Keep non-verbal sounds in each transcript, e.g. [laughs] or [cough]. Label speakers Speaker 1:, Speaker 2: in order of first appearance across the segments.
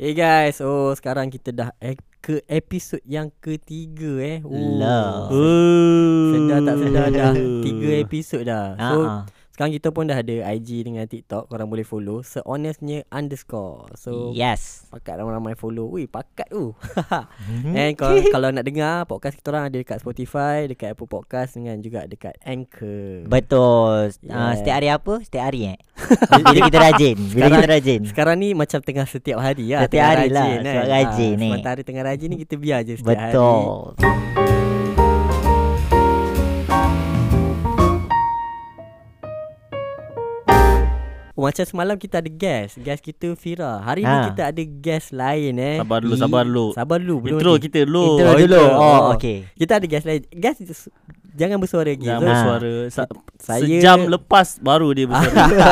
Speaker 1: Hey guys, oh sekarang kita dah e- ke episod yang ketiga eh. Oh.
Speaker 2: Lah.
Speaker 3: Oh.
Speaker 1: Sedar tak sedar
Speaker 2: [laughs]
Speaker 1: [laughs] dah Tiga episod dah So
Speaker 2: Ha ah.
Speaker 1: sekarang kita pun dah ada IG dengan TikTok Korang boleh follow Sehonestnya underscore So yeah.
Speaker 2: Yes.
Speaker 1: Pakat ramai-ramai follow Wih pakat tu
Speaker 2: Hmm.
Speaker 1: And
Speaker 2: Eh,
Speaker 1: kalau,
Speaker 2: [laughs]
Speaker 1: kalau nak dengar Podcast kita orang ada dekat Spotify Dekat Apple Podcast Dengan juga dekat Anchor
Speaker 2: Betul.
Speaker 1: Yeah.
Speaker 2: Ah, setiap hari apa? Setiap hari eh. Bila kita rajin, bila
Speaker 1: Sekarang-
Speaker 2: kita rajin.
Speaker 1: Sekarang ni macam tengah setiap hari lah
Speaker 2: Setiap hari lah, sebab
Speaker 1: Ah,
Speaker 2: rajin ni.
Speaker 1: Sementara tengah rajin ni Kita biar je setiap hari
Speaker 2: Betul.
Speaker 1: Oh, macam semalam kita ada guest Guest kita Fira Hari ni
Speaker 2: Ha.
Speaker 1: kita ada guest lain eh
Speaker 3: Sabar dulu, sabar dulu.
Speaker 1: Sabar dulu belum
Speaker 3: Intro
Speaker 1: ni.
Speaker 3: kita dulu.
Speaker 2: Intro
Speaker 1: Oh,
Speaker 2: dulu.
Speaker 1: intro.
Speaker 2: Oh,
Speaker 1: Oh.
Speaker 2: okey.
Speaker 1: Kita ada guest lain Guest s- Jangan bersuara lagi So,
Speaker 3: Jangan
Speaker 2: Ah.
Speaker 3: bersuara. Sa-
Speaker 1: Saya-
Speaker 3: Sejam lepas baru dia bersuara.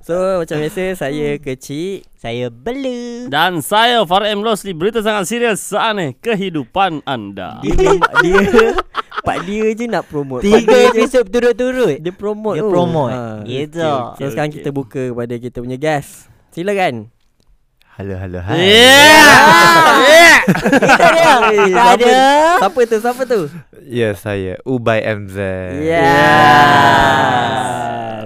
Speaker 1: so macam biasa Saya kecil
Speaker 2: Saya bela.
Speaker 3: Dan saya Farem Rosli berita sangat serius seaneh kehidupan
Speaker 2: Ah.
Speaker 3: anda.
Speaker 1: Dia memang- Dia Pak dia je nak promote Part [laughs]
Speaker 2: Tiga
Speaker 1: dia, je-
Speaker 2: episod turut-turut.
Speaker 1: dia promote
Speaker 2: Dia
Speaker 1: tu.
Speaker 2: promote.
Speaker 1: Ha.
Speaker 2: Gitu.
Speaker 1: So sekarang kita buka Kepada kita punya guest Silakan
Speaker 4: Hello, hello, hi.
Speaker 2: Ya.
Speaker 3: Yeah.
Speaker 2: Kita ada. Kita
Speaker 1: Siapa-
Speaker 2: ada.
Speaker 1: Siapa tu Siapa tu
Speaker 4: Ya, saya Ubay MZ.
Speaker 2: Eh.
Speaker 1: Yes
Speaker 3: Ah.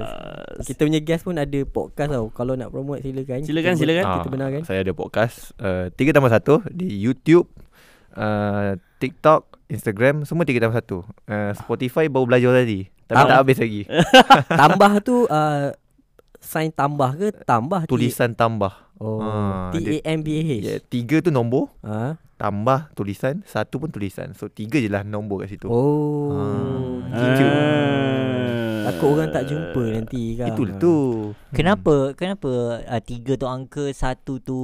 Speaker 1: Kita punya guest pun ada podcast tau Kalau nak promote silakan
Speaker 3: Silakan,
Speaker 1: Kita-
Speaker 3: silakan.
Speaker 1: Kita kan? benarkan
Speaker 4: Ah, Saya ada podcast uh, 3 tambah 1 di YouTube, uh, TikTok, Instagram, semua 3 tambah 1. Uh, Spotify baru belajar tadi. Tapi
Speaker 1: Ah.
Speaker 4: tak habis lagi.
Speaker 1: [laughs] Tambah tu uh, Sign tambah ke Tambah T-
Speaker 4: tulisan tambah.
Speaker 1: Oh
Speaker 4: Ah, dia-
Speaker 1: T-A-M-B-A-H
Speaker 4: Ya, tiga tu nombor,
Speaker 1: Ha?
Speaker 4: tambah tulisan, satu pun tulisan. So tiga je lah nombor kat situ.
Speaker 1: Oh
Speaker 4: Ah,
Speaker 1: Gitu.
Speaker 3: Ah.
Speaker 1: Takut orang tak jumpa nanti kan
Speaker 4: Itu tu.
Speaker 2: Kenapa? Kenapa uh, tiga tu angka, satu tu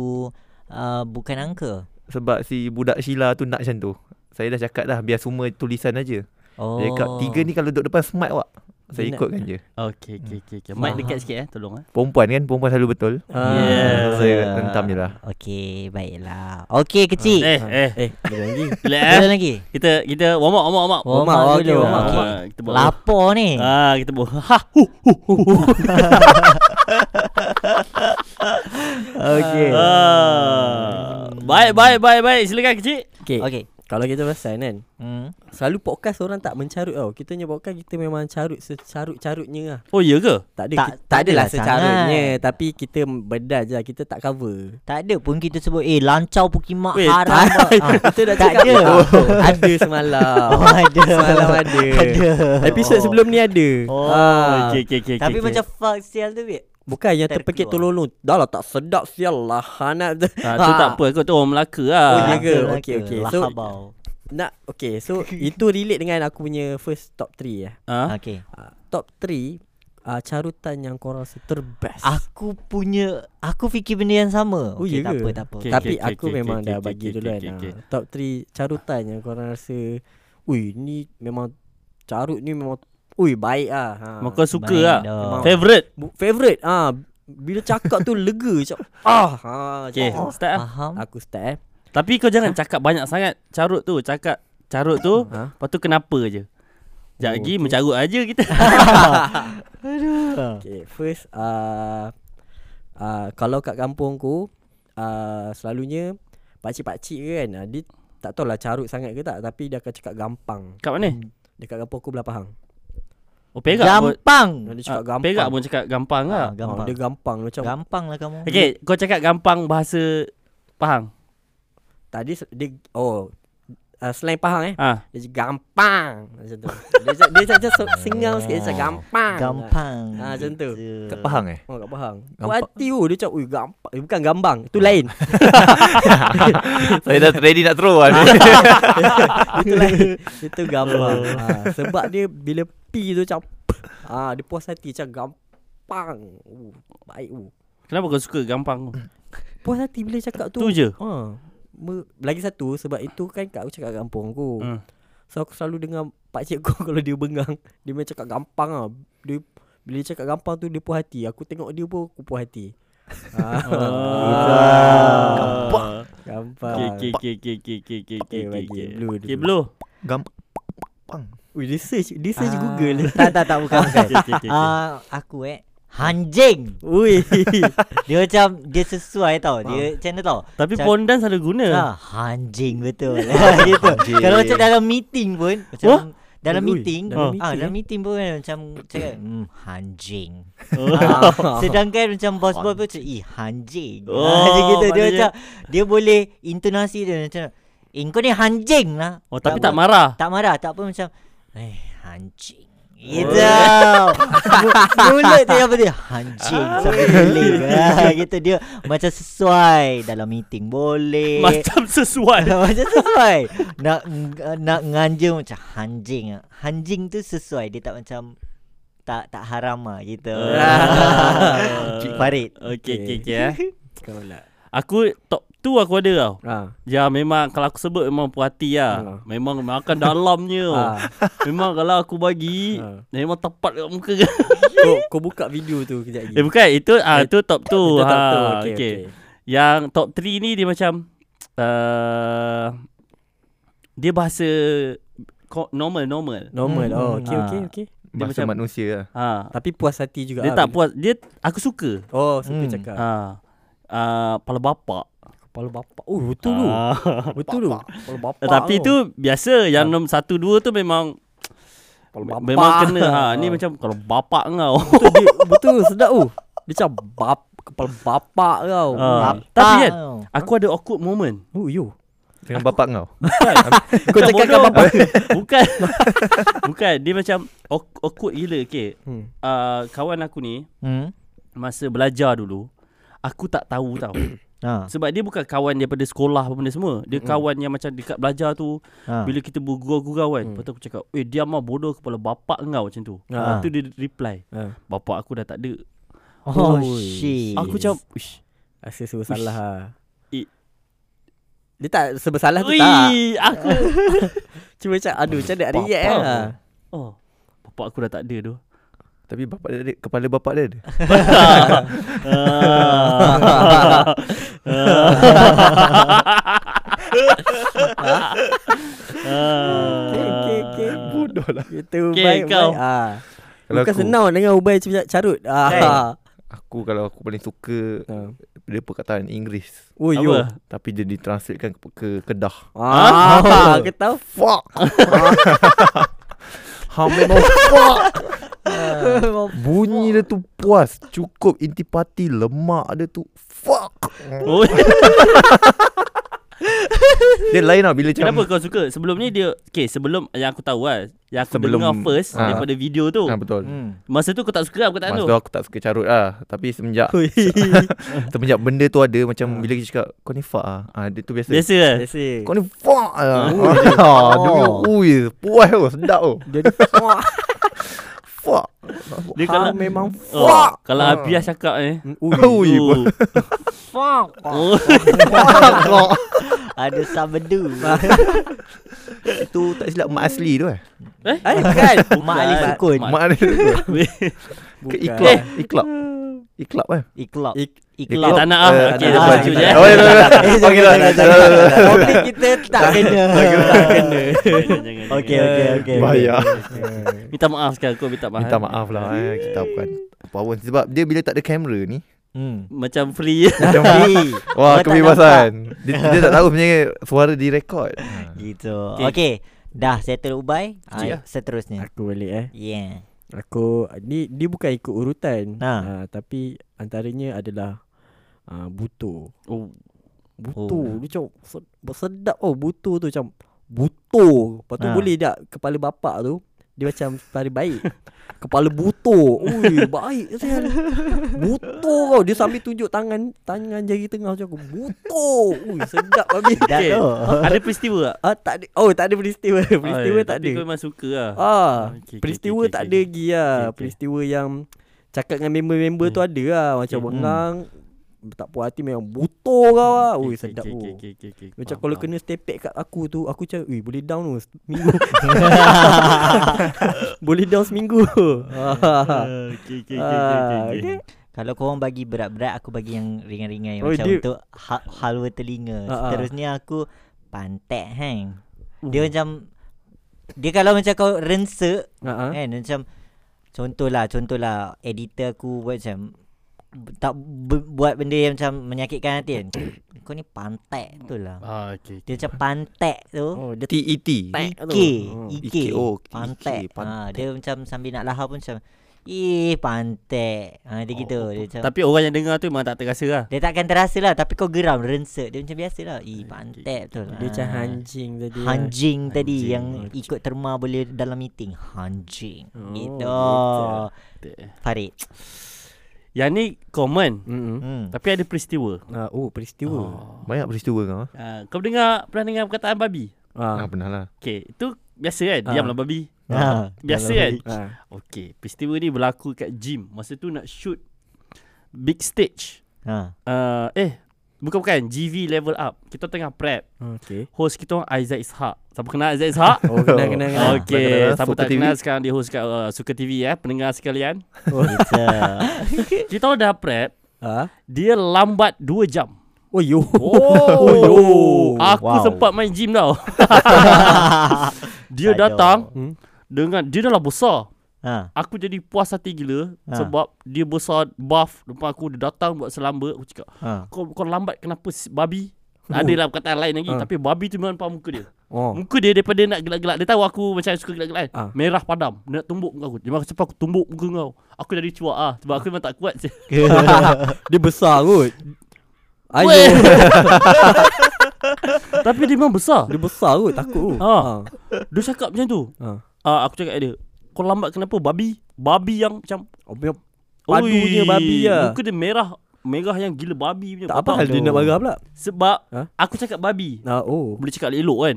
Speaker 2: uh, bukan angka?
Speaker 4: Sebab si budak Sheila tu nak macam tu. Saya dah cakap dah biar semua tulisan aja.
Speaker 2: Oh.
Speaker 4: Dia cakap tiga ni kalau duduk depan smart awak.
Speaker 1: Dia
Speaker 4: Saya
Speaker 1: nak-
Speaker 4: ikutkan je.
Speaker 3: Okey okey okey okey. Mic dekat sikit eh tolong eh.
Speaker 4: Perempuan kan Perempuan selalu betul
Speaker 1: Ah.
Speaker 3: Yeah.
Speaker 4: Saya hentam je lah
Speaker 2: Okey, baiklah. Okey, kecil.
Speaker 3: Eh eh.
Speaker 1: Eh Boleh lagi
Speaker 3: Relax eh.
Speaker 2: Ada lagi.
Speaker 3: Kita kita warm up warm up warm up.
Speaker 1: Warm up, okey, warm up.
Speaker 2: Okey.
Speaker 3: Ah, Kita buat.
Speaker 2: Lapor ni.
Speaker 3: Ah kita buat. Ha hu hu hu. hu.
Speaker 2: Eh.
Speaker 1: Okay
Speaker 3: Ah. Baik baik baik baik. Silakan kecil.
Speaker 1: Okay, okay.
Speaker 2: [laughs] Ah, Okey.
Speaker 1: Kalau kita perasan kan
Speaker 2: Hmm.
Speaker 1: Selalu podcast orang tak mencarut tau Kita punya podcast kita memang carut Secarut-carutnya lah
Speaker 3: Oh ya ke?
Speaker 1: tak ada
Speaker 2: Tak-
Speaker 1: ki-
Speaker 2: tak
Speaker 1: adalah
Speaker 2: adalah
Speaker 1: secarutnya Tapi kita bedah je lah Kita tak cover
Speaker 2: Tak ada pun kita sebut eh lancau pukimak
Speaker 3: Weh,
Speaker 2: haram. ah.
Speaker 1: Kita dah
Speaker 2: tak
Speaker 1: cakap
Speaker 2: ada. [laughs]
Speaker 1: Oh, Ada semalam
Speaker 2: Oh, ada.
Speaker 1: Semalam ada
Speaker 2: [laughs] Ada.
Speaker 1: [laughs] Episod
Speaker 2: Oh.
Speaker 1: sebelum ni ada
Speaker 2: Oh,
Speaker 1: Ah,
Speaker 3: Okey okey okey.
Speaker 2: Tapi
Speaker 3: okey,
Speaker 2: macam fuck sial tu bit.
Speaker 1: Bukan yang terpekit
Speaker 2: Terkeluar.
Speaker 1: tololong Dah lah tak sedap sial lah [laughs] Anak
Speaker 3: okey. ah, tu tak apa kot tu orang Melaka lah.
Speaker 2: Ah,
Speaker 1: Oh, ya ke? Okey, okey. So-
Speaker 2: So
Speaker 1: Nak Okay so Itu relate dengan aku punya First top 3 eh.
Speaker 3: Ah.
Speaker 2: okey.
Speaker 1: Ah, Top 3 uh, Carutan yang korang rasa terbest
Speaker 2: Aku punya aku fikir benda yang sama.
Speaker 1: Oh,
Speaker 2: Okey,
Speaker 1: ya
Speaker 2: tak
Speaker 1: ke?
Speaker 2: apa, tak apa.
Speaker 3: Okey.
Speaker 1: Tapi
Speaker 3: okey,
Speaker 1: aku
Speaker 3: okey,
Speaker 1: memang
Speaker 3: okey,
Speaker 1: dah
Speaker 3: okey,
Speaker 1: bagi
Speaker 3: okey,
Speaker 1: dulu kan
Speaker 3: okey,
Speaker 1: ah.
Speaker 3: okey.
Speaker 1: Top 3 carutan yang korang rasa Ui ni memang Carut ni memang Ui baik ah ha.
Speaker 3: Maka suka
Speaker 2: Baik
Speaker 3: lah.
Speaker 2: dah.
Speaker 3: Favorite.
Speaker 1: Bu- Favorite ah Bila cakap tu [laughs] lega macam Ah ha,
Speaker 3: Okay,
Speaker 1: macam,
Speaker 3: oh. start lah.
Speaker 2: Faham?
Speaker 1: Aku start eh
Speaker 3: Tapi kau jangan cakap banyak sangat carut tu. Cakap carut tu,
Speaker 1: Ha?
Speaker 3: lepas tu kenapa je. Sekejap
Speaker 1: Oh,
Speaker 3: lagi mencarut aja
Speaker 1: [laughs]
Speaker 3: kita.
Speaker 1: Okay first uh, uh, Kalau kat kampung ku uh, Selalunya Pakcik-pakcik ke kan ah, Dia tak tahulah carut sangat ke tak Tapi dia akan cakap gampang
Speaker 3: Kat mana?
Speaker 1: Dekat kampung aku belah Pahang
Speaker 3: Oh, Perak pun.
Speaker 2: Gampang.
Speaker 1: Dia
Speaker 3: Ah,
Speaker 1: cakap gampang
Speaker 3: Perak pun cakap gampang lah.
Speaker 2: Ah,
Speaker 1: gampang. Oh,
Speaker 2: gampang.
Speaker 1: Dia gampang macam
Speaker 2: Gampang lah kamu.
Speaker 3: Okay, kau cakap gampang bahasa Pahang.
Speaker 1: Tadi se- dia oh uh, slang Pahang eh.
Speaker 3: Ah,
Speaker 1: Dia cakap, gampang macam tu. Dia cakap dia cakap so, singgah sikit dia cakap gampang.
Speaker 2: Eh, Gampang. lah. Ha,
Speaker 1: Ah, macam tu.
Speaker 2: Gitu.
Speaker 4: Kat Pahang [laughs] eh
Speaker 1: Oh kat Pahang.
Speaker 4: Gampang.
Speaker 1: Kuati tu dia cakap ui gampang. Eh, bukan gambang. Itu lain.
Speaker 4: Saya dah ready nak throw lah ni. [laughs]
Speaker 1: Itu lain. Itu gambang. ha, sebab dia bila P tu macam ah dia puas hati macam gampang. Uh, baik uh.
Speaker 3: kenapa kau suka gampang tu?
Speaker 1: Puas hati bila cakap tu.
Speaker 3: Tu je.
Speaker 1: Ha. Me, lagi satu sebab itu kan kat aku cakap kat kampung aku.
Speaker 3: Hmm.
Speaker 1: So aku selalu dengar pak cik aku [laughs] kalau dia bengang, dia memang cakap gampang ah. Dia bila dia cakap gampang tu dia puas hati. Aku tengok dia pun aku puas hati. Ha.
Speaker 2: [laughs]
Speaker 3: Ah.
Speaker 2: Oh,
Speaker 1: gampang.
Speaker 3: Okay,
Speaker 1: Okay,
Speaker 3: okay, okay, okay, okay, okay, okay, okay,
Speaker 1: Okay,
Speaker 3: okay,
Speaker 1: bagi
Speaker 3: okay.
Speaker 1: blue
Speaker 3: Okay,
Speaker 1: dulu. [laughs]
Speaker 3: blue.
Speaker 4: Gampang
Speaker 1: Ui, dia search, dia search
Speaker 2: Ah,
Speaker 1: Google.
Speaker 2: [laughs] Tak tak tak bukan bukan.
Speaker 3: Okay, okay, okay, okay.
Speaker 2: Ah, aku eh Hanjing
Speaker 1: Ui
Speaker 2: Dia macam Dia sesuai tau Dia macam mana tau
Speaker 3: Tapi
Speaker 2: Macam-
Speaker 3: pon dance ada guna. [laughs]
Speaker 2: Ah, hanjing betul. Ah, gitu. Kalau macam dalam meeting pun macam
Speaker 3: Wah.
Speaker 2: dalam
Speaker 1: Ui,
Speaker 2: meeting,
Speaker 1: dalam
Speaker 2: dalam
Speaker 1: meeting,
Speaker 2: ah, dalam
Speaker 1: eh.
Speaker 2: meeting pun macam cakap hmm, hanjing.
Speaker 1: Oh. [laughs]
Speaker 2: ah, sedangkan macam bos bos pun cakap, "Ih, hanjing."
Speaker 3: Oh,
Speaker 2: ah, macam gitu dia
Speaker 3: maknanya-
Speaker 2: macam dia boleh intonasi dia macam, "Eh, kau ni hanjing lah."
Speaker 3: Oh tapi tak
Speaker 2: apa-
Speaker 3: marah.
Speaker 2: Tak marah, tak apa macam, "Eh, hanjing." Itu Mulut dia apa dia Hanjing Sampai pelik ah, Gitu dia Macam sesuai Dalam meeting boleh
Speaker 3: Macam
Speaker 1: [laughs]
Speaker 3: sesuai.
Speaker 2: [laughs] macam sesuai Nak Nak nganja macam Hanjing ah. Hanjing tu sesuai Dia tak macam Tak tak haram lah Gitu
Speaker 3: Ah.
Speaker 2: Cik Farid
Speaker 3: Okey okey
Speaker 1: Okey.
Speaker 3: okey eh.
Speaker 1: Kau pula
Speaker 3: Aku top 2 aku ada tau.
Speaker 1: ha.
Speaker 3: Ya memang kalau aku sebut memang puas hati
Speaker 1: Ha.
Speaker 3: lah. Memang makan dalamnya.
Speaker 1: [laughs] Ha.
Speaker 3: Memang kalau aku bagi
Speaker 1: Ha.
Speaker 3: memang tepat kat muka kau.
Speaker 1: Kau, kau buka video tu kejap lagi
Speaker 3: [laughs] Eh bukan itu ah
Speaker 1: Eh,
Speaker 3: itu top 2.
Speaker 1: Itu tak tahu.
Speaker 3: Ha
Speaker 1: Okey,
Speaker 3: okey.
Speaker 1: okey.
Speaker 3: Yang top 3 ni dia macam uh, dia bahasa ko- normal normal.
Speaker 1: Normal
Speaker 2: Hmm,
Speaker 1: Oh okey
Speaker 3: ah.
Speaker 1: okey okey
Speaker 3: Dia
Speaker 4: Bahasa
Speaker 3: macam-
Speaker 4: manusia lah
Speaker 3: Ha.
Speaker 1: Tapi puas hati juga
Speaker 3: Dia
Speaker 1: lah
Speaker 3: tak
Speaker 1: bila-
Speaker 3: puas. Dia aku suka.
Speaker 1: Oh suka
Speaker 2: Hmm.
Speaker 1: cakap
Speaker 3: Ha. Ah, kepala bapak.
Speaker 1: Kepala bapak Oh betul tu Betul tu Kepala bapak
Speaker 3: Eh, Ah. tapi tu biasa yang nombor satu dua tu memang
Speaker 1: Kepala bapak. Ah.
Speaker 3: memang kena ha. Ni macam kalau bapak kau.
Speaker 1: Betul dia- Betul sedap tu Dia macam bap, Kepala bapak kau
Speaker 3: Ah.
Speaker 1: Bap-
Speaker 3: Tapi
Speaker 2: Tak
Speaker 3: kan
Speaker 2: tau.
Speaker 3: aku ada awkward moment.
Speaker 1: Oh yo
Speaker 4: Dengan bapak kau
Speaker 1: [laughs] Kau cakap dengan bapak
Speaker 3: [laughs] Bukan. Bukan dia macam awk- awkward gila. Okay.
Speaker 1: Hmm.
Speaker 3: Uh, kawan aku ni
Speaker 2: hmm?
Speaker 3: masa belajar dulu aku tak tahu tau.
Speaker 2: ha.
Speaker 3: Sebab dia bukan kawan daripada sekolah apa benda semua. Dia kawan yang macam dekat belajar tu
Speaker 2: ha.
Speaker 3: bila kita bergurau-gurau
Speaker 1: Mm.
Speaker 3: kan. Lepas tu aku cakap, "Eh, dia mah bodoh kepala bapak kau macam tu." Lepas
Speaker 1: Ah.
Speaker 3: tu dia reply,
Speaker 1: Ah.
Speaker 3: "Bapak aku dah tak ada."
Speaker 2: Oh,
Speaker 1: Oi.
Speaker 2: shit
Speaker 3: Aku macam, "Ish,
Speaker 1: Rasa salah ha.
Speaker 3: Eh.
Speaker 1: Dia tak sebersalah tu
Speaker 3: Ui,
Speaker 1: tak
Speaker 3: aku
Speaker 1: Cuma macam Aduh macam nak react
Speaker 3: Bapak.
Speaker 1: lah
Speaker 3: Oh, bapak aku dah tak ada tu.
Speaker 4: Tapi bapak dia, ada- kepala bapak dia ada
Speaker 3: Ah.
Speaker 1: Okay okay okay
Speaker 4: Bodoh lah
Speaker 1: Itu
Speaker 3: Okay,
Speaker 1: baik
Speaker 3: Ah. kau.
Speaker 1: baik ah.
Speaker 4: Kalau
Speaker 1: Bukan
Speaker 4: aku-
Speaker 1: senang dengan ubai cepat carut ah.
Speaker 4: Aku kalau aku paling suka
Speaker 1: Ah.
Speaker 4: Dia perkataan Inggeris
Speaker 1: Oh
Speaker 3: Apa?
Speaker 1: yo
Speaker 4: Tapi dia ditranslatekan ke, ke Kedah
Speaker 1: [laughs] Ah, Kau
Speaker 2: [laughs]
Speaker 1: tahu
Speaker 4: Fuck How many fuck Bunyi dia tu puas Cukup intipati Lemak dia tu Fuck
Speaker 3: Oh, [laughs]
Speaker 4: Dia lain tau bila macam
Speaker 3: kenapa kau suka? Sebelum ni dia Okay sebelum yang aku tahu lah Yang aku
Speaker 4: Sebelum-
Speaker 3: sebelum, dengar first
Speaker 4: Ah.
Speaker 3: Daripada video tu
Speaker 4: ha, Betul
Speaker 2: Hmm.
Speaker 3: Masa tu kau tak suka lah perkataan
Speaker 4: Masa
Speaker 3: tu
Speaker 4: tu aku tak suka carut lah Tapi semenjak [laughs] Semenjak benda tu ada Macam
Speaker 3: Ah.
Speaker 4: bila kita cakap Kau ni fuck lah ha, Dia tu biasa,
Speaker 3: Biasa lah
Speaker 1: Biasa
Speaker 4: Kau ni fuck lah Ha, [laughs] Dia
Speaker 3: Oh.
Speaker 4: punya Ui Puas tu Sedap tu
Speaker 2: [laughs]
Speaker 1: Dia ni fuck.
Speaker 4: Fuck
Speaker 3: Dia
Speaker 1: Kau Ha,
Speaker 3: kalau
Speaker 1: memang
Speaker 3: oh,
Speaker 1: fuck Ha.
Speaker 3: Kalau Abias cakap ni
Speaker 2: [laughs]
Speaker 4: Ui [laughs]
Speaker 3: [laughs] Oh.
Speaker 2: Fuck
Speaker 3: Oh.
Speaker 2: Ada
Speaker 3: [laughs]
Speaker 2: sabadu
Speaker 4: Itu tak silap Mak asli tu eh
Speaker 3: Eh?
Speaker 1: Eh bukan
Speaker 3: [laughs]
Speaker 2: Mak Ali Sukun
Speaker 3: Mak-
Speaker 4: Mak dia tu Ke
Speaker 1: Bukan. Eh,
Speaker 4: Iklop Iklop Iklop eh
Speaker 2: Iklop
Speaker 1: Ik-
Speaker 3: Eh,
Speaker 2: Iklop
Speaker 3: tak nak ah.
Speaker 4: Eh,
Speaker 3: Okey,
Speaker 4: tak
Speaker 3: lepas
Speaker 4: nak.
Speaker 3: tu je, eh.
Speaker 4: Oh, ya, ya,
Speaker 3: [laughs]
Speaker 4: ya.
Speaker 2: Eh,
Speaker 4: Okey,
Speaker 2: jangan, jangan,
Speaker 4: dah, dah, dah, dah, dah.
Speaker 1: Topik kita tak kena
Speaker 2: [laughs] Tak
Speaker 1: [laughs]
Speaker 2: kena
Speaker 3: [laughs] Jangan, jangan,
Speaker 2: Okey
Speaker 3: jangan.
Speaker 2: okey okey
Speaker 4: Bahaya
Speaker 3: Minta maaf sekarang Kau minta maaf
Speaker 4: Minta maaf lah eh. Kita bukan Power Sebab dia bila tak ada kamera ni
Speaker 2: Hmm
Speaker 3: Macam free [laughs]
Speaker 4: Macam
Speaker 2: Tapi
Speaker 4: Wah kan?
Speaker 2: Kau tak
Speaker 4: kebebasan dia, dia tak tahu sebenarnya Suara direkod
Speaker 2: Gitu
Speaker 3: Okey.
Speaker 2: Okey Dah settle ubai Ah,
Speaker 4: Kecil
Speaker 2: Seterusnya
Speaker 1: Aku balik eh
Speaker 2: Yeah
Speaker 1: Aku ni dia bukan ikut urutan ha.
Speaker 2: Ha.
Speaker 1: tapi antaranya adalah uh, buto.
Speaker 3: Oh.
Speaker 1: Buto oh. dia macam sed- sedap oh buto tu macam buto. Lepas tu
Speaker 2: Ha.
Speaker 1: ha. boleh tak kepala bapak tu dia macam paling baik. [laughs] Kepala buto. Ui, baik sial. Buto kau dia sambil tunjuk tangan tangan jari tengah macam aku. Buto. Ui, sedap babi.
Speaker 2: Dah
Speaker 3: Okey.
Speaker 2: tu
Speaker 3: [laughs] Ada peristiwa tak?
Speaker 1: Ah tak ada. Oh, tak ada peristiwa. Peristiwa
Speaker 3: Ay,
Speaker 1: tak
Speaker 3: ya, tapi
Speaker 1: ada.
Speaker 3: Kau memang suka lah
Speaker 1: Ah,
Speaker 3: Okey, okey,
Speaker 1: okay, peristiwa
Speaker 3: okey,
Speaker 1: okay, tak
Speaker 3: okey,
Speaker 1: ada
Speaker 3: okey.
Speaker 1: lagi lah. Okay,
Speaker 3: Okey, okey. Hmm.
Speaker 1: okay. Peristiwa yang cakap dengan member-member tu ada lah. Macam
Speaker 3: Okey.
Speaker 1: okay. bengang, tak puas hati memang butuh kau lah. Ui,
Speaker 3: Hmm. Okey,
Speaker 1: sedap
Speaker 3: okey,
Speaker 1: tu.
Speaker 3: okey, okey, okey, okey.
Speaker 1: Macam
Speaker 3: Faham,
Speaker 1: kalau
Speaker 3: faham.
Speaker 1: kena stepek kat aku tu, aku macam, ui boleh down tu seminggu. [laughs] boleh down seminggu. [laughs] Ah.
Speaker 3: Ah, Okey, okey, okey, okey,
Speaker 1: Ah,
Speaker 3: okey.
Speaker 1: okay.
Speaker 2: Kalau korang bagi berat-berat Aku bagi yang ringan-ringan yang
Speaker 1: Oh,
Speaker 2: Macam
Speaker 1: dia-
Speaker 2: untuk ha- Halwa telinga
Speaker 1: Ah, ah.
Speaker 2: Seterusnya aku Pantek hang Dia macam Dia kalau macam kau rense
Speaker 1: Ah, ah.
Speaker 2: Kan macam Contohlah Contohlah Editor aku buat macam tak bu- buat benda yang macam menyakitkan hati kan [coughs] Kau ni pantek tu lah
Speaker 3: Ah, okay.
Speaker 2: Dia macam pantek tu
Speaker 1: Oh, dia
Speaker 4: TET
Speaker 1: E
Speaker 2: Ike Ike
Speaker 4: Ike, oh, Ike,
Speaker 2: Pantek
Speaker 4: pantek.
Speaker 2: ha, Dia macam sambil nak lahap pun macam Eh pantek ha, Dia gitu Dia macam
Speaker 3: Oh, Tapi orang yang dengar tu memang tak terasa lah.
Speaker 2: Dia takkan terasa lah Tapi kau geram Rensek Dia macam biasa lah Eh pantek betul Ah.
Speaker 1: dia macam hanjing tadi. lah.
Speaker 2: Hanjing tadi
Speaker 3: Hanjing.
Speaker 2: Yang ikut terma boleh dalam meeting Hanjing
Speaker 1: Oh,
Speaker 2: Gitu Farid
Speaker 3: Yang ni common.
Speaker 1: Mm-mm.
Speaker 2: hmm.
Speaker 3: Tapi ada peristiwa.
Speaker 1: Ah, oh, peristiwa.
Speaker 4: Banyak peristiwa kau ah.
Speaker 3: Ah, kau dengar pernah dengar perkataan babi?
Speaker 4: Ah,
Speaker 1: Ah.
Speaker 4: pernah lah.
Speaker 3: Okay, itu biasa kan?
Speaker 1: Ah.
Speaker 3: Diamlah babi.
Speaker 2: ha,
Speaker 3: Biasa
Speaker 2: dalam
Speaker 3: kan?
Speaker 1: Ah.
Speaker 3: Okay, peristiwa ni berlaku kat gym. Masa tu nak shoot big stage.
Speaker 2: ha.
Speaker 3: Uh, eh, bukan-bukan. GV level up. Kita tengah prep.
Speaker 1: Okay.
Speaker 3: Host kita orang Aizat Ishak. Siapa kenal Aizat Ishak?
Speaker 1: Ah, Oh, kena kena. kena.
Speaker 4: Ah,
Speaker 3: Okay,
Speaker 4: kenal,
Speaker 3: siapa
Speaker 4: Suka
Speaker 3: tak
Speaker 4: TV.
Speaker 3: kenal sekarang dia host kat uh, Suka TV eh, pendengar sekalian.
Speaker 2: Kita
Speaker 3: Kita orang dah prep,
Speaker 1: Ah.
Speaker 3: dia lambat 2 jam.
Speaker 1: Oh, yo. [laughs]
Speaker 3: Oh,
Speaker 1: yo.
Speaker 3: aku
Speaker 2: Wow.
Speaker 3: wow. sempat main gym tau. dia
Speaker 2: Aduh.
Speaker 3: datang
Speaker 1: Hmm.
Speaker 3: dengan dia dah lah besar.
Speaker 2: ha.
Speaker 3: Aku jadi puas hati gila
Speaker 2: Ha.
Speaker 3: sebab dia besar buff depan aku dia datang buat selamba aku cakap
Speaker 2: ha.
Speaker 3: kau kau lambat kenapa si- babi? Ada lah perkataan lain lagi
Speaker 1: Oh. Ha.
Speaker 3: tapi babi tu memang nampak muka dia.
Speaker 1: Oh.
Speaker 3: Muka dia daripada nak gelak-gelak Dia tahu aku macam suka gelak-gelak kan
Speaker 1: Ah.
Speaker 3: Merah padam Dia nak tumbuk muka aku Dia macam cepat aku tumbuk muka kau Aku jadi cuak ah Sebab aku memang tak kuat
Speaker 1: [laughs]
Speaker 3: je
Speaker 1: Dia besar kot. Ah, Ayo.
Speaker 3: Weh. Tapi dia memang besar
Speaker 1: Dia besar kot, takut.
Speaker 3: Ha.
Speaker 1: Ah.
Speaker 3: Dia cakap macam tu
Speaker 1: Ah.
Speaker 3: ah, Aku cakap kat dia Kau lambat kenapa babi Babi yang macam
Speaker 1: Oh, punya padunya
Speaker 3: "Ui,
Speaker 1: babi lah.
Speaker 3: Muka dia merah Merah yang gila babi punya
Speaker 1: Tak apa hal dia nak marah pula.
Speaker 3: Sebab
Speaker 1: Ha?
Speaker 3: Aku cakap babi
Speaker 1: Ah, oh.
Speaker 3: Boleh cakap elok kan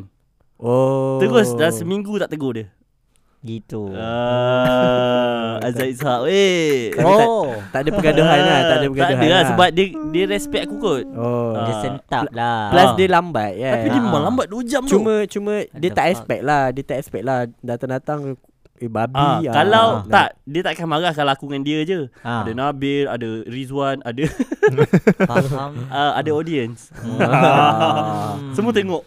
Speaker 1: Oh.
Speaker 3: Terus dah seminggu tak tegur dia
Speaker 2: Gitu
Speaker 3: Ah, Azhar Ishak Weh
Speaker 1: Tapi tak-
Speaker 2: Oh
Speaker 1: Tak ada pergaduhan lah, tak ada
Speaker 3: Tak
Speaker 1: pergaduhan.
Speaker 3: ada lah sebab dia dia respect aku kot.
Speaker 1: Oh.
Speaker 2: Dia
Speaker 3: Ah.
Speaker 2: sentap lah
Speaker 1: Plus
Speaker 3: Ah.
Speaker 1: dia lambat kan.
Speaker 3: Tapi dia
Speaker 2: Ah.
Speaker 3: memang lambat 2 jam tu.
Speaker 1: cuma cuma dia
Speaker 2: the
Speaker 1: tak
Speaker 2: fuck?
Speaker 1: expect lah, dia tak expect lah datang-datang eh babi
Speaker 3: Ah,
Speaker 1: ah.
Speaker 3: kalau
Speaker 1: Ah.
Speaker 3: tak dia tak akan marah kalau aku dengan dia je.
Speaker 2: ha.
Speaker 3: Ada Nabil, ada Rizwan, ada [laughs]
Speaker 2: Faham
Speaker 3: uh, ada audience. Hmm.
Speaker 1: Ah.
Speaker 3: Semua tengok.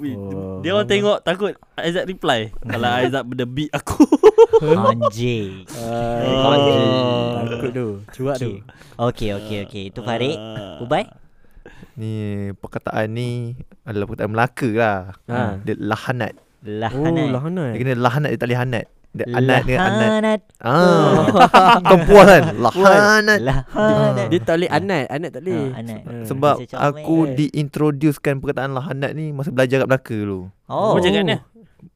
Speaker 3: Weh,
Speaker 1: Oh.
Speaker 3: Dia orang tengok takut Aizat reply Kalau Aizat benda beat aku
Speaker 2: Anjing
Speaker 1: Ah, Takut tu. Cuak tu.
Speaker 2: Okay. Okay okay okay Itu Farid
Speaker 3: Ah.
Speaker 2: Ubai
Speaker 4: [laughs] Ni perkataan ni adalah perkataan Melaka lah.
Speaker 1: Ha.
Speaker 4: Dia lahanat.
Speaker 1: Oh,
Speaker 2: Lahanat
Speaker 4: Dia
Speaker 1: lahanat.
Speaker 4: kena lahanat dia tak boleh hanat. Dia anat dengan anat.
Speaker 2: Lahanat
Speaker 4: Ah. Kau puas kan? Lahanat. Ah.
Speaker 2: Lahanat
Speaker 1: Dia tak boleh anat, anat tak boleh.
Speaker 2: Ah, anat.
Speaker 1: Ah.
Speaker 4: Sebab
Speaker 2: Macam comel.
Speaker 4: aku diintroducekan perkataan lahanat ni masa belajar kat Melaka dulu.
Speaker 2: Oh
Speaker 3: Macam kat mana?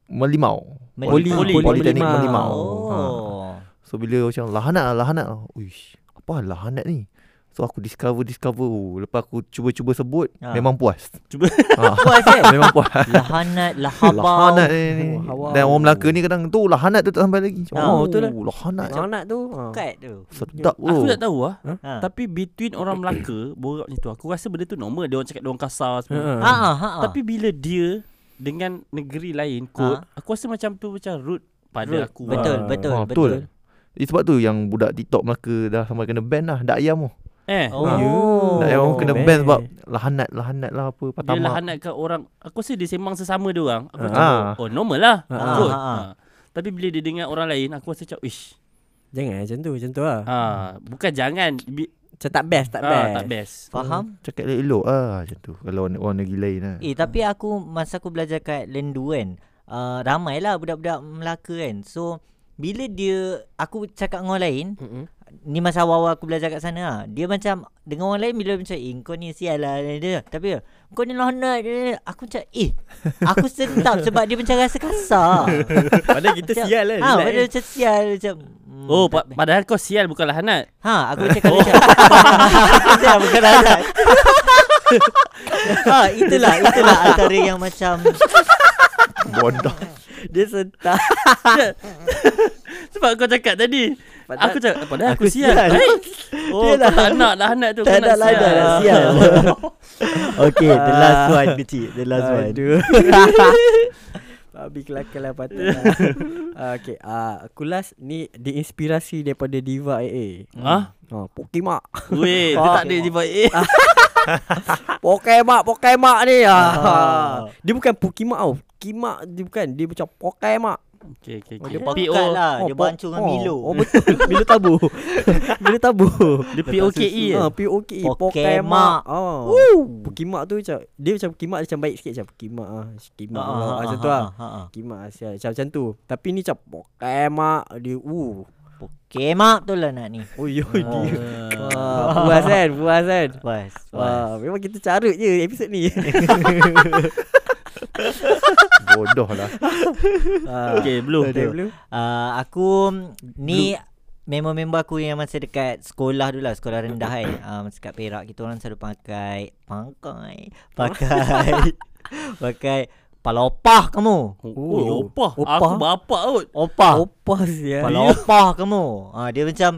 Speaker 4: Melimau.
Speaker 1: Poli,
Speaker 2: Melimau.
Speaker 3: Poli.
Speaker 4: Politeknik
Speaker 1: Melimau.
Speaker 4: Melimau. Ha.
Speaker 2: Oh
Speaker 4: So bila macam lahanat lah lahanat lah Uish apa lah lahanat ni So aku discover discover oh, Lepas aku cuba-cuba sebut
Speaker 2: Ha.
Speaker 4: ha. Memang puas
Speaker 3: Cuba-
Speaker 4: ha.
Speaker 2: Puas eh
Speaker 4: Memang puas
Speaker 2: [laughs] Lahanat Lahabau
Speaker 4: Lahanat ni, ni.
Speaker 1: Oh, hawau.
Speaker 4: Dan orang Melaka ni kadang tu lahanat tu tak sampai lagi Macam,
Speaker 2: Ha.
Speaker 1: Oh, betul lah.
Speaker 4: Lahanat
Speaker 1: Lahanat tu. ah.
Speaker 2: Kat tu
Speaker 4: Sedap
Speaker 1: Oh.
Speaker 4: oh. tu
Speaker 3: Aku tak tahu lah
Speaker 2: Ha.
Speaker 3: Tapi between orang Melaka [coughs] Borak macam tu Aku rasa benda tu normal Dia orang cakap dia orang kasar
Speaker 1: Ah.
Speaker 3: semua
Speaker 2: Ha ah, ha ah.
Speaker 3: Tapi bila dia dengan negeri lain kot,
Speaker 2: Ah.
Speaker 3: aku rasa macam tu macam rude pada
Speaker 1: Rude.
Speaker 3: aku.
Speaker 2: Betul
Speaker 1: Ah,
Speaker 2: betul
Speaker 4: Ha,
Speaker 2: betul
Speaker 4: Eh, sebab tu yang budak TikTok Melaka dah sampai kena ban lah Dak Ayam tu
Speaker 3: Eh,
Speaker 2: Oh,
Speaker 1: Ah.
Speaker 4: Dak Ayam
Speaker 1: Oh,
Speaker 4: kena
Speaker 1: man.
Speaker 4: ban sebab Lahanat lahanat lah apa
Speaker 3: dia
Speaker 4: Patama
Speaker 3: lahanatkan orang. Aku rasa dia sembang sesama dia orang. Aku
Speaker 1: Ah.
Speaker 3: macam oh normal lah.
Speaker 1: Ah.
Speaker 2: Ah,
Speaker 3: Kot.
Speaker 2: ah.
Speaker 3: Ah. Tapi bila dia dengar orang lain, aku rasa macam ish.
Speaker 1: Jangan macam tu, macam tu lah.
Speaker 3: Ah, bukan jangan Bi-
Speaker 1: Macam tak best, tak best.
Speaker 3: Ah, tak best.
Speaker 2: Faham
Speaker 4: Cakap elok-elok lah Macam tu Kalau orang, orang negeri lain
Speaker 3: Hmm.
Speaker 4: lah
Speaker 2: Eh tapi aku masa aku belajar kat Lendu kan uh, Ramailah budak-budak Melaka kan So bila dia aku cakap dengan orang lain
Speaker 1: Mm-mm.
Speaker 2: Ni masa awal-awal aku belajar kat sana lah. Dia macam dengan orang lain bila macam eh kau ni sial lah dia- dia. Tapi kau ni lahnat dia- dia." Aku macam eh
Speaker 3: [laughs]
Speaker 2: aku sentap sebab dia macam rasa kasar
Speaker 1: Padahal kita
Speaker 2: Macam-
Speaker 1: sial lah.
Speaker 2: Ha padahal macam sial macam "Hmm,
Speaker 3: Oh,
Speaker 2: tak
Speaker 3: pa- padahal kau sial bukan lahanat.
Speaker 2: Ha, [laughs] aku cakap oh. macam Dah [laughs] bukan alat Ha, itulah Itulah antara yang macam
Speaker 4: Bodoh
Speaker 1: Dia sentak.
Speaker 3: Sebab kau cakap tadi.
Speaker 1: Padahal-
Speaker 3: aku cakap padahal aku,
Speaker 1: aku
Speaker 3: sial.
Speaker 1: sial.
Speaker 3: Eh, Oh,
Speaker 1: Dia
Speaker 3: kau tak nak lahanat tu kau
Speaker 1: Tak ada
Speaker 3: nak
Speaker 1: lain dah
Speaker 3: sial.
Speaker 1: lah, sial.
Speaker 2: Okay, the last one kecil The last one [laughs]
Speaker 1: Aduh. Babi kelakar lah patut lah. Ah, okay, ah, aku last ni diinspirasi daripada Diva AA.
Speaker 3: Ah,
Speaker 1: Oh, Pokimak.
Speaker 3: weh, dia
Speaker 1: Ah.
Speaker 3: tak ada jibat.
Speaker 1: [laughs]
Speaker 3: Eh.
Speaker 1: Pokemak, Pokemak ni. Ah.
Speaker 2: Ah.
Speaker 1: Dia bukan Pokimak tau. Kimak dia bukan. Dia macam Pokemak.
Speaker 3: Okay, okay,
Speaker 2: Oh,
Speaker 3: okay.
Speaker 2: dia pangkat lah. Dia
Speaker 1: po-
Speaker 2: bancu dengan Milo.
Speaker 1: Oh, betul. Milo tabu. [laughs] Milo tabu.
Speaker 3: Dia POKE
Speaker 1: Ha,
Speaker 3: eh.
Speaker 1: POKE
Speaker 2: Pokemak.
Speaker 1: Pokemak. Ah. Pokemak tu macam dia macam Pokemak dia macam baik sikit macam Pokemak ah. Pokemak
Speaker 2: Ah,
Speaker 1: ah, ah,
Speaker 2: ah,
Speaker 1: macam
Speaker 2: ah,
Speaker 1: tu
Speaker 2: ah,
Speaker 1: ah.
Speaker 2: ah, ah.
Speaker 1: Pokemak asyal macam, macam tu. Tapi ni macam Pokemak dia uh.
Speaker 2: Pokemak tu lah nak ni.
Speaker 1: Oh yo dia.
Speaker 2: Ah.
Speaker 1: Ah, puas kan, puas kan.
Speaker 2: Puas, puas.
Speaker 1: Wah, memang kita carut je episod [laughs] ni.
Speaker 4: Bodoh lah
Speaker 1: ah,
Speaker 3: Okay, blue.
Speaker 1: okay, Blue.
Speaker 2: Uh, aku ni member-member aku yang masa dekat sekolah dulu lah sekolah rendah kan uh, masa dekat Perak kita orang selalu pakai pakai pakai pakai palopah kamu
Speaker 3: Oh, opah.
Speaker 1: Opah.
Speaker 3: Aku bapak kot.
Speaker 2: opah
Speaker 1: Opas ya.
Speaker 2: palopah kamu uh, dia macam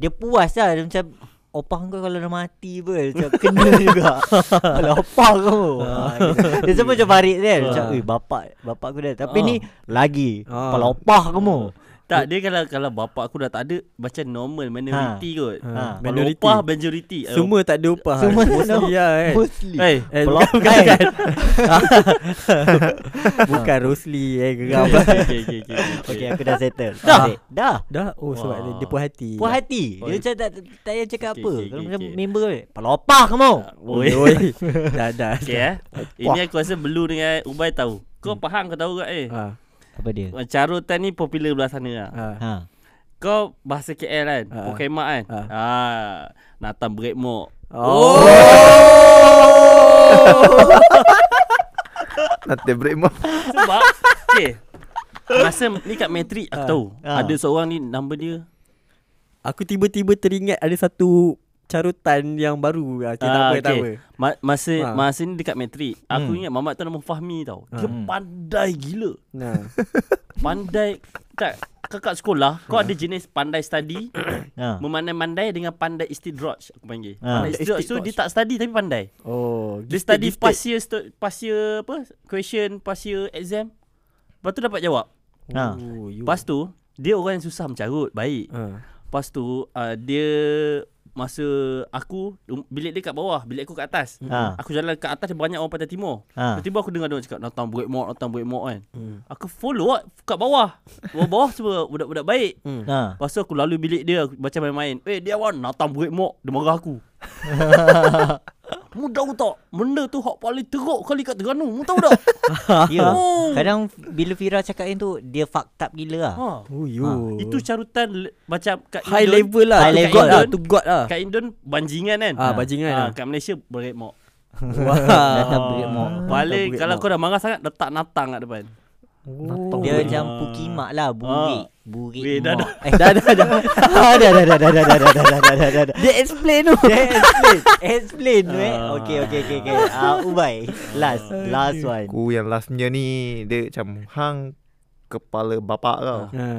Speaker 2: dia puas lah dia macam opah kau kalau dah mati pun macam kena juga palopah kamu uh, dia, dia semua macam barik dia macam
Speaker 1: Ah.
Speaker 2: eh bapak bapak aku dah tapi
Speaker 1: Ah.
Speaker 2: ni lagi
Speaker 1: Ah.
Speaker 2: palopah kamu
Speaker 1: Eh.
Speaker 3: Tak, dia kalau kalau bapak aku dah tak ada macam normal minority kot.
Speaker 1: Ha,
Speaker 2: Ah,
Speaker 3: Kalau
Speaker 1: minority.
Speaker 3: opah majority. Eh,
Speaker 1: Semua tak ada upah.
Speaker 2: Semua tak ada
Speaker 1: mostly ya kan.
Speaker 2: mostly
Speaker 1: [laughs]
Speaker 3: Eh,
Speaker 1: Eh,
Speaker 2: Pelok-
Speaker 1: bukan, bukan, [laughs] bukan. bukan Rosli eh geram.
Speaker 3: okay, okay, okay, okay,
Speaker 2: [laughs] Okay
Speaker 3: okay.
Speaker 2: aku dah settle Dah Dah
Speaker 1: Dah oh sebab dia, dia puas hati.
Speaker 2: Puas hati Dia
Speaker 3: Oi.
Speaker 2: macam tak Tak payah cakap
Speaker 3: Okey,
Speaker 2: apa
Speaker 3: okey,
Speaker 2: Kalau
Speaker 3: okey,
Speaker 2: macam
Speaker 3: okey.
Speaker 2: member ni, Pelopah kamu
Speaker 1: Oi.
Speaker 3: Oi.
Speaker 1: [laughs] Oi. dah dah.
Speaker 3: Okay eh. Ini aku rasa Blue dengan Ubay tahu. Kau faham kau tahu kat eh.
Speaker 1: Hmm. Ha.
Speaker 2: Apa dia
Speaker 3: Carutan ni popular belah sana lah.
Speaker 1: Ha.
Speaker 2: Ha
Speaker 3: Kau bahasa KL kan?
Speaker 1: Ah.
Speaker 3: Pokemak kan?
Speaker 1: Ah.
Speaker 3: Ah. Natan break mo.
Speaker 1: Oh.
Speaker 4: Nanti break mo
Speaker 3: Sebab Okay Masa ni kat matrik aku tahu
Speaker 2: Ah.
Speaker 3: Ada seorang ni nama dia
Speaker 1: Aku tiba-tiba teringat ada satu carutan yang baru. Ah, Okay, tak apa, tak apa.
Speaker 3: Ma- masa
Speaker 1: Ah. Hmm.
Speaker 3: masa ni dekat matrik aku ingat mamat tu nama Fahmi tau dia pandai gila
Speaker 1: Nah.
Speaker 3: pandai tak kakak sekolah kau
Speaker 1: Hmm.
Speaker 3: ada jenis
Speaker 1: [coughs]
Speaker 3: pandai study
Speaker 2: Ha
Speaker 3: memandai-mandai dengan pandai istidraj aku panggil
Speaker 2: Ah.
Speaker 3: pandai istidraj tu dia tak study tapi pandai
Speaker 1: [laughs] Oh,
Speaker 3: dia study past year stu- past year apa question past year exam lepas tu dapat jawab
Speaker 2: Ha
Speaker 1: Oh, you.
Speaker 3: lepas tu dia orang yang susah mencarut baik
Speaker 1: Ha.
Speaker 3: Lepas tu uh, dia masa aku um, bilik dia kat bawah, bilik aku kat atas.
Speaker 2: Ha.
Speaker 3: Aku jalan kat atas dia banyak orang Pantai Timur.
Speaker 2: Ha. Hmm.
Speaker 3: Tiba-tiba aku dengar dia orang cakap Natang break more, Natang break more kan. Aku follow lah kat bawah. Bawah-bawah semua budak-budak baik.
Speaker 2: Ha
Speaker 3: Lepas tu aku lalu bilik dia aku macam main-main. Eh dia wan Natang break more, dia
Speaker 2: [laughs]
Speaker 3: marah aku. Mu tahu tak Benda tu hak paling teruk kali kat Terengganu Mu tahu
Speaker 2: [laughs]
Speaker 3: tak
Speaker 2: Ya Kadang bila Fira cakap yang tu Dia fucked up gila lah
Speaker 3: ha.
Speaker 1: Oh, you.
Speaker 2: Ha,
Speaker 3: Itu carutan le- Macam kat
Speaker 1: high
Speaker 3: Indon-
Speaker 1: level lah.
Speaker 2: High
Speaker 1: tu
Speaker 2: level.
Speaker 1: God lah,
Speaker 3: Indon.
Speaker 1: tu God lah.
Speaker 3: Kat Indon Banjingan kan
Speaker 1: Ah, bajingan
Speaker 3: Ah,
Speaker 1: lah.
Speaker 3: kat Malaysia break more
Speaker 2: Datang
Speaker 1: Wah.
Speaker 2: break more
Speaker 3: Paling
Speaker 1: break
Speaker 3: kalau
Speaker 1: mark.
Speaker 3: kau dah marah sangat Letak natang kat depan
Speaker 1: Oh.
Speaker 2: Dia macam pukimak lah Burik Burik
Speaker 3: Weh, dah,
Speaker 2: mak.
Speaker 3: dah.
Speaker 2: Eh dah dah [laughs] dah Ah, Dah dah dah dah dah dah dah dah dah dah dah dah
Speaker 1: Dia explain tu.
Speaker 2: Dia explain Explain weh Okay okay okay okay Ah, Ubai Last Last one
Speaker 4: Aku yang lastnya ni Dia macam Hang Kepala bapak kau
Speaker 1: Ha.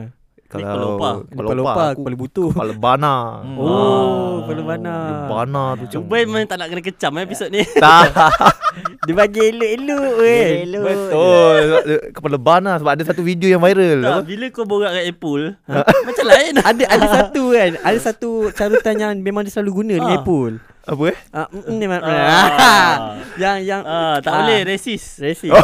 Speaker 4: Kalau
Speaker 3: kepala opah.
Speaker 4: Kepala
Speaker 1: Kepala
Speaker 4: opah
Speaker 1: opah,
Speaker 4: aku
Speaker 1: kepala butuh.
Speaker 4: Kepala bana
Speaker 2: Hmm.
Speaker 1: Oh, kepala mana?
Speaker 4: Dia Bana tu macam
Speaker 3: Ubay memang tak nak kena kecam eh, episod ni
Speaker 4: Tak [laughs]
Speaker 1: Dia bagi elok-elok eh. weh.
Speaker 2: Hello
Speaker 4: Betul Sebab dia- Oh, Kepala bana Sebab ada satu video yang viral
Speaker 3: tak,
Speaker 4: Apa?
Speaker 3: Ah, Bila kau borak kat Apple Macam lain lah
Speaker 1: Ada ada satu kan, ada satu carutan yang memang dia selalu guna ni
Speaker 3: Ah.
Speaker 1: Apple.
Speaker 4: Apa eh
Speaker 1: Ah, mm, mm, memang.
Speaker 3: Ah.
Speaker 1: [laughs] yang yang
Speaker 3: ah, Tak
Speaker 1: ah,
Speaker 3: boleh resis
Speaker 1: Resi.
Speaker 4: Oh.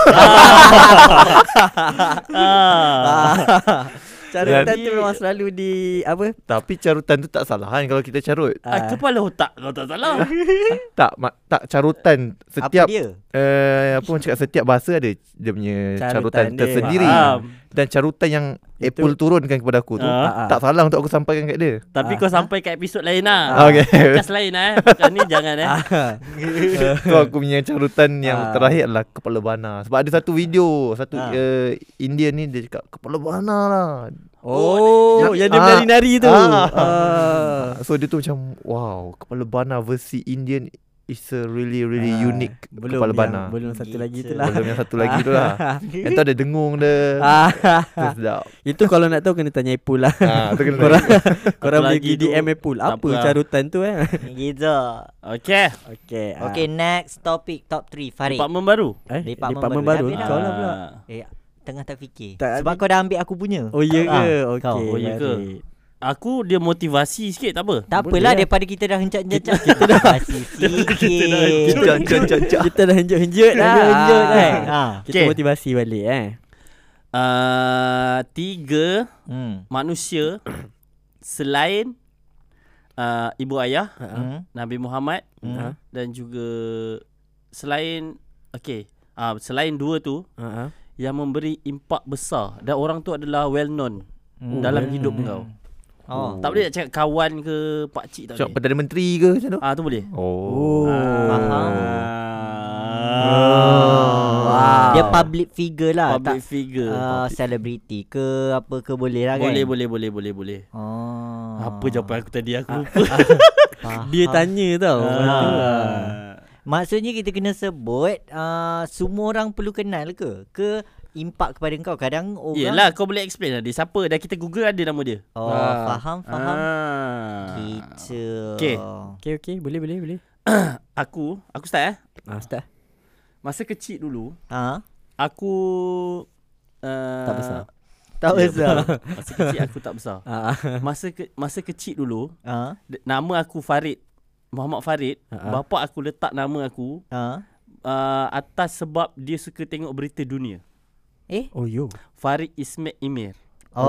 Speaker 3: ah.
Speaker 1: Carutan
Speaker 3: Jadi-
Speaker 1: tu memang selalu di apa?
Speaker 4: Tapi carutan tu tak salah kan Kalau kita carut
Speaker 3: ah, Kepala otak kau tak salah
Speaker 4: Tak ma- tak carutan Setiap
Speaker 2: Apa dia
Speaker 4: uh, Apa orang cakap Setiap bahasa ada Dia punya
Speaker 1: Carutan
Speaker 4: carutan,
Speaker 1: dia.
Speaker 4: tersendiri
Speaker 3: Faham.
Speaker 4: Dan carutan yang
Speaker 1: Itu-
Speaker 4: Apple turunkan kepada aku tu
Speaker 1: Ah.
Speaker 4: Tak salah untuk aku sampaikan kat dia
Speaker 3: Tapi kau sampai kat episod lain
Speaker 4: ah.
Speaker 3: lah
Speaker 4: Okay
Speaker 3: Podcast lain lah eh Podcast ni jangan eh
Speaker 4: Ah. So aku punya carutan yang
Speaker 1: Ah.
Speaker 4: terakhir adalah Kepala bana Sebab ada satu video Satu
Speaker 2: Ah.
Speaker 4: uh, Indian ni dia cakap Kepala bana lah
Speaker 1: [laughs] Oh,
Speaker 4: yang-
Speaker 1: yang dia
Speaker 4: ah.
Speaker 1: menari-nari tu.
Speaker 4: Ah.
Speaker 1: Ah.
Speaker 4: So dia tu macam Wow Kepala bana versi Indian Is a really really
Speaker 1: Ah,
Speaker 4: unique
Speaker 1: belum
Speaker 4: Kepala
Speaker 1: yang-
Speaker 4: bana
Speaker 1: Belum satu
Speaker 2: Gitu.
Speaker 1: lagi tu lah.
Speaker 4: Belum yang satu lagi tu
Speaker 1: [laughs]
Speaker 4: lah Yang tu ada dengung dia
Speaker 1: Ah.
Speaker 4: Tu Sedap
Speaker 1: Itu kalau nak tahu kena tanya Apple lah.
Speaker 4: Ah, tu kena
Speaker 1: [laughs] Korang, korang
Speaker 3: Satu
Speaker 1: boleh
Speaker 3: lagi
Speaker 1: pergi
Speaker 3: tu,
Speaker 1: DM Apple.
Speaker 3: tak
Speaker 1: Apa
Speaker 3: apalah.
Speaker 1: carutan tu [laughs] eh?
Speaker 2: Gitu
Speaker 3: Okay
Speaker 1: Okay. ah.
Speaker 2: Okay next topic Top 3 Farid
Speaker 3: Department baru
Speaker 1: Eh,
Speaker 2: Department
Speaker 1: department
Speaker 2: baru.
Speaker 1: baru.
Speaker 2: Dah habis
Speaker 1: Kau
Speaker 2: dah.
Speaker 1: lah pula.
Speaker 3: Ah.
Speaker 2: Eh Tengah tak fikir
Speaker 1: Tak,
Speaker 2: Sebab
Speaker 1: habis-
Speaker 2: kau dah ambil aku punya
Speaker 1: Oh ya ke?
Speaker 2: Ah,
Speaker 1: Okey.
Speaker 2: kau.
Speaker 3: Oh ya ke
Speaker 1: baik. [laughs]
Speaker 3: Aku dia motivasi sikit tak apa
Speaker 2: Tak
Speaker 1: Boleh
Speaker 2: apalah
Speaker 1: lah.
Speaker 2: daripada kita dah hencat-hencat Kita dah kasih sikit
Speaker 4: Jat jat jat jat
Speaker 1: [laughs] Kita dah henjut-henjut dah.
Speaker 2: Henjut kan
Speaker 1: Kita
Speaker 3: Okay.
Speaker 1: motivasi balik eh.
Speaker 3: uh, tiga
Speaker 2: Hmm.
Speaker 3: manusia [coughs] selain uh, ibu ayah
Speaker 2: Hmm.
Speaker 3: Nabi Muhammad uh,
Speaker 1: Ha.
Speaker 3: dan juga selain okey uh, selain dua tu
Speaker 1: Ha.
Speaker 3: yang memberi impak besar dan orang tu adalah well known
Speaker 2: Hmm.
Speaker 3: dalam hidup kau.
Speaker 2: Oh.
Speaker 3: Tak boleh nak cakap kawan ke pak cik tak
Speaker 4: Cakap
Speaker 3: boleh.
Speaker 4: Perdana Menteri ke macam tu
Speaker 3: Ah tu boleh.
Speaker 4: Oh,
Speaker 2: Ah. Faham. Ah.
Speaker 1: Wow.
Speaker 2: Dia public figure lah
Speaker 3: Ah, Public
Speaker 2: tak
Speaker 3: figure.
Speaker 2: uh, celebrity ke apa ke boleh lah kan.
Speaker 3: boleh boleh boleh boleh boleh.
Speaker 2: Oh.
Speaker 3: Apa jawapan aku tadi
Speaker 2: Ah.
Speaker 3: aku lupa.
Speaker 1: Dia tanya tau.
Speaker 3: Ah.
Speaker 2: Maksudnya kita kena sebut uh, semua orang perlu kenal ke ke impak kepada kau kadang orang
Speaker 3: Yelah kau boleh explain lah dia siapa dan kita google ada nama dia.
Speaker 2: Oh,
Speaker 3: Ah.
Speaker 2: faham faham.
Speaker 3: Ah.
Speaker 2: Kita.
Speaker 3: Okey.
Speaker 1: Okey okey boleh boleh boleh.
Speaker 3: Aku aku start eh.
Speaker 1: Ah start.
Speaker 3: Masa kecil dulu
Speaker 2: Ha?
Speaker 3: aku uh,
Speaker 1: Tak besar.
Speaker 2: Tak
Speaker 3: ya,
Speaker 2: besar.
Speaker 3: betul. Masa kecil aku tak
Speaker 2: [laughs]
Speaker 3: besar.
Speaker 1: Ah.
Speaker 3: Masa ke, masa kecil dulu
Speaker 2: Ha?
Speaker 3: d- nama aku Farid. Muhammad Farid.
Speaker 1: Ha-ha.
Speaker 3: Bapa aku letak nama aku
Speaker 2: Ha?
Speaker 3: uh, atas sebab dia suka tengok berita dunia.
Speaker 2: Eh?
Speaker 1: [laughs] Oh yo.
Speaker 3: Farid Ismail Imir.
Speaker 1: Oh.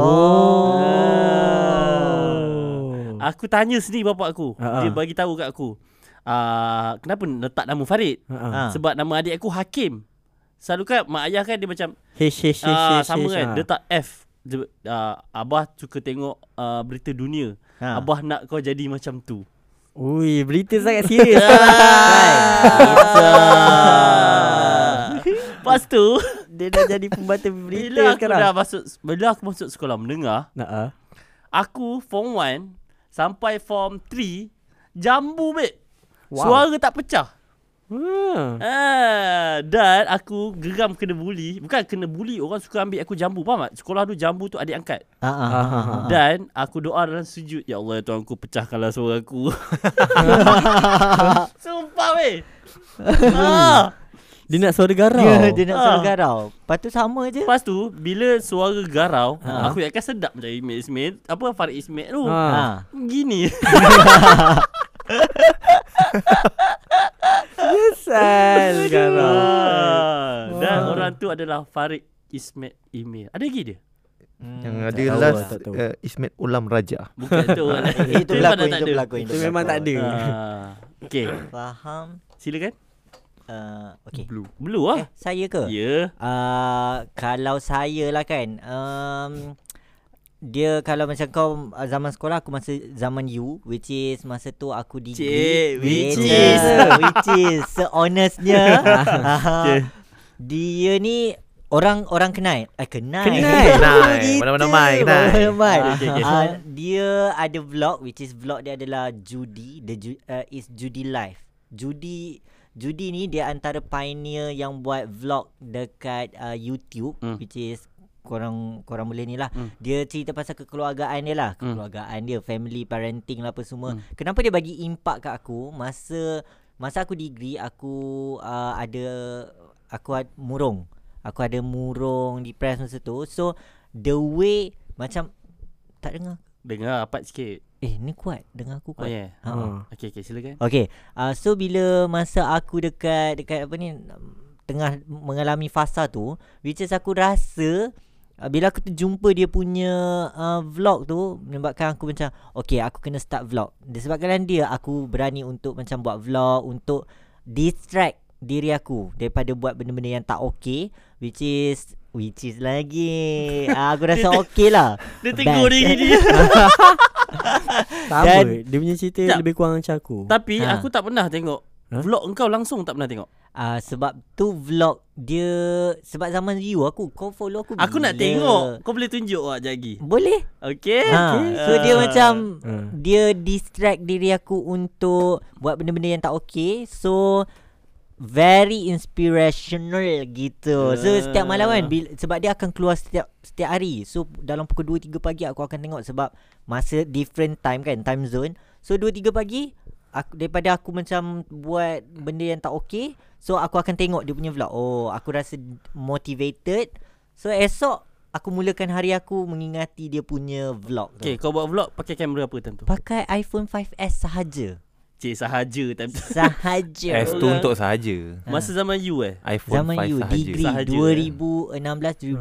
Speaker 2: Oh.
Speaker 3: Aku tanya sendiri bapak aku.
Speaker 1: Ha-ha.
Speaker 3: Dia bagi tahu kat aku. Uh, kenapa letak nama Farid?
Speaker 1: Ha.
Speaker 2: Ha.
Speaker 3: Sebab nama adik aku Hakim. Selalu kan mak ayah kan dia macam
Speaker 1: Heh heh heh
Speaker 3: ah
Speaker 1: heh.
Speaker 3: sama
Speaker 1: heh,
Speaker 3: kan.
Speaker 1: ah.
Speaker 3: Dia tak F. Dia, ah, abah suka tengok ah, berita dunia.
Speaker 1: Ah.
Speaker 2: Ha.
Speaker 3: Abah nak kau jadi macam tu.
Speaker 1: Ui, berita sangat serius.
Speaker 3: Ah.
Speaker 1: [laughs] Kan?
Speaker 3: Lepas tu
Speaker 1: Dia dah jadi pembaca berita
Speaker 3: bila aku
Speaker 1: sekarang.
Speaker 3: dah masuk bila aku masuk sekolah menengah,
Speaker 1: Nak ah.
Speaker 3: aku form 1 sampai form 3 jambu babe.
Speaker 1: Wow.
Speaker 3: Wow. Suara tak pecah.
Speaker 1: Hmm.
Speaker 3: Ah, dan aku geram kena bully. Bukan kena bully, orang suka ambil aku jambu, faham tak? Sekolah tu jambu tu adik angkat.
Speaker 2: Ha ha ha, ha. ha.
Speaker 3: Dan aku doa dalam sujud Ya Allah Tuhan ku pecahkanlah suara
Speaker 2: [laughs]
Speaker 3: aku Sumpah weh ah.
Speaker 1: Dia nak suara garau.
Speaker 2: Dia Ha. Ya, dia nak suruh
Speaker 3: Ah.
Speaker 2: garau. Lepas tu sama je.
Speaker 3: Lepas tu Bila suara garau Aku ingatkan sedap macam Ismail Ismail Apa Farid Ismail tu
Speaker 1: Ha.
Speaker 2: Ha.
Speaker 3: Gini
Speaker 1: Sal garau.
Speaker 3: [laughs] ah. Dan
Speaker 1: Wah.
Speaker 3: orang tu adalah Farid Ismail Ismail Ada lagi dia?
Speaker 4: Yang
Speaker 2: Hmm,
Speaker 4: ada
Speaker 1: tahu lah,
Speaker 4: last
Speaker 1: tak tahu.
Speaker 4: uh, Ismail Ulam
Speaker 1: [laughs]
Speaker 4: Raja
Speaker 3: Bukan
Speaker 2: [laughs]
Speaker 3: tu orang lain.
Speaker 2: Itu
Speaker 3: memang
Speaker 2: berlakon,
Speaker 3: dah
Speaker 2: itu
Speaker 3: ada.
Speaker 2: berlakon.
Speaker 1: Itu memang tak ada.
Speaker 3: ah. Okay
Speaker 2: Faham.
Speaker 3: Silakan
Speaker 2: Uh, okay.
Speaker 4: Blue
Speaker 3: Blue
Speaker 2: Eh,
Speaker 3: lah
Speaker 2: saya ke?
Speaker 3: Ya yeah.
Speaker 2: Uh, kalau saya lah kan um, Dia kalau macam kau uh, zaman sekolah aku masa zaman you Which is masa tu aku degree
Speaker 3: Cik, which
Speaker 2: Later,
Speaker 3: is.
Speaker 2: [laughs]
Speaker 3: Ah,
Speaker 2: Which is
Speaker 3: [laughs]
Speaker 2: se-honestnya [laughs]
Speaker 3: Okay.
Speaker 2: Dia ni orang orang kenal eh kenal
Speaker 1: Kenal.
Speaker 4: Kenal. Mana-mana mai kenal.
Speaker 2: Mana-mana
Speaker 3: Okay, okay, okay.
Speaker 2: [laughs] mai Ah, Dia ada vlog which is vlog dia adalah Judy the Ju- uh, is Judy live Judy Judy ni dia antara pioneer yang buat vlog dekat uh, YouTube
Speaker 3: Hmm.
Speaker 2: which is korang korang boleh ni lah
Speaker 3: Hmm.
Speaker 2: dia cerita pasal kekeluargaan dia lah
Speaker 3: Hmm.
Speaker 2: kekeluargaan dia family parenting lah apa semua kenapa dia bagi impak kat aku masa masa aku degree aku uh, ada aku ada murung aku ada murung depressed masa tu so the way macam tak dengar
Speaker 3: Dengar rapat sikit
Speaker 2: eh ni kuat dengar aku
Speaker 3: Oh
Speaker 2: kuat
Speaker 3: yeah
Speaker 2: Ha.
Speaker 1: Ah.
Speaker 3: Okay, okay silakan
Speaker 2: Okay uh, So bila masa aku dekat Dekat apa ni um, Tengah mengalami fasa tu Which is aku rasa uh, Bila aku terjumpa dia punya uh, Vlog tu Menyebabkan aku macam Okay aku kena start vlog Disebabkan dia Aku berani untuk macam buat vlog Untuk distract diri aku Daripada buat benda-benda yang tak okay Which is Which is
Speaker 3: [laughs]
Speaker 2: lagi uh, Aku rasa okay lah
Speaker 3: Dia tegur
Speaker 2: Best.
Speaker 3: diri
Speaker 2: [laughs]
Speaker 3: dia
Speaker 1: Sama.
Speaker 2: Dan-
Speaker 1: dia punya cerita
Speaker 3: Sekejap.
Speaker 1: lebih kurang macam aku.
Speaker 3: Tapi
Speaker 2: Ha.
Speaker 3: ha. aku tak pernah tengok
Speaker 1: Ha?
Speaker 3: ha? Vlog engkau langsung tak pernah tengok
Speaker 2: Ah uh, sebab tu vlog dia sebab zaman you aku kau follow aku
Speaker 3: Aku nak
Speaker 2: bila?
Speaker 3: tengok Kau boleh tunjuk awak lagi
Speaker 2: Boleh.
Speaker 3: Okay,
Speaker 2: Ha.
Speaker 3: okay.
Speaker 2: So dia macam
Speaker 1: Ah.
Speaker 2: dia distract diri aku untuk buat benda-benda yang tak okay. So very inspirational gitu. So setiap malam kan bila, sebab dia akan keluar setiap setiap hari. So dalam pukul 2 3 pagi aku akan tengok sebab masa different time kan time zone. So 2 3 pagi aku daripada aku macam buat benda yang tak okay, so aku akan tengok dia punya vlog. Oh, aku rasa motivated. So esok aku mulakan hari aku mengingati dia punya vlog tu.
Speaker 3: Okay kau buat vlog pakai kamera apa tentu
Speaker 2: Pakai iPhone 5S sahaja.
Speaker 3: C sahaja time
Speaker 2: [laughs]
Speaker 3: tu. [laughs]
Speaker 2: Sahaja.
Speaker 4: S tu untuk sahaja.
Speaker 3: Masa zaman you eh.
Speaker 4: iPhone
Speaker 2: Zaman
Speaker 4: 5
Speaker 2: you
Speaker 4: sahaja.
Speaker 2: degree
Speaker 3: Sahaja, eh.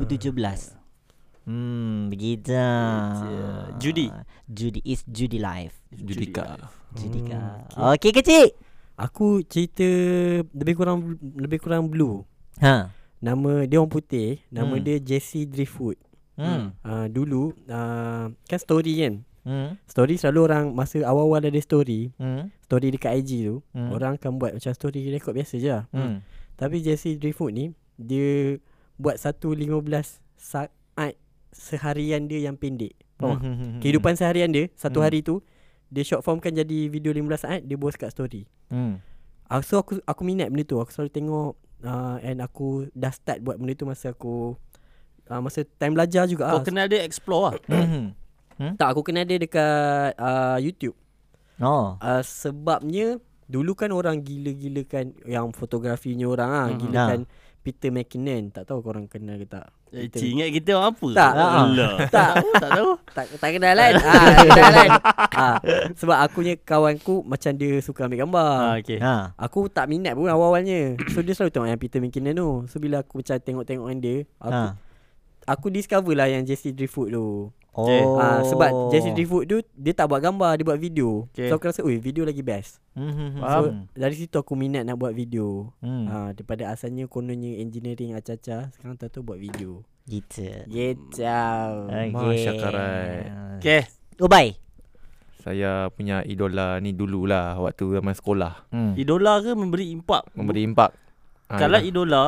Speaker 2: 2016 2017. Hmm, begitu.
Speaker 3: Judy.
Speaker 2: Judy is Judy life.
Speaker 4: Judika.
Speaker 2: Judika. Hmm, okay. kecil.
Speaker 1: Aku cerita lebih kurang lebih kurang blue.
Speaker 2: Ha.
Speaker 1: Nama dia orang putih, nama
Speaker 2: Hmm.
Speaker 1: dia Jesse Driftwood.
Speaker 2: Hmm.
Speaker 1: Uh, dulu uh, kan story kan.
Speaker 2: Hmm.
Speaker 1: Story selalu orang masa awal-awal ada story,
Speaker 2: Hmm.
Speaker 1: story dekat IG tu,
Speaker 2: Hmm.
Speaker 1: orang akan buat macam story record biasa je. lah.
Speaker 2: Hmm.
Speaker 1: Tapi Jesse Driftwood ni dia buat satu 15 saat seharian dia yang pendek. Faham tak?
Speaker 2: Hmm.
Speaker 1: Kehidupan seharian dia satu
Speaker 2: Hmm.
Speaker 1: hari tu dia short form kan jadi video 15 saat dia post kat story.
Speaker 2: Hmm.
Speaker 1: Ah, so aku aku minat benda tu. Aku selalu tengok uh, and aku dah start buat benda tu masa aku uh, masa time belajar juga
Speaker 3: Kau
Speaker 1: ah.
Speaker 3: kenal dia explore lah.
Speaker 2: Hmm.
Speaker 1: tak aku kenal dia dekat uh, YouTube.
Speaker 2: Oh.
Speaker 1: Uh, sebabnya dulu kan orang gila-gilakan yang fotografinya orang ah,
Speaker 3: Mhm.
Speaker 1: gilakan Peter McKinnon. Tak tahu korang kenal ke tak?
Speaker 3: Eh,
Speaker 1: Peter-
Speaker 3: Cik ingat kita orang apa?
Speaker 1: Tak. [laughs]
Speaker 3: Alah.
Speaker 1: Tak.
Speaker 3: tahu, tak tahu.
Speaker 1: Tak tak kenal kan? ah, tak kenal kan? ah, sebab aku punya kawanku macam dia suka ambil gambar.
Speaker 3: Ah, okay.
Speaker 2: Ha.
Speaker 1: Aku tak minat pun awal-awalnya So dia selalu tengok yang Peter McKinnon tu So bila aku macam tengok-tengok dengan dia Aku,
Speaker 2: Ha.
Speaker 1: aku discover lah yang Jesse Driftwood tu
Speaker 3: Jay.
Speaker 1: oh.
Speaker 2: Oh.
Speaker 1: ha, Sebab Jesse Driftwood tu Dia tak buat gambar Dia buat video
Speaker 3: Okay.
Speaker 1: okay. So aku rasa Ui video lagi best
Speaker 2: Hmm.
Speaker 3: Faham.
Speaker 1: So dari situ aku minat nak buat video hmm.
Speaker 2: Hmm.
Speaker 1: ha, Daripada asalnya kononnya engineering acah-acah Sekarang tak tahu buat video
Speaker 2: Gitu.
Speaker 1: Gitu
Speaker 2: Okay.
Speaker 4: Masya karat.
Speaker 3: Okay.
Speaker 2: Ubai.
Speaker 4: Saya punya idola ni dululah waktu zaman sekolah.
Speaker 2: Hmm.
Speaker 3: Idola ke memberi impak?
Speaker 4: Memberi impak. Ah,
Speaker 3: Kalau
Speaker 4: ya.
Speaker 3: idola,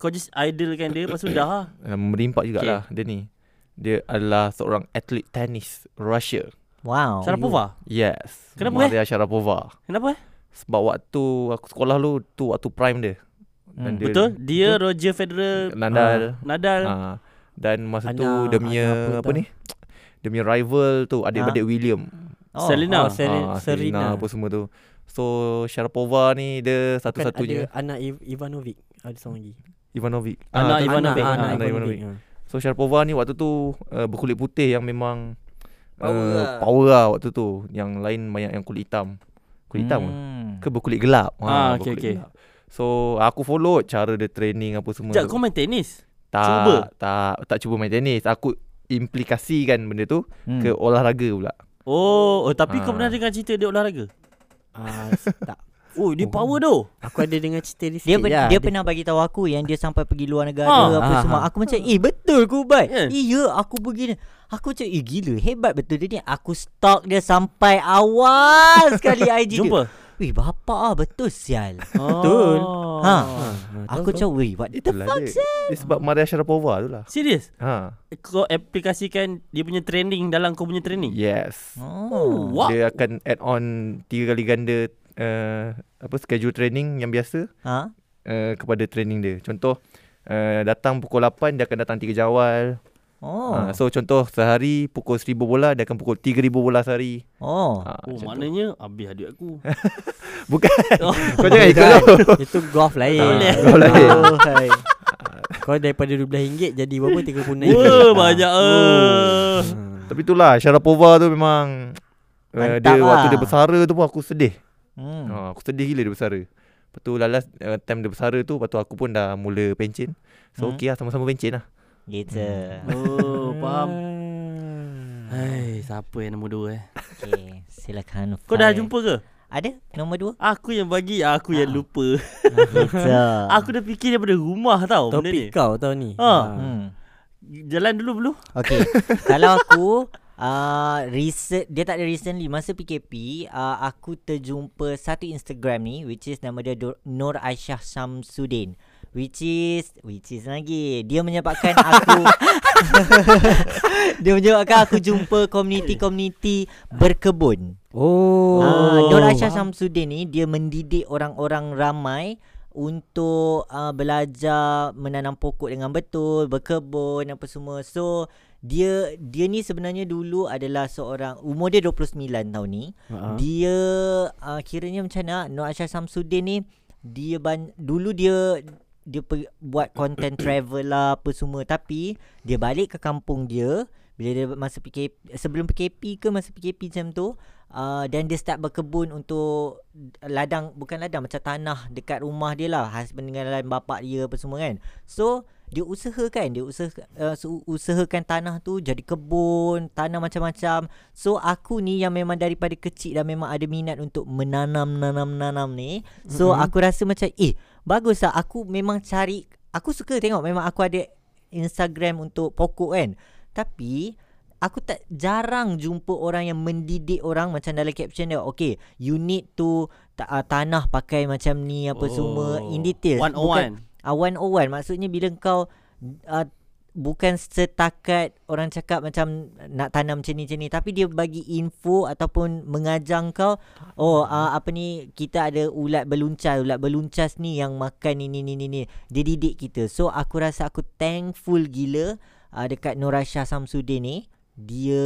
Speaker 3: kau just idolkan dia, lepas tu dah lah.
Speaker 4: Ah, memberi impak jugalah dia ni. Dia adalah seorang atlet tenis Russia.
Speaker 2: Wow.
Speaker 3: Sarapova?
Speaker 4: Yes.
Speaker 3: Kenapa,
Speaker 4: Maria Sharapova.
Speaker 3: Kenapa eh?
Speaker 4: Sebab waktu aku sekolah dulu tu waktu prime dia.
Speaker 2: Hmm.
Speaker 4: Dan dia
Speaker 3: Betul? Dia, Roger Federer,
Speaker 4: Nadal.
Speaker 3: Nadal.
Speaker 4: Ah, dan masa tu
Speaker 1: Anak-
Speaker 4: dia punya
Speaker 1: anak
Speaker 4: apa,
Speaker 1: apa
Speaker 4: ni? Dia punya rival tu adik-adik William.
Speaker 2: Oh.
Speaker 1: oh,
Speaker 3: Selena.
Speaker 1: Seri- Serena.
Speaker 4: Ah, Serena apa semua tu. So Sharapova ni dia
Speaker 1: Kan
Speaker 4: satu-satunya
Speaker 1: ada anak Iv- Ivanovic Ada seorang lagi
Speaker 4: Ivanovic.
Speaker 3: Anak
Speaker 4: tu-
Speaker 3: Ivanovic.
Speaker 4: ah,
Speaker 1: Anak
Speaker 4: anak Ivanovic.
Speaker 1: Ivanovic ha.
Speaker 4: So Sharapova ni waktu tu uh, berkulit putih yang memang
Speaker 1: Power lah.
Speaker 4: power lah waktu tu. Yang lain banyak yang kulit hitam. Kulit hitam
Speaker 2: Hmm.
Speaker 4: ke? ke berkulit gelap. Ha,
Speaker 3: Ah, okey,
Speaker 4: berkulit
Speaker 3: okey.
Speaker 4: gelap. So aku follow cara dia training apa semua.
Speaker 3: Sekejap,
Speaker 4: tu.
Speaker 3: kau main tenis?
Speaker 4: tak,
Speaker 3: cuba?
Speaker 4: tak tak cuba main tenis. Aku implikasikan benda tu hmm. ke olahraga pula.
Speaker 3: Oh, oh tapi kau
Speaker 4: Ah.
Speaker 3: pernah dengar cerita dia olahraga?
Speaker 1: Ah, tak
Speaker 3: Oh, dia power tu.
Speaker 1: Aku ada dengar cerita dia
Speaker 2: Dia
Speaker 1: sikit
Speaker 2: pen,
Speaker 1: je lah.
Speaker 3: [laughs]
Speaker 2: dia pernah bagi tahu aku yang dia sampai pergi luar negara
Speaker 3: Ah, Kan?
Speaker 2: apa
Speaker 1: ah,
Speaker 2: semua.
Speaker 1: ah.
Speaker 2: Aku macam, "Eh, betul ke Ubat?"
Speaker 3: Yeah.
Speaker 2: Iya, aku pergi ni. Aku macam, "Eh, gila, hebat betul dia ni." Aku stalk dia sampai
Speaker 3: [laughs]
Speaker 2: awal sekali IG
Speaker 3: Jumpa?
Speaker 2: dia. Weh, bapak ah, betul sial.
Speaker 1: Betul.
Speaker 3: Oh.
Speaker 2: Ha.
Speaker 1: Ah, tahu,
Speaker 2: Aku
Speaker 1: tahu.
Speaker 2: macam, "Weh, what the
Speaker 4: Itulah
Speaker 2: fuck?"
Speaker 4: dia. dia sebab Maria Sharapova tu lah.
Speaker 3: Serius?
Speaker 4: Ha.
Speaker 3: Kau aplikasikan dia punya training dalam kau punya training?
Speaker 4: Yes.
Speaker 2: Oh.
Speaker 3: Wow.
Speaker 4: Dia akan add on tiga kali ganda uh, apa schedule training yang biasa
Speaker 2: Ha?
Speaker 4: uh, kepada training dia. Contoh uh, datang pukul 8 dia akan datang 3 jawal.
Speaker 2: Oh.
Speaker 4: Oh. Uh, so contoh sehari pukul 1000 bola dia akan pukul 3000 bola sehari.
Speaker 2: Oh.
Speaker 4: Ha,
Speaker 3: Oh,
Speaker 4: macam tu.
Speaker 3: maknanya habis adik [laughs] aku.
Speaker 4: Bukan.
Speaker 2: [laughs]
Speaker 3: Oh.
Speaker 4: Kau jangan
Speaker 2: kan?
Speaker 4: ikut lah. tu.
Speaker 1: Itu golf lain
Speaker 4: Ah,
Speaker 1: Golf
Speaker 4: golf lain.
Speaker 1: lain Kau daripada RM12 jadi berapa RM36
Speaker 3: Wah, banyak eh.
Speaker 1: Ah.
Speaker 4: Tapi itulah Sharapova tu memang uh,
Speaker 2: Mantap
Speaker 4: dia
Speaker 2: lah.
Speaker 4: waktu dia bersara tu pun aku sedih.
Speaker 2: Hmm.
Speaker 4: Hmm. Uh, aku sedih gila dia bersara. Lepas tu lalas uh, time dia bersara tu lepas tu aku pun dah mula pencin.
Speaker 2: Hmm.
Speaker 4: So hmm. okey lah sama-sama pencin lah.
Speaker 2: Gitu.
Speaker 3: Oh, faham.
Speaker 1: Ah.
Speaker 3: Hai, siapa yang nombor dua eh?
Speaker 2: Okey, silakan.
Speaker 3: Kau dah
Speaker 2: Farid.
Speaker 3: jumpa ke?
Speaker 2: Ada nombor dua?
Speaker 3: Aku yang bagi, aku
Speaker 2: Ah.
Speaker 3: yang lupa.
Speaker 2: Gitu.
Speaker 3: Aku dah fikir daripada rumah tau benda ni.
Speaker 1: Topik kau tau ni
Speaker 3: Ah.
Speaker 2: Hmm.
Speaker 3: Jalan dulu dulu.
Speaker 2: Okay Kalau aku uh, recent, Dia tak ada recently Masa PKP uh, Aku terjumpa Satu Instagram ni Which is nama dia Dor- Nur Aisyah Samsudin Which is Which is lagi Dia menyebabkan aku [laughs] Dia menyebabkan aku jumpa Community-community Berkebun
Speaker 1: Oh
Speaker 2: Ah, Nur Aisyah Samsudin ni dia mendidik orang-orang ramai untuk uh, belajar menanam pokok dengan betul, berkebun apa semua. So dia dia ni sebenarnya dulu adalah seorang umur dia 29 tahun ni.
Speaker 1: Ah.
Speaker 2: Dia uh, kiranya macam mana Nur Aisyah Samsudin ni dia ban- dulu dia [coughs] dia per- buat content travel lah apa semua tapi dia balik ke kampung dia Bila dia masa PKP sebelum PKP ke masa PKP macam tu uh, dan dia start berkebun untuk ladang bukan ladang macam tanah dekat rumah dia lah husband dengan lain bapak dia apa semua kan. So dia usahakan dia usaha, uh, su- usahakan tanah tu jadi kebun, tanah macam-macam. So aku ni yang memang daripada kecil dah memang ada minat untuk menanam nanam nanam ni. So mm-hmm. aku rasa macam eh bagus lah aku memang cari aku suka tengok memang aku ada Instagram untuk pokok kan. Tapi aku tak jarang jumpa orang yang mendidik orang macam dalam caption dia okay you need to ta- uh, tanah pakai macam ni apa oh. semua in detail Bukan-
Speaker 3: 101
Speaker 2: Ah 101 maksudnya bila kau uh, bukan setakat orang cakap macam nak tanam macam ni macam ni tapi dia bagi info ataupun mengajar kau oh uh, apa ni kita ada ulat beluncas ulat beluncas ni yang makan ni ni ni ni ni dia didik kita so aku rasa aku thankful gila uh, dekat Norasha Samsudin ni dia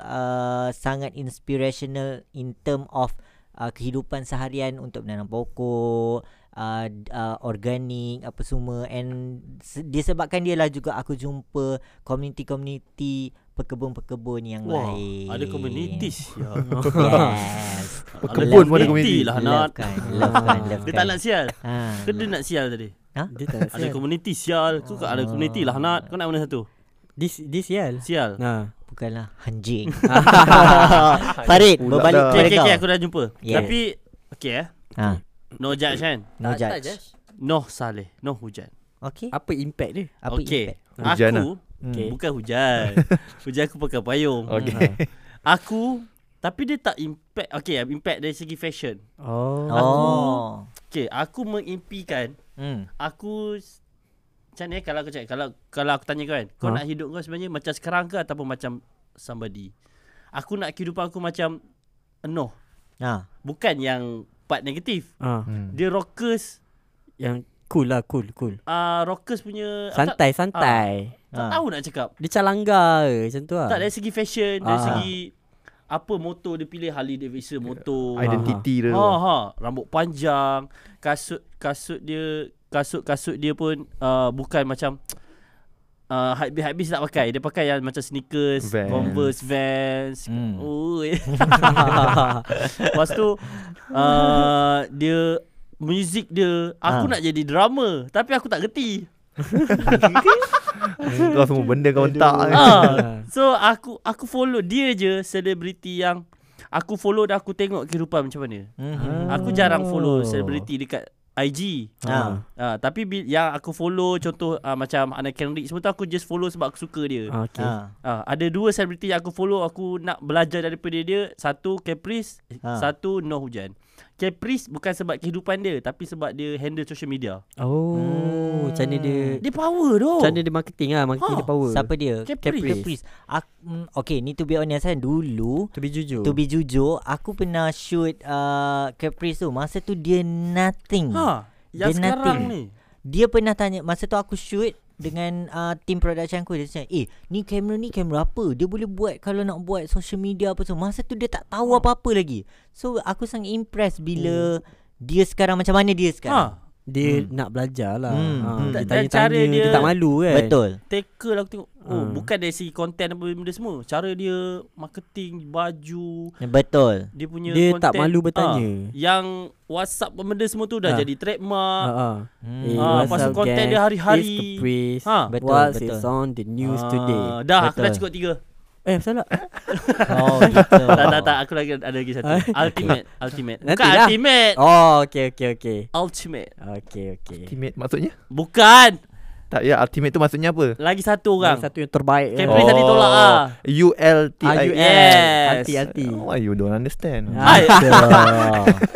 Speaker 2: uh, sangat inspirational in term of uh, kehidupan seharian untuk menanam pokok uh, d- uh, organik apa semua and se- disebabkan dia lah juga aku jumpa community-community pekebun-pekebun yang
Speaker 3: Wah,
Speaker 2: lain
Speaker 3: ada [laughs] communities ya.
Speaker 2: yes
Speaker 4: Pekebun pun ada
Speaker 3: community
Speaker 4: community.
Speaker 3: lah
Speaker 2: love
Speaker 3: Nat.
Speaker 2: kan love kan love
Speaker 3: Dia tak nak sial.
Speaker 2: ha,
Speaker 3: Ke dia nak sial tadi?
Speaker 2: ha?
Speaker 1: Dia tak
Speaker 3: Ada
Speaker 1: sial.
Speaker 3: community sial. Kau kat ada community lah Nat. Kau nak mana satu?
Speaker 1: This this sial.
Speaker 3: Sial.
Speaker 2: Ha.
Speaker 1: Nah.
Speaker 2: bukanlah
Speaker 3: [laughs]
Speaker 2: anjing Farid
Speaker 4: Pula
Speaker 2: berbalik
Speaker 4: dah.
Speaker 2: kepada
Speaker 3: Okay, okay, okay,
Speaker 2: kau
Speaker 3: aku dah jumpa.
Speaker 2: Yes.
Speaker 3: Tapi okay eh.
Speaker 2: ha,
Speaker 3: No judge kan?
Speaker 2: no judge
Speaker 3: No saleh, no hujan.
Speaker 2: okay
Speaker 1: Apa impact Hmm. dia?
Speaker 2: apa
Speaker 3: okay.
Speaker 2: impact
Speaker 3: Aku
Speaker 4: Hujan lah.
Speaker 1: Okay.
Speaker 3: bukan hujan. hujan aku pakai payung.
Speaker 2: Hmm.
Speaker 4: Okay.
Speaker 3: Aku tapi dia tak impact Okay impact dari segi fashion
Speaker 1: Oh.
Speaker 2: oh
Speaker 3: Okay aku mengimpikan
Speaker 2: hmm
Speaker 3: Aku s- Macam ni eh, kalau aku cakap Kalau kalau aku tanya kau kan Kau
Speaker 1: Ha?
Speaker 3: nak hidup kau sebenarnya Macam sekarang ke Ataupun macam Somebody Aku nak kehidupan aku macam No
Speaker 2: ha
Speaker 3: Bukan yang Part negatif
Speaker 1: Ah,
Speaker 2: Hmm.
Speaker 3: Dia rockers
Speaker 1: yang cool lah, cool, cool.
Speaker 3: uh, Rockers punya aku
Speaker 1: Santai, santai.
Speaker 3: Tak, tak tahu nak cakap
Speaker 1: Dia calanggar ke macam tu lah.
Speaker 3: Tak
Speaker 1: [laughs]
Speaker 3: dari segi fashion Dari
Speaker 1: Ah.
Speaker 3: segi Apa motor dia pilih Harley Davidson motor
Speaker 4: [laughs] Identity
Speaker 3: Ha
Speaker 4: dia.
Speaker 2: Oh.
Speaker 3: ha, rambut panjang, kasut kasut dia kasut-kasut dia pun uh, bukan macam uh, habis-habis tak pakai. Dia pakai yang macam sneakers,
Speaker 4: Vans.
Speaker 3: Converse, Vans.
Speaker 2: Hmm.
Speaker 3: Mm. [laughs] Lepas tu uh, dia Muzik dia Aku
Speaker 2: Ha.
Speaker 3: nak jadi drama Tapi aku tak gerti
Speaker 4: Kau semua benda
Speaker 2: [laughs]
Speaker 4: kau hentak.
Speaker 1: Ha.
Speaker 3: ah. So aku Aku follow dia je Selebriti yang Aku follow dan aku tengok kehidupan macam mana
Speaker 2: Mhm.
Speaker 3: Aku jarang follow
Speaker 1: Oh.
Speaker 3: selebriti dekat IG.
Speaker 2: Ah.
Speaker 1: Ah.
Speaker 3: Hmm. Ah, tapi bil, yang aku follow contoh ah, macam Ana Kendrick semua tu aku just follow sebab aku suka dia. Ah.
Speaker 1: Ah, okay.
Speaker 2: Ha.
Speaker 3: ada dua selebriti yang aku follow aku nak belajar daripada dia. Satu Caprice,
Speaker 2: Ah.
Speaker 3: satu No Hujan. Caprice bukan sebab kehidupan dia tapi sebab dia handle social media.
Speaker 1: Oh, macam mana dia
Speaker 3: Hmm. Dia power doh.
Speaker 1: macam mana dia marketing lah, marketing
Speaker 3: Ha,
Speaker 1: dia power.
Speaker 2: Siapa dia?
Speaker 3: Caprice.
Speaker 2: Caprice. Aku, mm, okay, ni to be honest kan dulu
Speaker 1: To be jujur.
Speaker 2: to be jujur, aku pernah shoot uh, Caprice tu. Masa tu dia nothing.
Speaker 3: Ha, yang
Speaker 2: Dia
Speaker 3: sekarang
Speaker 2: nothing.
Speaker 3: ni.
Speaker 2: Dia pernah tanya masa tu aku shoot dengan uh, team production aku dia cakap, "Eh, ni kamera ni kamera apa? Dia boleh buat kalau nak buat social media apa semua." Masa tu dia tak tahu
Speaker 1: Ah.
Speaker 2: apa-apa lagi. So aku sangat impressed
Speaker 1: Hmm.
Speaker 2: bila dia sekarang macam mana
Speaker 1: Kan?
Speaker 2: dia
Speaker 1: Ah,
Speaker 2: sekarang.
Speaker 3: Ha,
Speaker 1: dia nak belajar lah.
Speaker 2: Hmm,
Speaker 1: Ah,
Speaker 2: hmm.
Speaker 1: dia
Speaker 3: Dan
Speaker 1: tanya-tanya,
Speaker 3: cara
Speaker 1: dia,
Speaker 3: dia-
Speaker 1: tak malu kan.
Speaker 2: Betul.
Speaker 3: tackle aku tengok.
Speaker 1: Ah.
Speaker 3: Oh, bukan dari segi content apa benda semua. Cara dia marketing, baju,
Speaker 2: Ya, Betul.
Speaker 3: dia punya
Speaker 1: Dia
Speaker 3: content,
Speaker 1: tak malu bertanya.
Speaker 3: ah, yang WhatsApp pun benda semua tu dah
Speaker 1: Ah.
Speaker 3: jadi trademark.
Speaker 1: Ah, ah.
Speaker 2: Hmm.
Speaker 1: Eh,
Speaker 3: Ah,
Speaker 1: what's
Speaker 3: pasal
Speaker 1: up,
Speaker 3: content
Speaker 1: gang?
Speaker 3: dia hari-hari.
Speaker 1: It's Caprice.
Speaker 3: Ha.
Speaker 2: Betul,
Speaker 1: What's
Speaker 2: betul.
Speaker 1: is on the news today?
Speaker 3: Ah, Dah aku dah
Speaker 2: Betul.
Speaker 3: cukup tiga.
Speaker 1: Eh,
Speaker 3: [laughs]
Speaker 1: salah. [laughs]
Speaker 2: Oh, gitu.
Speaker 3: tak tak tak aku lagi ada lagi
Speaker 1: [laughs]
Speaker 3: satu.
Speaker 1: Ah.
Speaker 3: ultimate, ultimate. Bukan
Speaker 1: Nantilah.
Speaker 3: ultimate.
Speaker 1: lah. Oh, okay, okay, okay.
Speaker 3: Ultimate.
Speaker 1: Okay, okay.
Speaker 4: Ultimate maksudnya?
Speaker 3: Bukan.
Speaker 4: Tak ya, ultimate tu maksudnya apa?
Speaker 3: Lagi satu orang.
Speaker 1: Yang satu yang terbaik. lah.
Speaker 3: Caprice Tapi tadi tolak ah.
Speaker 4: Oh, U L T
Speaker 1: Ah,
Speaker 4: I
Speaker 1: you
Speaker 3: Yes.
Speaker 1: Hati, hati.
Speaker 4: Why you don't understand?
Speaker 1: Ah.
Speaker 3: Hai.
Speaker 1: [laughs]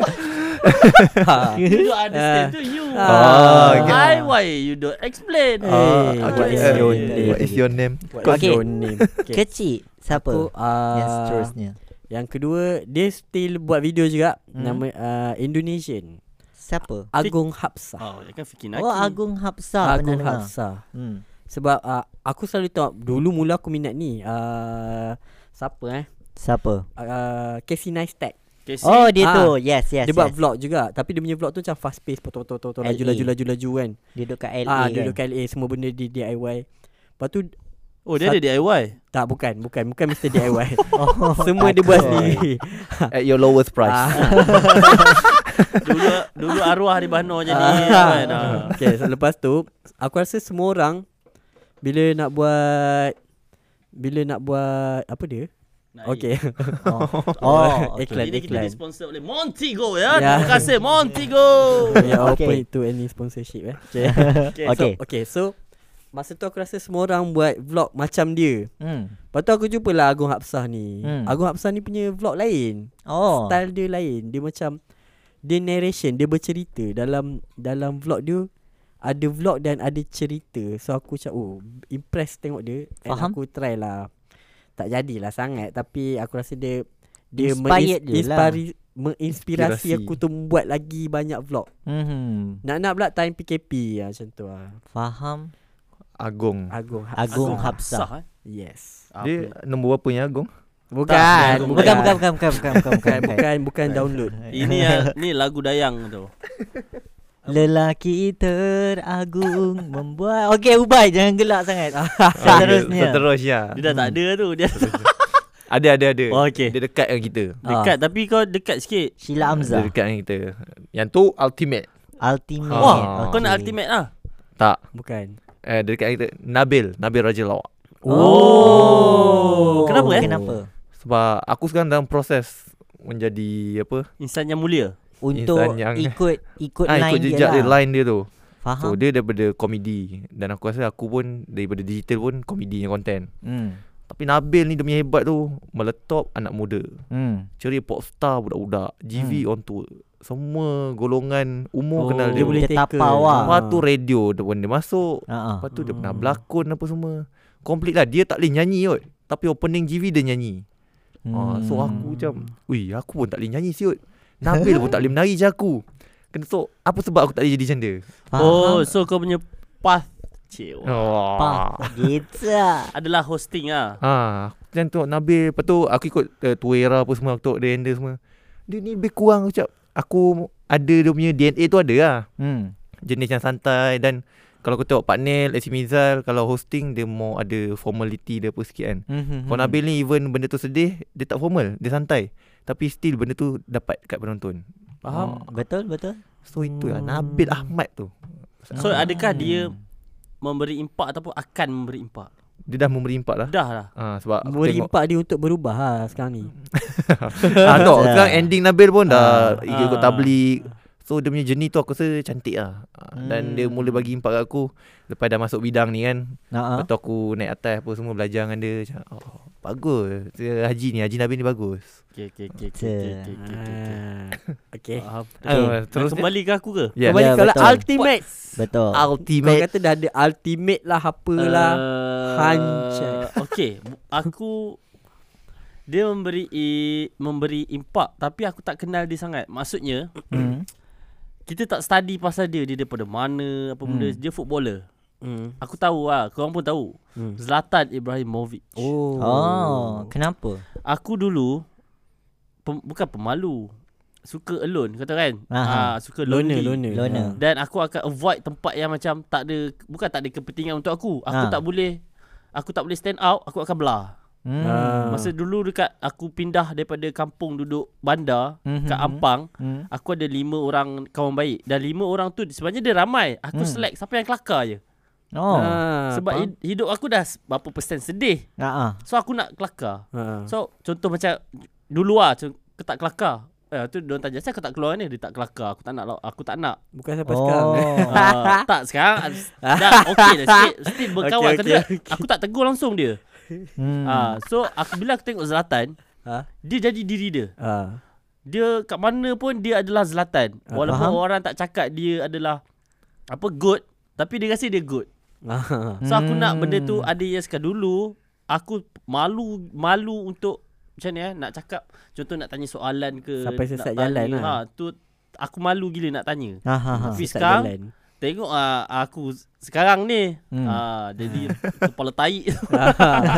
Speaker 1: Ah.
Speaker 3: You don't understand
Speaker 1: Ah.
Speaker 3: to you.
Speaker 1: Ah,
Speaker 4: okay.
Speaker 3: I why you don't explain.
Speaker 4: Ah,
Speaker 1: Eh,
Speaker 4: okay.
Speaker 1: what is
Speaker 4: Eh,
Speaker 1: your name?
Speaker 4: What is your name?
Speaker 1: What is
Speaker 2: Okay.
Speaker 1: your name? Okay.
Speaker 2: Kecil siapa?
Speaker 1: Aku, ah,
Speaker 2: yang seterusnya.
Speaker 1: Yang kedua Dia still buat video juga
Speaker 2: Hmm.
Speaker 1: hmm. Nama uh, Indonesian
Speaker 2: Siapa?
Speaker 1: Agung Hapsah
Speaker 3: Oh, dia kan fikir nak.
Speaker 2: Oh Agung Hapsa
Speaker 1: Agung
Speaker 2: pernah dengar.
Speaker 1: Hapsah
Speaker 2: Hmm.
Speaker 1: Sebab uh, Aku selalu tengok Dulu mula aku minat ni uh, Siapa eh
Speaker 2: Siapa?
Speaker 1: uh, Casey Neistat
Speaker 3: Okay, see.
Speaker 2: Oh dia
Speaker 1: Ah.
Speaker 2: tu. Yes
Speaker 1: yes, E.
Speaker 2: yes.
Speaker 1: Dia buat
Speaker 2: yes.
Speaker 1: vlog juga Tapi dia punya vlog tu macam fast pace Potong-potong
Speaker 2: LA.
Speaker 1: Laju-laju-laju-laju kan
Speaker 2: Dia duduk kat LA.
Speaker 1: Ah,
Speaker 2: kan?
Speaker 1: Duduk kat LA Semua benda di DIY Lepas tu
Speaker 3: Oh dia ada DIY
Speaker 1: Tak bukan Bukan Bukan [laughs] Mr. DIY Semua dia buat sendiri
Speaker 4: At your
Speaker 1: [laughs]
Speaker 4: lowest price.
Speaker 1: Ah,
Speaker 3: Dulu dulu arwah di Bahnor
Speaker 1: [laughs]
Speaker 3: jadi
Speaker 1: Ah.
Speaker 3: kan ah.
Speaker 1: Okay so lepas tu Aku rasa semua orang Bila nak buat Bila nak buat Apa dia
Speaker 3: Naik.
Speaker 1: Okay
Speaker 2: Oh, [laughs]
Speaker 1: [laughs]
Speaker 2: oh
Speaker 1: Iklan
Speaker 3: Ini kita
Speaker 1: iklan
Speaker 3: disponsor oleh Montigo ya.
Speaker 1: Ya.
Speaker 3: Terima kasih
Speaker 1: [laughs]
Speaker 3: Montigo.
Speaker 1: We are Ya,
Speaker 2: Okay.
Speaker 1: open to any sponsorship eh Okay
Speaker 3: Okay,
Speaker 2: Okay.
Speaker 1: So, [laughs] okay so Masa tu aku rasa semua orang buat vlog macam dia
Speaker 2: Hmm.
Speaker 1: Lepas tu aku jumpa lah Agung Hapsah ni
Speaker 2: Hmm.
Speaker 1: Agung Hapsah ni punya vlog lain
Speaker 2: Oh.
Speaker 1: Style dia lain Dia macam Dia narration Dia bercerita Dalam Dalam vlog dia Ada vlog dan ada cerita So aku macam Oh impress tengok dia And
Speaker 2: Faham.
Speaker 1: aku try lah Tak jadilah sangat Tapi aku rasa dia Dia
Speaker 2: Inspired je lah.
Speaker 1: inspiri- Menginspirasi
Speaker 4: Inspirasi.
Speaker 1: aku tu Buat lagi banyak vlog
Speaker 2: Hmm.
Speaker 1: Nak-nak pula time PKP lah, Macam tu lah
Speaker 2: Faham.
Speaker 4: Agung.
Speaker 1: Agung Hapsah.
Speaker 2: Agung Hapsah.
Speaker 3: Sah eh.
Speaker 1: Yes
Speaker 4: Dia nombor berapa ni Agung?
Speaker 1: Bukan
Speaker 3: Agung
Speaker 2: Bukan bukan bukan bukan bukan bukan bukan.
Speaker 1: Bukan [laughs] bukan bukan download
Speaker 3: Ini ya, ni lagu dayang tu.
Speaker 2: Lelaki teragung membuat Okay Ubai jangan gelak sangat [laughs]
Speaker 4: Okay,
Speaker 2: Seterusnya
Speaker 4: Seterusnya.
Speaker 3: Dia dah tak
Speaker 4: Hmm.
Speaker 3: ada tu dia.
Speaker 4: ya.
Speaker 3: [laughs]
Speaker 4: Ada ada ada.
Speaker 3: Oh, okey.
Speaker 4: Dia dekat dengan kita.
Speaker 3: dekat tapi kau dekat
Speaker 2: Ah,
Speaker 3: sikit.
Speaker 2: Sheila
Speaker 4: Dia
Speaker 2: Hamzah
Speaker 4: dekat dengan kita. Yang tu ultimate.
Speaker 2: Ultimate
Speaker 4: Ah.
Speaker 3: Wah,
Speaker 4: Okay.
Speaker 3: kau nak ultimate lah.
Speaker 4: Tak.
Speaker 1: Bukan
Speaker 4: Eh, dia dekat dengan kita. Nabil, Nabil Raja Lawak.
Speaker 3: Oh. Kenapa eh?
Speaker 2: Kenapa?
Speaker 4: Sebab aku sekarang dalam proses menjadi apa?
Speaker 3: Insan yang mulia.
Speaker 2: Untuk
Speaker 4: Insan yang-
Speaker 2: ikut ikut
Speaker 4: ah,
Speaker 2: line
Speaker 4: ikut
Speaker 2: dia
Speaker 4: jejak
Speaker 2: lah
Speaker 4: dia, line dia tu.
Speaker 2: Faham?
Speaker 4: So dia daripada komedi dan aku rasa aku pun daripada digital pun komedinya konten.
Speaker 2: hmm.
Speaker 4: Tapi Nabil ni dia punya hebat tu meletop anak muda.
Speaker 2: Hmm.
Speaker 4: Ceri popstar budak-budak, GV on tour. Semua golongan
Speaker 3: Oh.
Speaker 4: umur Hmm. oh, kenal dia. Ah.
Speaker 1: Dia boleh Ah.
Speaker 2: Dia
Speaker 1: tackle
Speaker 2: tapau lah.
Speaker 4: Lepas tu radio dia pun dia masuk.
Speaker 2: Uh-huh.
Speaker 4: Lepas tu dia pernah berlakon apa semua. Komplit lah. Dia tak boleh nyanyi kot. Tapi opening GV dia nyanyi. Hmm. Ah, so aku macam, ui aku pun tak boleh nyanyi siut. Nabil pun tak boleh menari je aku. Kena so, apa sebab aku tak boleh jadi macam dia?
Speaker 2: Faham?
Speaker 3: Oh, so kau punya path Cik, wah.
Speaker 4: Oh.
Speaker 2: Faham. Gitu lah.
Speaker 3: adalah hosting ah.
Speaker 4: Ha, aku macam tengok Nabil. Lepas tu aku ikut uh, Tuera apa semua. Aku tengok dia handle semua. Dia ni lebih kurang aku cakap. Aku ada dia punya DNA tu ada lah.
Speaker 2: Hmm.
Speaker 4: Jenis yang santai dan kalau aku tengok Patnel, AC Mizal, kalau hosting dia more ada formality dia apa sikit kan.
Speaker 2: Mhm.
Speaker 4: Kalau Nabil ni even benda tu sedih, dia tak formal, dia santai. Tapi still benda tu dapat kat penonton. Faham?
Speaker 2: Hmm. Betul betul.
Speaker 4: So itulah Nabil Ahmad tu.
Speaker 3: So adakah dia memberi impak ataupun akan memberi impak?
Speaker 4: Dia dah memberi impak lah.
Speaker 3: Dah lah.
Speaker 4: Ha, sebab aku
Speaker 1: Beri
Speaker 4: tengok
Speaker 1: impak dia untuk berubah lah sekarang ni
Speaker 4: ha, tengok sekarang ending Nabil pun dah
Speaker 3: Ah.
Speaker 4: ikut-ikut
Speaker 3: Ah.
Speaker 4: tablik. So dia punya journey tu aku rasa cantik lah Ah, Dan
Speaker 2: Hmm.
Speaker 4: dia mula bagi impak kat aku Lepas dah masuk bidang ni kan
Speaker 2: Nah.
Speaker 4: Lepas tu aku naik atas apa semua belajar dengan dia Macam oh, bagus Dia Haji ni, Haji Nabil ni bagus
Speaker 3: Okey okey okey okey okey okey, okey. okey.
Speaker 1: Okay
Speaker 3: Faham.
Speaker 4: Ah,
Speaker 3: Nak
Speaker 4: Terus
Speaker 3: kembali ke aku ke?
Speaker 4: yeah.
Speaker 1: Kembali
Speaker 2: Ya,
Speaker 1: kalau
Speaker 2: betul.
Speaker 1: lah.
Speaker 2: Ah.
Speaker 1: ultimate
Speaker 2: Betul.
Speaker 1: Kau
Speaker 4: Ultimate
Speaker 1: kata dah ada ultimate lah Apalah
Speaker 3: Uh,
Speaker 1: Hancur.
Speaker 3: Okey, bu- aku dia memberi i, memberi impak tapi aku tak kenal dia sangat. Maksudnya
Speaker 2: Hmm.
Speaker 3: kita tak study pasal dia dia daripada mana apa benda dia footballer.
Speaker 1: Hmm.
Speaker 3: Aku tahu lah, kau pun tahu.
Speaker 1: Hmm.
Speaker 3: Zlatan Ibrahimovic.
Speaker 1: Oh.
Speaker 2: Oh, kenapa?
Speaker 3: Aku dulu pem, bukan pemalu. Suka alone kata kan?
Speaker 2: Aha.
Speaker 3: Ah, suka
Speaker 1: Loner
Speaker 3: lonely.
Speaker 1: Loner
Speaker 2: Loner.
Speaker 3: Dan aku akan avoid tempat yang macam tak ada bukan tak ada kepentingan untuk aku.
Speaker 1: Ah.
Speaker 3: Aku
Speaker 2: Ha.
Speaker 3: tak boleh aku tak boleh stand out, aku akan belah.
Speaker 2: Hmm.
Speaker 1: Ah.
Speaker 3: Masa dulu dekat aku pindah daripada kampung duduk bandar
Speaker 2: Mhm.
Speaker 3: mm-hmm. kat Ampang,
Speaker 2: Hmm.
Speaker 3: aku ada lima orang kawan baik. Dan lima orang tu sebenarnya dia ramai. Aku
Speaker 2: Hmm.
Speaker 3: select siapa yang kelakar je.
Speaker 2: Oh.
Speaker 1: Ah,
Speaker 3: Sebab
Speaker 1: faham.
Speaker 3: hid- hidup aku dah s- berapa persen sedih.
Speaker 2: Ah.
Speaker 3: So aku nak kelakar.
Speaker 1: Ah.
Speaker 3: So contoh macam dulu lah co- kau tak kelakar. Eh, tu dia tanya, "Kenapa kau tak keluar ni?" Dia tak kelakar. Aku tak nak. law- Aku tak nak.
Speaker 1: Bukan sampai sekarang [laughs] eh.
Speaker 2: Oh.
Speaker 3: Ah, tak
Speaker 1: [laughs]
Speaker 3: sekarang dah okey dah sikit still berkawan
Speaker 1: Okey,
Speaker 3: okay,
Speaker 1: okey,
Speaker 3: aku tak tegur langsung dia.
Speaker 2: Hmm.
Speaker 3: Ah, so aku bila aku tengok Zlatan,
Speaker 1: Ha?
Speaker 3: dia jadi diri dia.
Speaker 1: Ah.
Speaker 3: Dia kat mana pun dia adalah Zlatan.
Speaker 1: Ah,
Speaker 3: Walaupun
Speaker 2: faham.
Speaker 3: orang tak cakap dia adalah apa good, tapi dia rasa dia good.
Speaker 1: Ah.
Speaker 3: So aku nak benda tu
Speaker 2: Hmm.
Speaker 3: ada yang sekarang dulu aku malu malu untuk macam ni eh nak cakap contoh nak tanya soalan ke
Speaker 1: Sampai
Speaker 3: nak
Speaker 1: sesat
Speaker 3: tanya,
Speaker 1: jalan lah.
Speaker 3: Ha tu aku malu gila nak tanya.
Speaker 2: Ah, ah, ah.
Speaker 3: Tapi
Speaker 1: Sesat
Speaker 3: sekarang-
Speaker 1: jalan.
Speaker 3: Tengok ah aku sekarang ni.
Speaker 2: Hmm.
Speaker 3: Ah jadi kepala tai.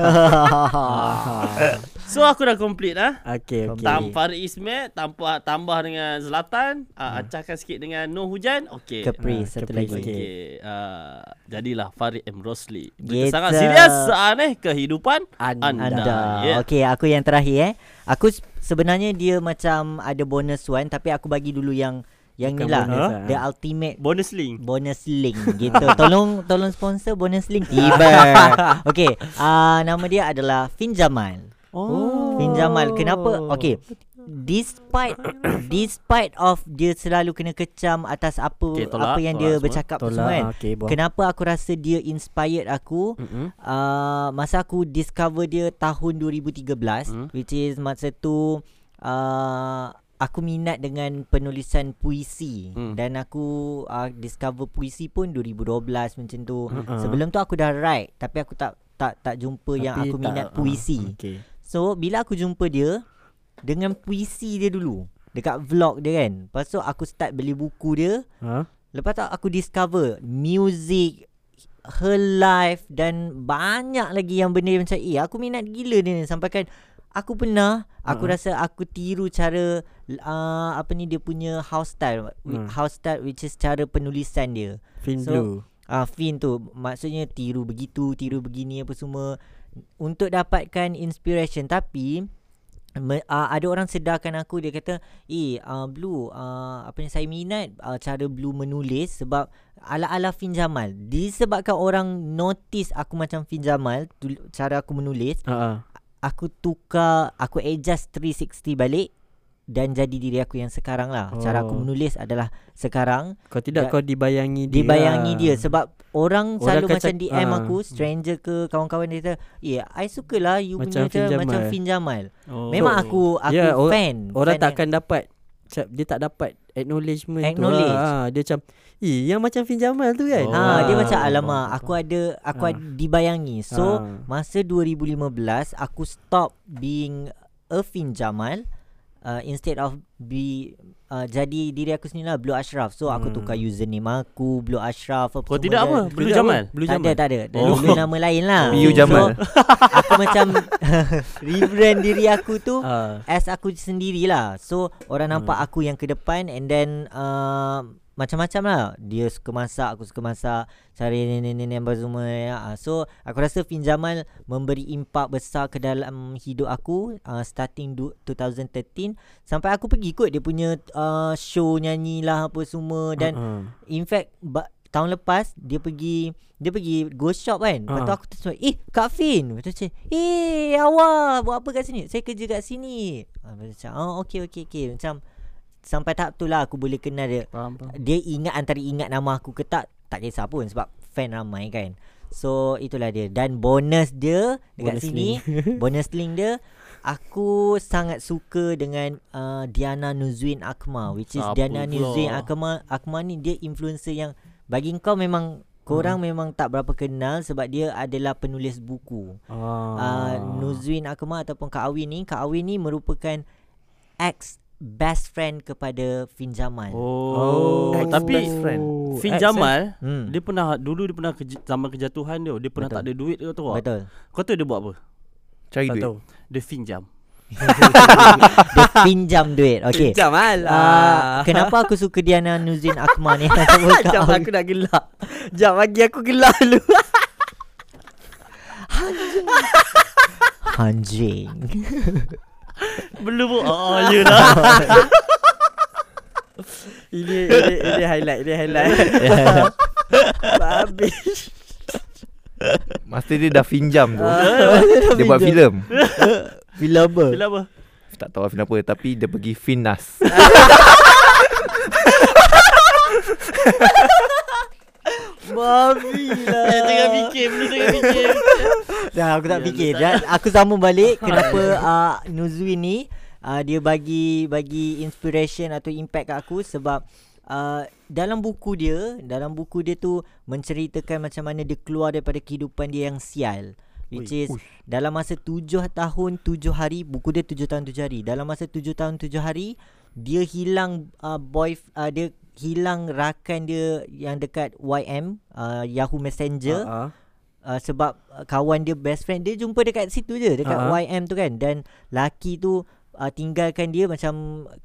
Speaker 2: Ah.
Speaker 3: [laughs] so aku dah complete ah.
Speaker 1: Okay okay
Speaker 3: Tam Farid Ismail tambah tambah dengan Zlatan,
Speaker 1: Hmm.
Speaker 3: ah, acahkan sikit dengan No Hujan. Okey.
Speaker 1: Ah,
Speaker 2: Capri satu
Speaker 1: Capri,
Speaker 2: lagi.
Speaker 1: okey.
Speaker 3: Okey, uh, jadilah Farid M. Rosli.
Speaker 2: Gitu.
Speaker 3: Begitu sangat serius saat ni kehidupan
Speaker 1: Anda.
Speaker 3: anda.
Speaker 2: Anda.
Speaker 3: Yeah.
Speaker 2: Okey, aku yang terakhir eh. Aku s- sebenarnya dia macam ada bonus one tapi aku bagi dulu yang yang
Speaker 1: Bukan
Speaker 2: ni lah.
Speaker 1: bonus, ah.
Speaker 2: The ultimate
Speaker 3: Bonus link.
Speaker 2: bonus link [laughs] gitu. tolong tolong sponsor bonus link. Tiba. [laughs] Okey, uh, nama dia adalah Fin Jamal.
Speaker 1: Oh.
Speaker 2: Fin Jamal kenapa? Okey.
Speaker 1: [coughs]
Speaker 2: Despite despite of dia selalu kena kecam atas apa
Speaker 3: Okey,
Speaker 2: apa
Speaker 3: tolak,
Speaker 2: yang
Speaker 3: tolak
Speaker 2: dia
Speaker 3: semua.
Speaker 2: bercakap tu semua kan.
Speaker 1: Tolak Okay buang
Speaker 2: Kenapa aku rasa dia inspired aku
Speaker 1: Mm-mm.
Speaker 2: uh, masa aku discover dia tahun 2013
Speaker 3: Hmm.
Speaker 2: which is masa tu uh, aku minat dengan penulisan puisi
Speaker 3: Hmm.
Speaker 2: dan aku uh, discover puisi pun 2012 macam tu. Sebelum tu aku dah write tapi aku tak tak tak jumpa yang
Speaker 1: Tapi
Speaker 2: aku
Speaker 1: tak-
Speaker 2: minat
Speaker 1: ah,
Speaker 2: puisi.
Speaker 1: Okay
Speaker 2: So bila aku jumpa dia dengan puisi dia dulu dekat vlog dia kan. Lepas tu aku start beli buku dia.
Speaker 1: Ha?
Speaker 2: Lepas tu aku discover music her life dan banyak lagi yang benda macam eh aku minat gila dia ni sampai kan aku pernah aku
Speaker 1: Mm-mm.
Speaker 2: rasa aku tiru cara uh, apa ni dia punya house style
Speaker 1: Mm.
Speaker 2: house style which is cara penulisan dia
Speaker 1: Fin
Speaker 2: So,
Speaker 1: Blue
Speaker 2: Ah Fin tu maksudnya tiru begitu, tiru begini apa semua untuk dapatkan inspiration tapi me, uh, ada orang sedarkan aku dia kata, "Eh, uh, Blue, uh, apa ni saya minat uh, cara Blue menulis sebab ala-ala Fin Jamal. Disebabkan orang notice aku macam Fin Jamal tu, cara aku menulis,
Speaker 1: Ha-ha.
Speaker 2: aku tukar, aku adjust 360 balik dan jadi diri aku yang sekarang lah. Cara aku
Speaker 1: Oh.
Speaker 2: menulis adalah sekarang
Speaker 1: Kau tidak
Speaker 2: Da-
Speaker 1: kau dibayangi dia
Speaker 2: Dibayangi
Speaker 1: lah.
Speaker 2: dia sebab orang,
Speaker 1: Orang
Speaker 2: selalu
Speaker 1: akan
Speaker 2: macam
Speaker 1: cak-
Speaker 2: DM
Speaker 1: ah.
Speaker 2: aku stranger ke kawan-kawan dia kata, "Yeah, I sukalah you
Speaker 1: Macam
Speaker 2: punya macam,
Speaker 1: Fin Jamal."
Speaker 2: macam Fin Jamal."
Speaker 3: Oh.
Speaker 2: Memang aku aku
Speaker 1: Yeah, or-
Speaker 2: fan.
Speaker 1: Orang
Speaker 2: fan
Speaker 1: takkan dapat macam dia tak dapat acknowledgement
Speaker 2: Acknowledge.
Speaker 1: tu lah. ha, Dia macam Eh yang macam Fin Jamal tu kan
Speaker 2: yang-
Speaker 3: Oh.
Speaker 2: Ha, dia
Speaker 1: Ah.
Speaker 2: macam alamak, aku ada aku
Speaker 1: Ah.
Speaker 2: ada dibayangi. So,
Speaker 1: Ah.
Speaker 2: masa 2015 aku stop being a Fin Jamal uh, instead of be uh, jadi diri aku sendirilah Blue Ashraf. So aku
Speaker 1: Hmm.
Speaker 2: tukar username aku Blue Ashraf apa semua
Speaker 3: Kau Oh, tidak
Speaker 2: dan-
Speaker 3: apa? Blue Jamal.
Speaker 1: Blue
Speaker 2: tak ada
Speaker 1: Jamal
Speaker 2: tak ada Dah
Speaker 3: Oh.
Speaker 2: Dulu nama lain lah
Speaker 4: PU Jamal.
Speaker 2: so, [laughs] Aku macam [laughs] Rebrand diri aku tu
Speaker 1: Ah.
Speaker 2: As aku sendirilah So orang nampak aku yang ke depan And then uh, Macam-macam lah Dia suka masak Aku suka masak Cari nenek-nenek apa semua ya. Ah, So aku rasa Fin Jamal Memberi impak besar ke dalam hidup aku uh, Starting du- 2013 Sampai aku pergi kot Dia punya uh, show nyanyi lah Apa semua Dan
Speaker 1: Ah.
Speaker 2: In fact ba- Tahun lepas Dia pergi Dia pergi ghost shop kan Lepas tu
Speaker 1: Ah.
Speaker 2: aku terus Eh Kak Fin Lepas tu macam Eh awak Buat apa kat sini Saya kerja kat sini Ah, Lepas tu macam Oh okay okay okay Macam Sampai tahap tu lah Aku boleh kenal dia
Speaker 3: Faham, faham.
Speaker 2: Dia ingat antara ingat nama aku ke tak Tak kisah pun Sebab fan ramai kan So itulah dia Dan bonus dia
Speaker 1: Bonus
Speaker 2: Dekat sini
Speaker 3: [laughs]
Speaker 2: Bonus link dia Aku sangat suka dengan uh, Diana Nuzwin Akmal Which is
Speaker 3: Apa
Speaker 2: Diana
Speaker 3: pula?
Speaker 2: Nuzwin Akmal Akmal ni dia influencer yang Bagi kau memang Korang
Speaker 3: Hmm.
Speaker 2: memang tak berapa kenal Sebab dia adalah penulis buku
Speaker 1: Ah.
Speaker 2: uh, Nuzwin Akmal ataupun Kak Awi ni Kak Awi ni merupakan Ex best friend kepada Fin Jamal
Speaker 3: Oh,
Speaker 1: Ex-best
Speaker 3: tapi
Speaker 1: friend.
Speaker 3: Fin
Speaker 1: Ex, eh?
Speaker 3: Jamal
Speaker 2: hmm.
Speaker 3: dia pernah dulu dia pernah keja, zaman kejatuhan dia, dia pernah
Speaker 2: Betul.
Speaker 3: tak ada duit dia tu. Betul.
Speaker 2: Betul
Speaker 3: Kau tahu dia buat apa?
Speaker 4: Cari
Speaker 1: Tak
Speaker 2: [laughs]
Speaker 4: duit
Speaker 1: tahu
Speaker 3: Dia finjam. [laughs]
Speaker 2: Dia pinjam duit Okay
Speaker 1: Fin Jamal
Speaker 2: Uh,
Speaker 1: lah
Speaker 2: kenapa aku suka Diana Nuzin Akmal
Speaker 3: [laughs]
Speaker 2: ni Ataupun Kak
Speaker 1: Jam
Speaker 2: Awi
Speaker 1: aku nak gelak Jam bagi aku gelak dulu
Speaker 2: Anjing
Speaker 3: Belum pun. [laughs] Oh, yelah.
Speaker 1: [laughs] Ini ini, ini highlight Ini [laughs] highlight Babi
Speaker 4: Masa dia dah finjam tu
Speaker 2: Ah,
Speaker 3: Eh,
Speaker 4: Dia
Speaker 2: [laughs] Dia
Speaker 4: buat filem
Speaker 2: Film apa?
Speaker 3: Yelah apa?
Speaker 4: Tak tahu lah film apa Tapi dia pergi finas
Speaker 2: Babi lah
Speaker 3: Dia tengah fikir, dia [laughs] tengah fikir.
Speaker 2: Dah aku tak
Speaker 3: Ya,
Speaker 2: fikir Dan aku sambung
Speaker 1: [laughs]
Speaker 2: balik Kenapa uh, Nuzwi ni uh, Dia bagi Bagi inspiration Atau impact kat aku Sebab Uh, dalam buku dia Dalam buku dia tu Menceritakan macam mana Dia keluar daripada kehidupan dia yang sial Which is Dalam masa tujuh tahun tujuh hari Buku dia tujuh tahun tujuh hari Dalam masa tujuh tahun tujuh hari Dia hilang uh, boy uh, Dia hilang rakan dia yang dekat YM uh, Yahoo Messenger uh,
Speaker 1: Ah, ah.
Speaker 2: uh, sebab uh, kawan dia best friend dia jumpa dekat situ je dekat
Speaker 1: Ah.
Speaker 2: uh-huh. YM tu kan dan laki tu uh, tinggalkan dia macam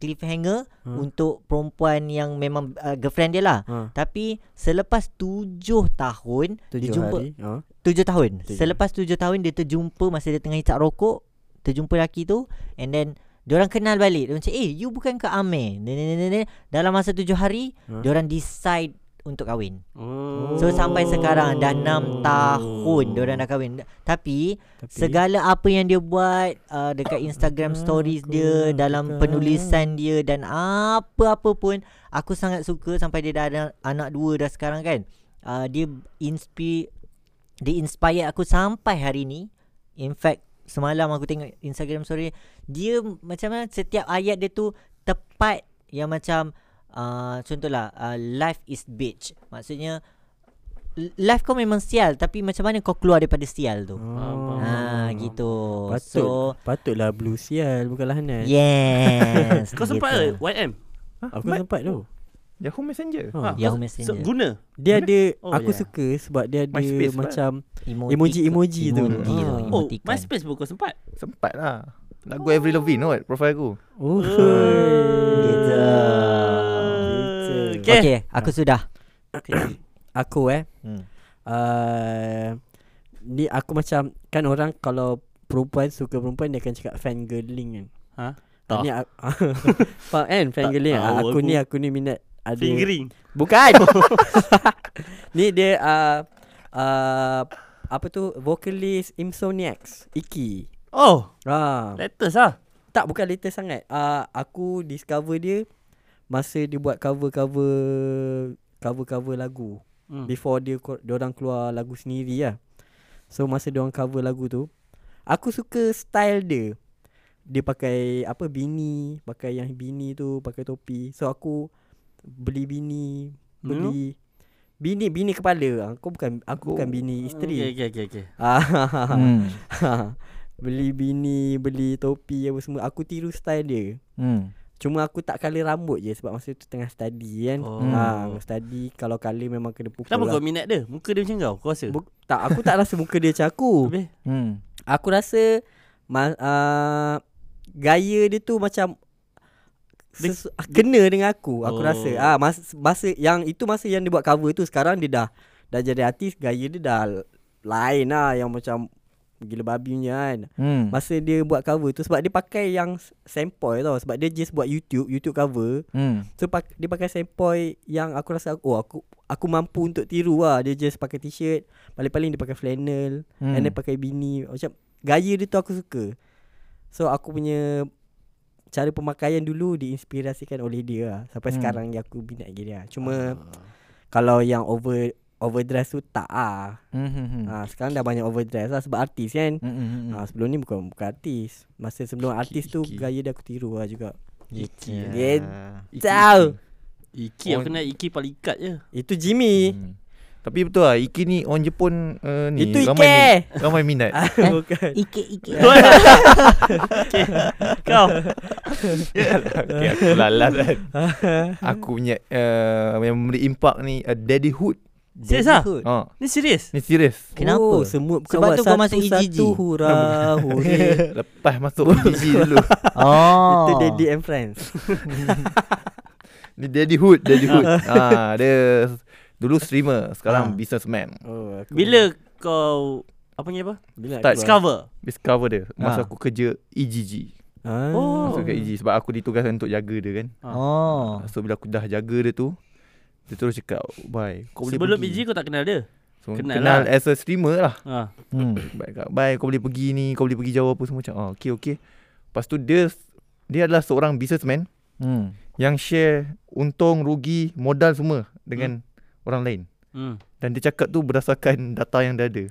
Speaker 2: cliffhanger
Speaker 1: Hmm.
Speaker 2: untuk perempuan yang memang uh, girlfriend dia lah.
Speaker 1: Ah.
Speaker 2: Tapi selepas tujuh tahun
Speaker 1: Tujuh
Speaker 2: dia jumpa
Speaker 1: hari. Ah.
Speaker 2: Tujuh tahun
Speaker 1: Tujuh.
Speaker 2: Selepas tujuh tahun Dia terjumpa Masa dia tengah hisap rokok Terjumpa lelaki tu And then Diorang kenal balik Dia macam Eh you bukan ke Amir Nenek-nenek Dalam masa tujuh hari
Speaker 1: Ha?
Speaker 2: Diorang decide Untuk kahwin
Speaker 3: Oh.
Speaker 2: So sampai sekarang Dah enam tahun Diorang dah kahwin Tapi
Speaker 1: Tapi-
Speaker 2: Segala apa yang dia buat uh, Dekat Instagram stories dia Dalam penulisan dia Dan apa-apa pun Aku sangat suka Sampai dia dah ada anak dua dah sekarang kan uh, Dia inspi Dia inspire aku sampai hari ni In fact Semalam aku tengok Instagram story Dia macam mana Setiap ayat dia tu Tepat Yang macam uh, Contohlah uh, Life is bitch Maksudnya l- Life kau memang sial Tapi macam mana kau keluar daripada sial tu
Speaker 1: Oh.
Speaker 2: Ah gitu.
Speaker 1: Patut
Speaker 2: So
Speaker 1: Patutlah blue sial Bukanlah
Speaker 2: Eh.
Speaker 1: Hanan
Speaker 2: [laughs] yes.
Speaker 3: Kau sempat ke YM?
Speaker 1: Aku sempat tu
Speaker 4: Yahoo Messenger.
Speaker 1: Ah.
Speaker 2: Yahoo
Speaker 3: kau-
Speaker 2: Messenger.
Speaker 3: se- Guna
Speaker 1: Dia ada
Speaker 3: Oh,
Speaker 1: Aku
Speaker 3: yeah.
Speaker 1: suka Sebab dia ada
Speaker 4: MySpace pula.
Speaker 1: macam
Speaker 2: Emoji
Speaker 1: Emoji-emoji tu.
Speaker 2: Emoji tu.
Speaker 1: Ah.
Speaker 3: Oh
Speaker 2: emoticon.
Speaker 3: MySpace pun kau sempat
Speaker 4: Sempat lah. Lagu Avril Lavigne kot profile aku.
Speaker 1: Oh
Speaker 2: Gitu.
Speaker 1: Gitu.
Speaker 2: Okay. okay, aku sudah.
Speaker 1: Aku eh
Speaker 2: Hmm.
Speaker 1: uh, Ni aku macam Kan orang kalau Perempuan suka perempuan Dia akan cakap fangirling kan
Speaker 3: Ha?
Speaker 1: Tak ni aku, [laughs] Faham kan fangirling
Speaker 3: Tak
Speaker 1: aku,
Speaker 3: tahu
Speaker 1: aku
Speaker 3: aku.
Speaker 1: ni aku ni minat Ada
Speaker 3: Fingering
Speaker 1: Bukan [laughs] Ni dia uh, uh, Apa tu Vocalist Insomniacs Iki
Speaker 3: Oh
Speaker 1: ah,
Speaker 3: Letters lah
Speaker 1: Tak bukan latest sangat uh, Aku discover dia Masa dia buat cover-cover Cover-cover lagu
Speaker 3: Hmm.
Speaker 1: Before dia dia orang keluar lagu sendiri lah So masa dia orang cover lagu tu Aku suka style dia Dia pakai apa bini Pakai yang bini tu Pakai topi So aku Beli bini
Speaker 3: Hmm.
Speaker 1: Beli Bini bini kepala Aku bukan Aku bukan bini
Speaker 3: Oh, Okay
Speaker 1: isteri
Speaker 3: okay okay, okay.
Speaker 1: Ah,
Speaker 2: Hmm.
Speaker 1: [laughs] Beli bini Beli topi apa semua Aku tiru style dia
Speaker 2: Hmm.
Speaker 1: Cuma aku tak colour rambut je Sebab masa tu tengah study kan oh.
Speaker 3: Oh.
Speaker 2: Hmm.
Speaker 4: Ah,
Speaker 1: ha, Study Kalau colour memang kena pukul
Speaker 3: Kenapa
Speaker 1: lah.
Speaker 3: kau minat dia? Muka dia macam kau Kau rasa?
Speaker 1: Buk- tak, aku tak rasa muka dia macam
Speaker 3: [laughs]
Speaker 1: aku
Speaker 3: Habis?
Speaker 2: Hmm.
Speaker 1: Aku rasa ma- uh, Gaya dia tu macam sesu- ah, Kena dengan aku Aku
Speaker 3: Oh.
Speaker 1: oh. rasa ah, masa, masa yang Itu masa yang dia buat cover tu Sekarang dia dah Dah jadi artis Gaya dia dah Lain lah Yang macam Gila babi punya kan
Speaker 2: Hmm.
Speaker 1: Masa dia buat cover tu Sebab dia pakai yang s- Sempoi tau Sebab dia just buat YouTube YouTube cover
Speaker 2: Hmm.
Speaker 1: So pak, dia pakai sempoi yang aku rasa aku- oh aku aku mampu untuk tiru lah. Dia just pakai t-shirt, paling-paling dia pakai flannel
Speaker 2: Hmm.
Speaker 1: hmm. and dia pakai bini. Macam gaya dia tu aku suka. So aku punya cara pemakaian dulu diinspirasikan oleh dia lah. Sampai hmm.
Speaker 2: Hmm.
Speaker 1: sekarang yang aku minat dia. Cuma kalau yang over overdress tu tak ah.
Speaker 2: Hmm. hmm, hmm.
Speaker 1: Hmm. Ah sekarang dah banyak overdress lah sebab artis kan.
Speaker 2: Hmm, hmm, hmm.
Speaker 1: Ah sebelum ni bukan bukan artis. Masa sebelum artis tu gaya dia aku tiru lah juga.
Speaker 2: Gitu.
Speaker 4: Ya.
Speaker 1: Gitu. Tahu.
Speaker 3: Iki aku nak Iki paling ikat je
Speaker 1: Itu Jimmy.
Speaker 4: Hmm. Tapi betul lah Iki ni orang Jepun uh, ni
Speaker 1: Itu
Speaker 4: ramai
Speaker 1: Ike.
Speaker 4: mi- ramai minat.
Speaker 1: Hmm. bukan.
Speaker 2: Ike ike.
Speaker 3: Kau
Speaker 4: [laughs] okay, aku lalat kan. aku punya uh, yang memberi impak ni uh, daddyhood.
Speaker 3: Serius ah?
Speaker 2: Daddyhood.
Speaker 4: Ha,
Speaker 3: Ni serius?
Speaker 4: ni serius.
Speaker 2: Kenapa?
Speaker 1: Oh, semua bukan
Speaker 2: Sebab
Speaker 1: buat
Speaker 2: tu kau masuk E EGG.
Speaker 1: Satu hura
Speaker 2: [laughs]
Speaker 1: huri.
Speaker 4: Lepas masuk PG dulu.
Speaker 2: Oh.
Speaker 1: Itu Daddy and Friends.
Speaker 4: Ni daddyhood, daddyhood. ha, dia dulu streamer, sekarang
Speaker 2: Ha.
Speaker 4: businessman.
Speaker 1: Oh, aku
Speaker 3: Bila kau Apa ni apa?
Speaker 1: bila
Speaker 4: start
Speaker 3: Discover
Speaker 4: Discover dia
Speaker 2: Ha.
Speaker 4: masa aku kerja E EGG. Hmm.
Speaker 1: Ah.
Speaker 3: Oh.
Speaker 4: Masuk ke EG sebab aku ditugaskan untuk jaga dia kan.
Speaker 2: Oh.
Speaker 4: So bila aku dah jaga dia tu dia terus cakap, "Bye, kau boleh
Speaker 3: Sebelum
Speaker 4: pergi."
Speaker 3: Iji kau tak kenal dia
Speaker 4: so,
Speaker 3: kenal
Speaker 4: kenal, kenal
Speaker 3: lah.
Speaker 4: as a streamer lah.
Speaker 3: Ha.
Speaker 2: Hmm.
Speaker 4: Baik kak, bye kau boleh pergi ni, kau boleh pergi jauh apa semua macam. Ah, okey okey. Lepas tu dia dia adalah seorang businessman
Speaker 2: Hmm.
Speaker 4: yang share untung, rugi, modal semua dengan orang lain.
Speaker 3: Hmm.
Speaker 4: Dan dia cakap tu berdasarkan data yang dia ada.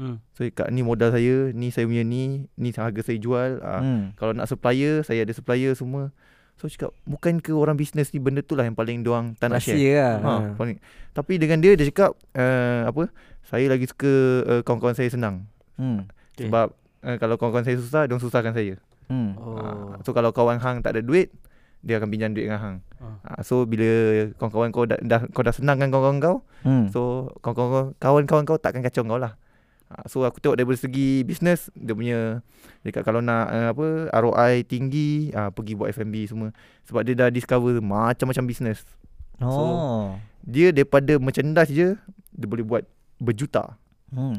Speaker 3: Hmm.
Speaker 4: So kat ni modal saya, ni saya punya ni, ni harga saya jual. Ah,
Speaker 2: Hmm.
Speaker 4: Kalau nak supplier, saya ada supplier semua. So cakap, bukan ke orang bisnes ni benda tu lah yang paling diorang tak nak share.
Speaker 1: Rahsia lah.
Speaker 4: Ha, paling. Tapi dengan dia dia cakap uh, apa? Saya lagi suka uh, kawan-kawan saya senang.
Speaker 2: Hmm.
Speaker 3: Okay. Oh.
Speaker 4: Okay. eh, Sebab uh, kalau kawan-kawan saya susah, dia susahkan saya.
Speaker 2: Hmm.
Speaker 4: Oh. Uh, so kalau kawan hang tak ada duit, dia akan pinjam duit dengan hang.
Speaker 3: Ah.
Speaker 4: Ah. so bila kawan-kawan kau dah, dah kau dah senang dengan kawan-kawan kau,
Speaker 2: Hmm. So,
Speaker 4: So kawan-kawan kawan-kawan kau takkan kacau kau lah. Ah, So aku tengok daripada segi bisnes dia punya dekat kalau nak uh, apa ROI tinggi uh, pergi buat F&B semua sebab dia dah discover macam-macam bisnes.
Speaker 2: oh.
Speaker 4: so, Dia daripada merchandise je dia boleh buat berjuta.
Speaker 2: hmm.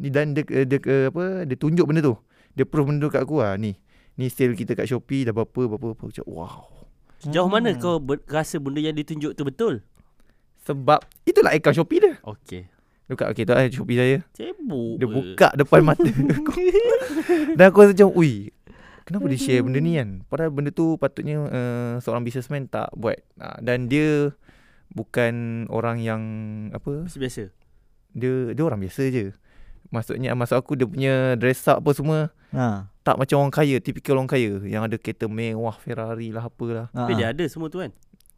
Speaker 4: Ni dan dia, eh, dia, dia apa dia tunjuk benda tu. Dia proof benda tu kat aku ah ni. Ni sale kita kat Shopee dah berapa berapa berapa. Macam, wow.
Speaker 3: Sejauh mana
Speaker 1: Hmm.
Speaker 3: kau ber- rasa benda yang ditunjuk tu betul?
Speaker 4: Sebab itulah akaun Shopee dia.
Speaker 3: Okey.
Speaker 4: Buka okay, tu lah Shopee saya.
Speaker 3: Sibuk.
Speaker 4: Dia
Speaker 3: eh.
Speaker 4: buka depan mata [laughs] aku. Dan aku rasa macam Ui Kenapa dia share benda ni kan Padahal benda tu patutnya uh, Seorang businessman tak buat uh, Dan dia Bukan orang yang Apa
Speaker 3: Biasa-biasa.
Speaker 4: Dia dia orang biasa je Maksudnya Maksud aku dia punya Dress up apa semua
Speaker 2: Ha.
Speaker 4: Tak macam orang kaya Tipikal orang kaya Yang ada kereta mewah Ferrari lah apalah
Speaker 2: Ha.
Speaker 3: Tapi dia ada semua tu kan?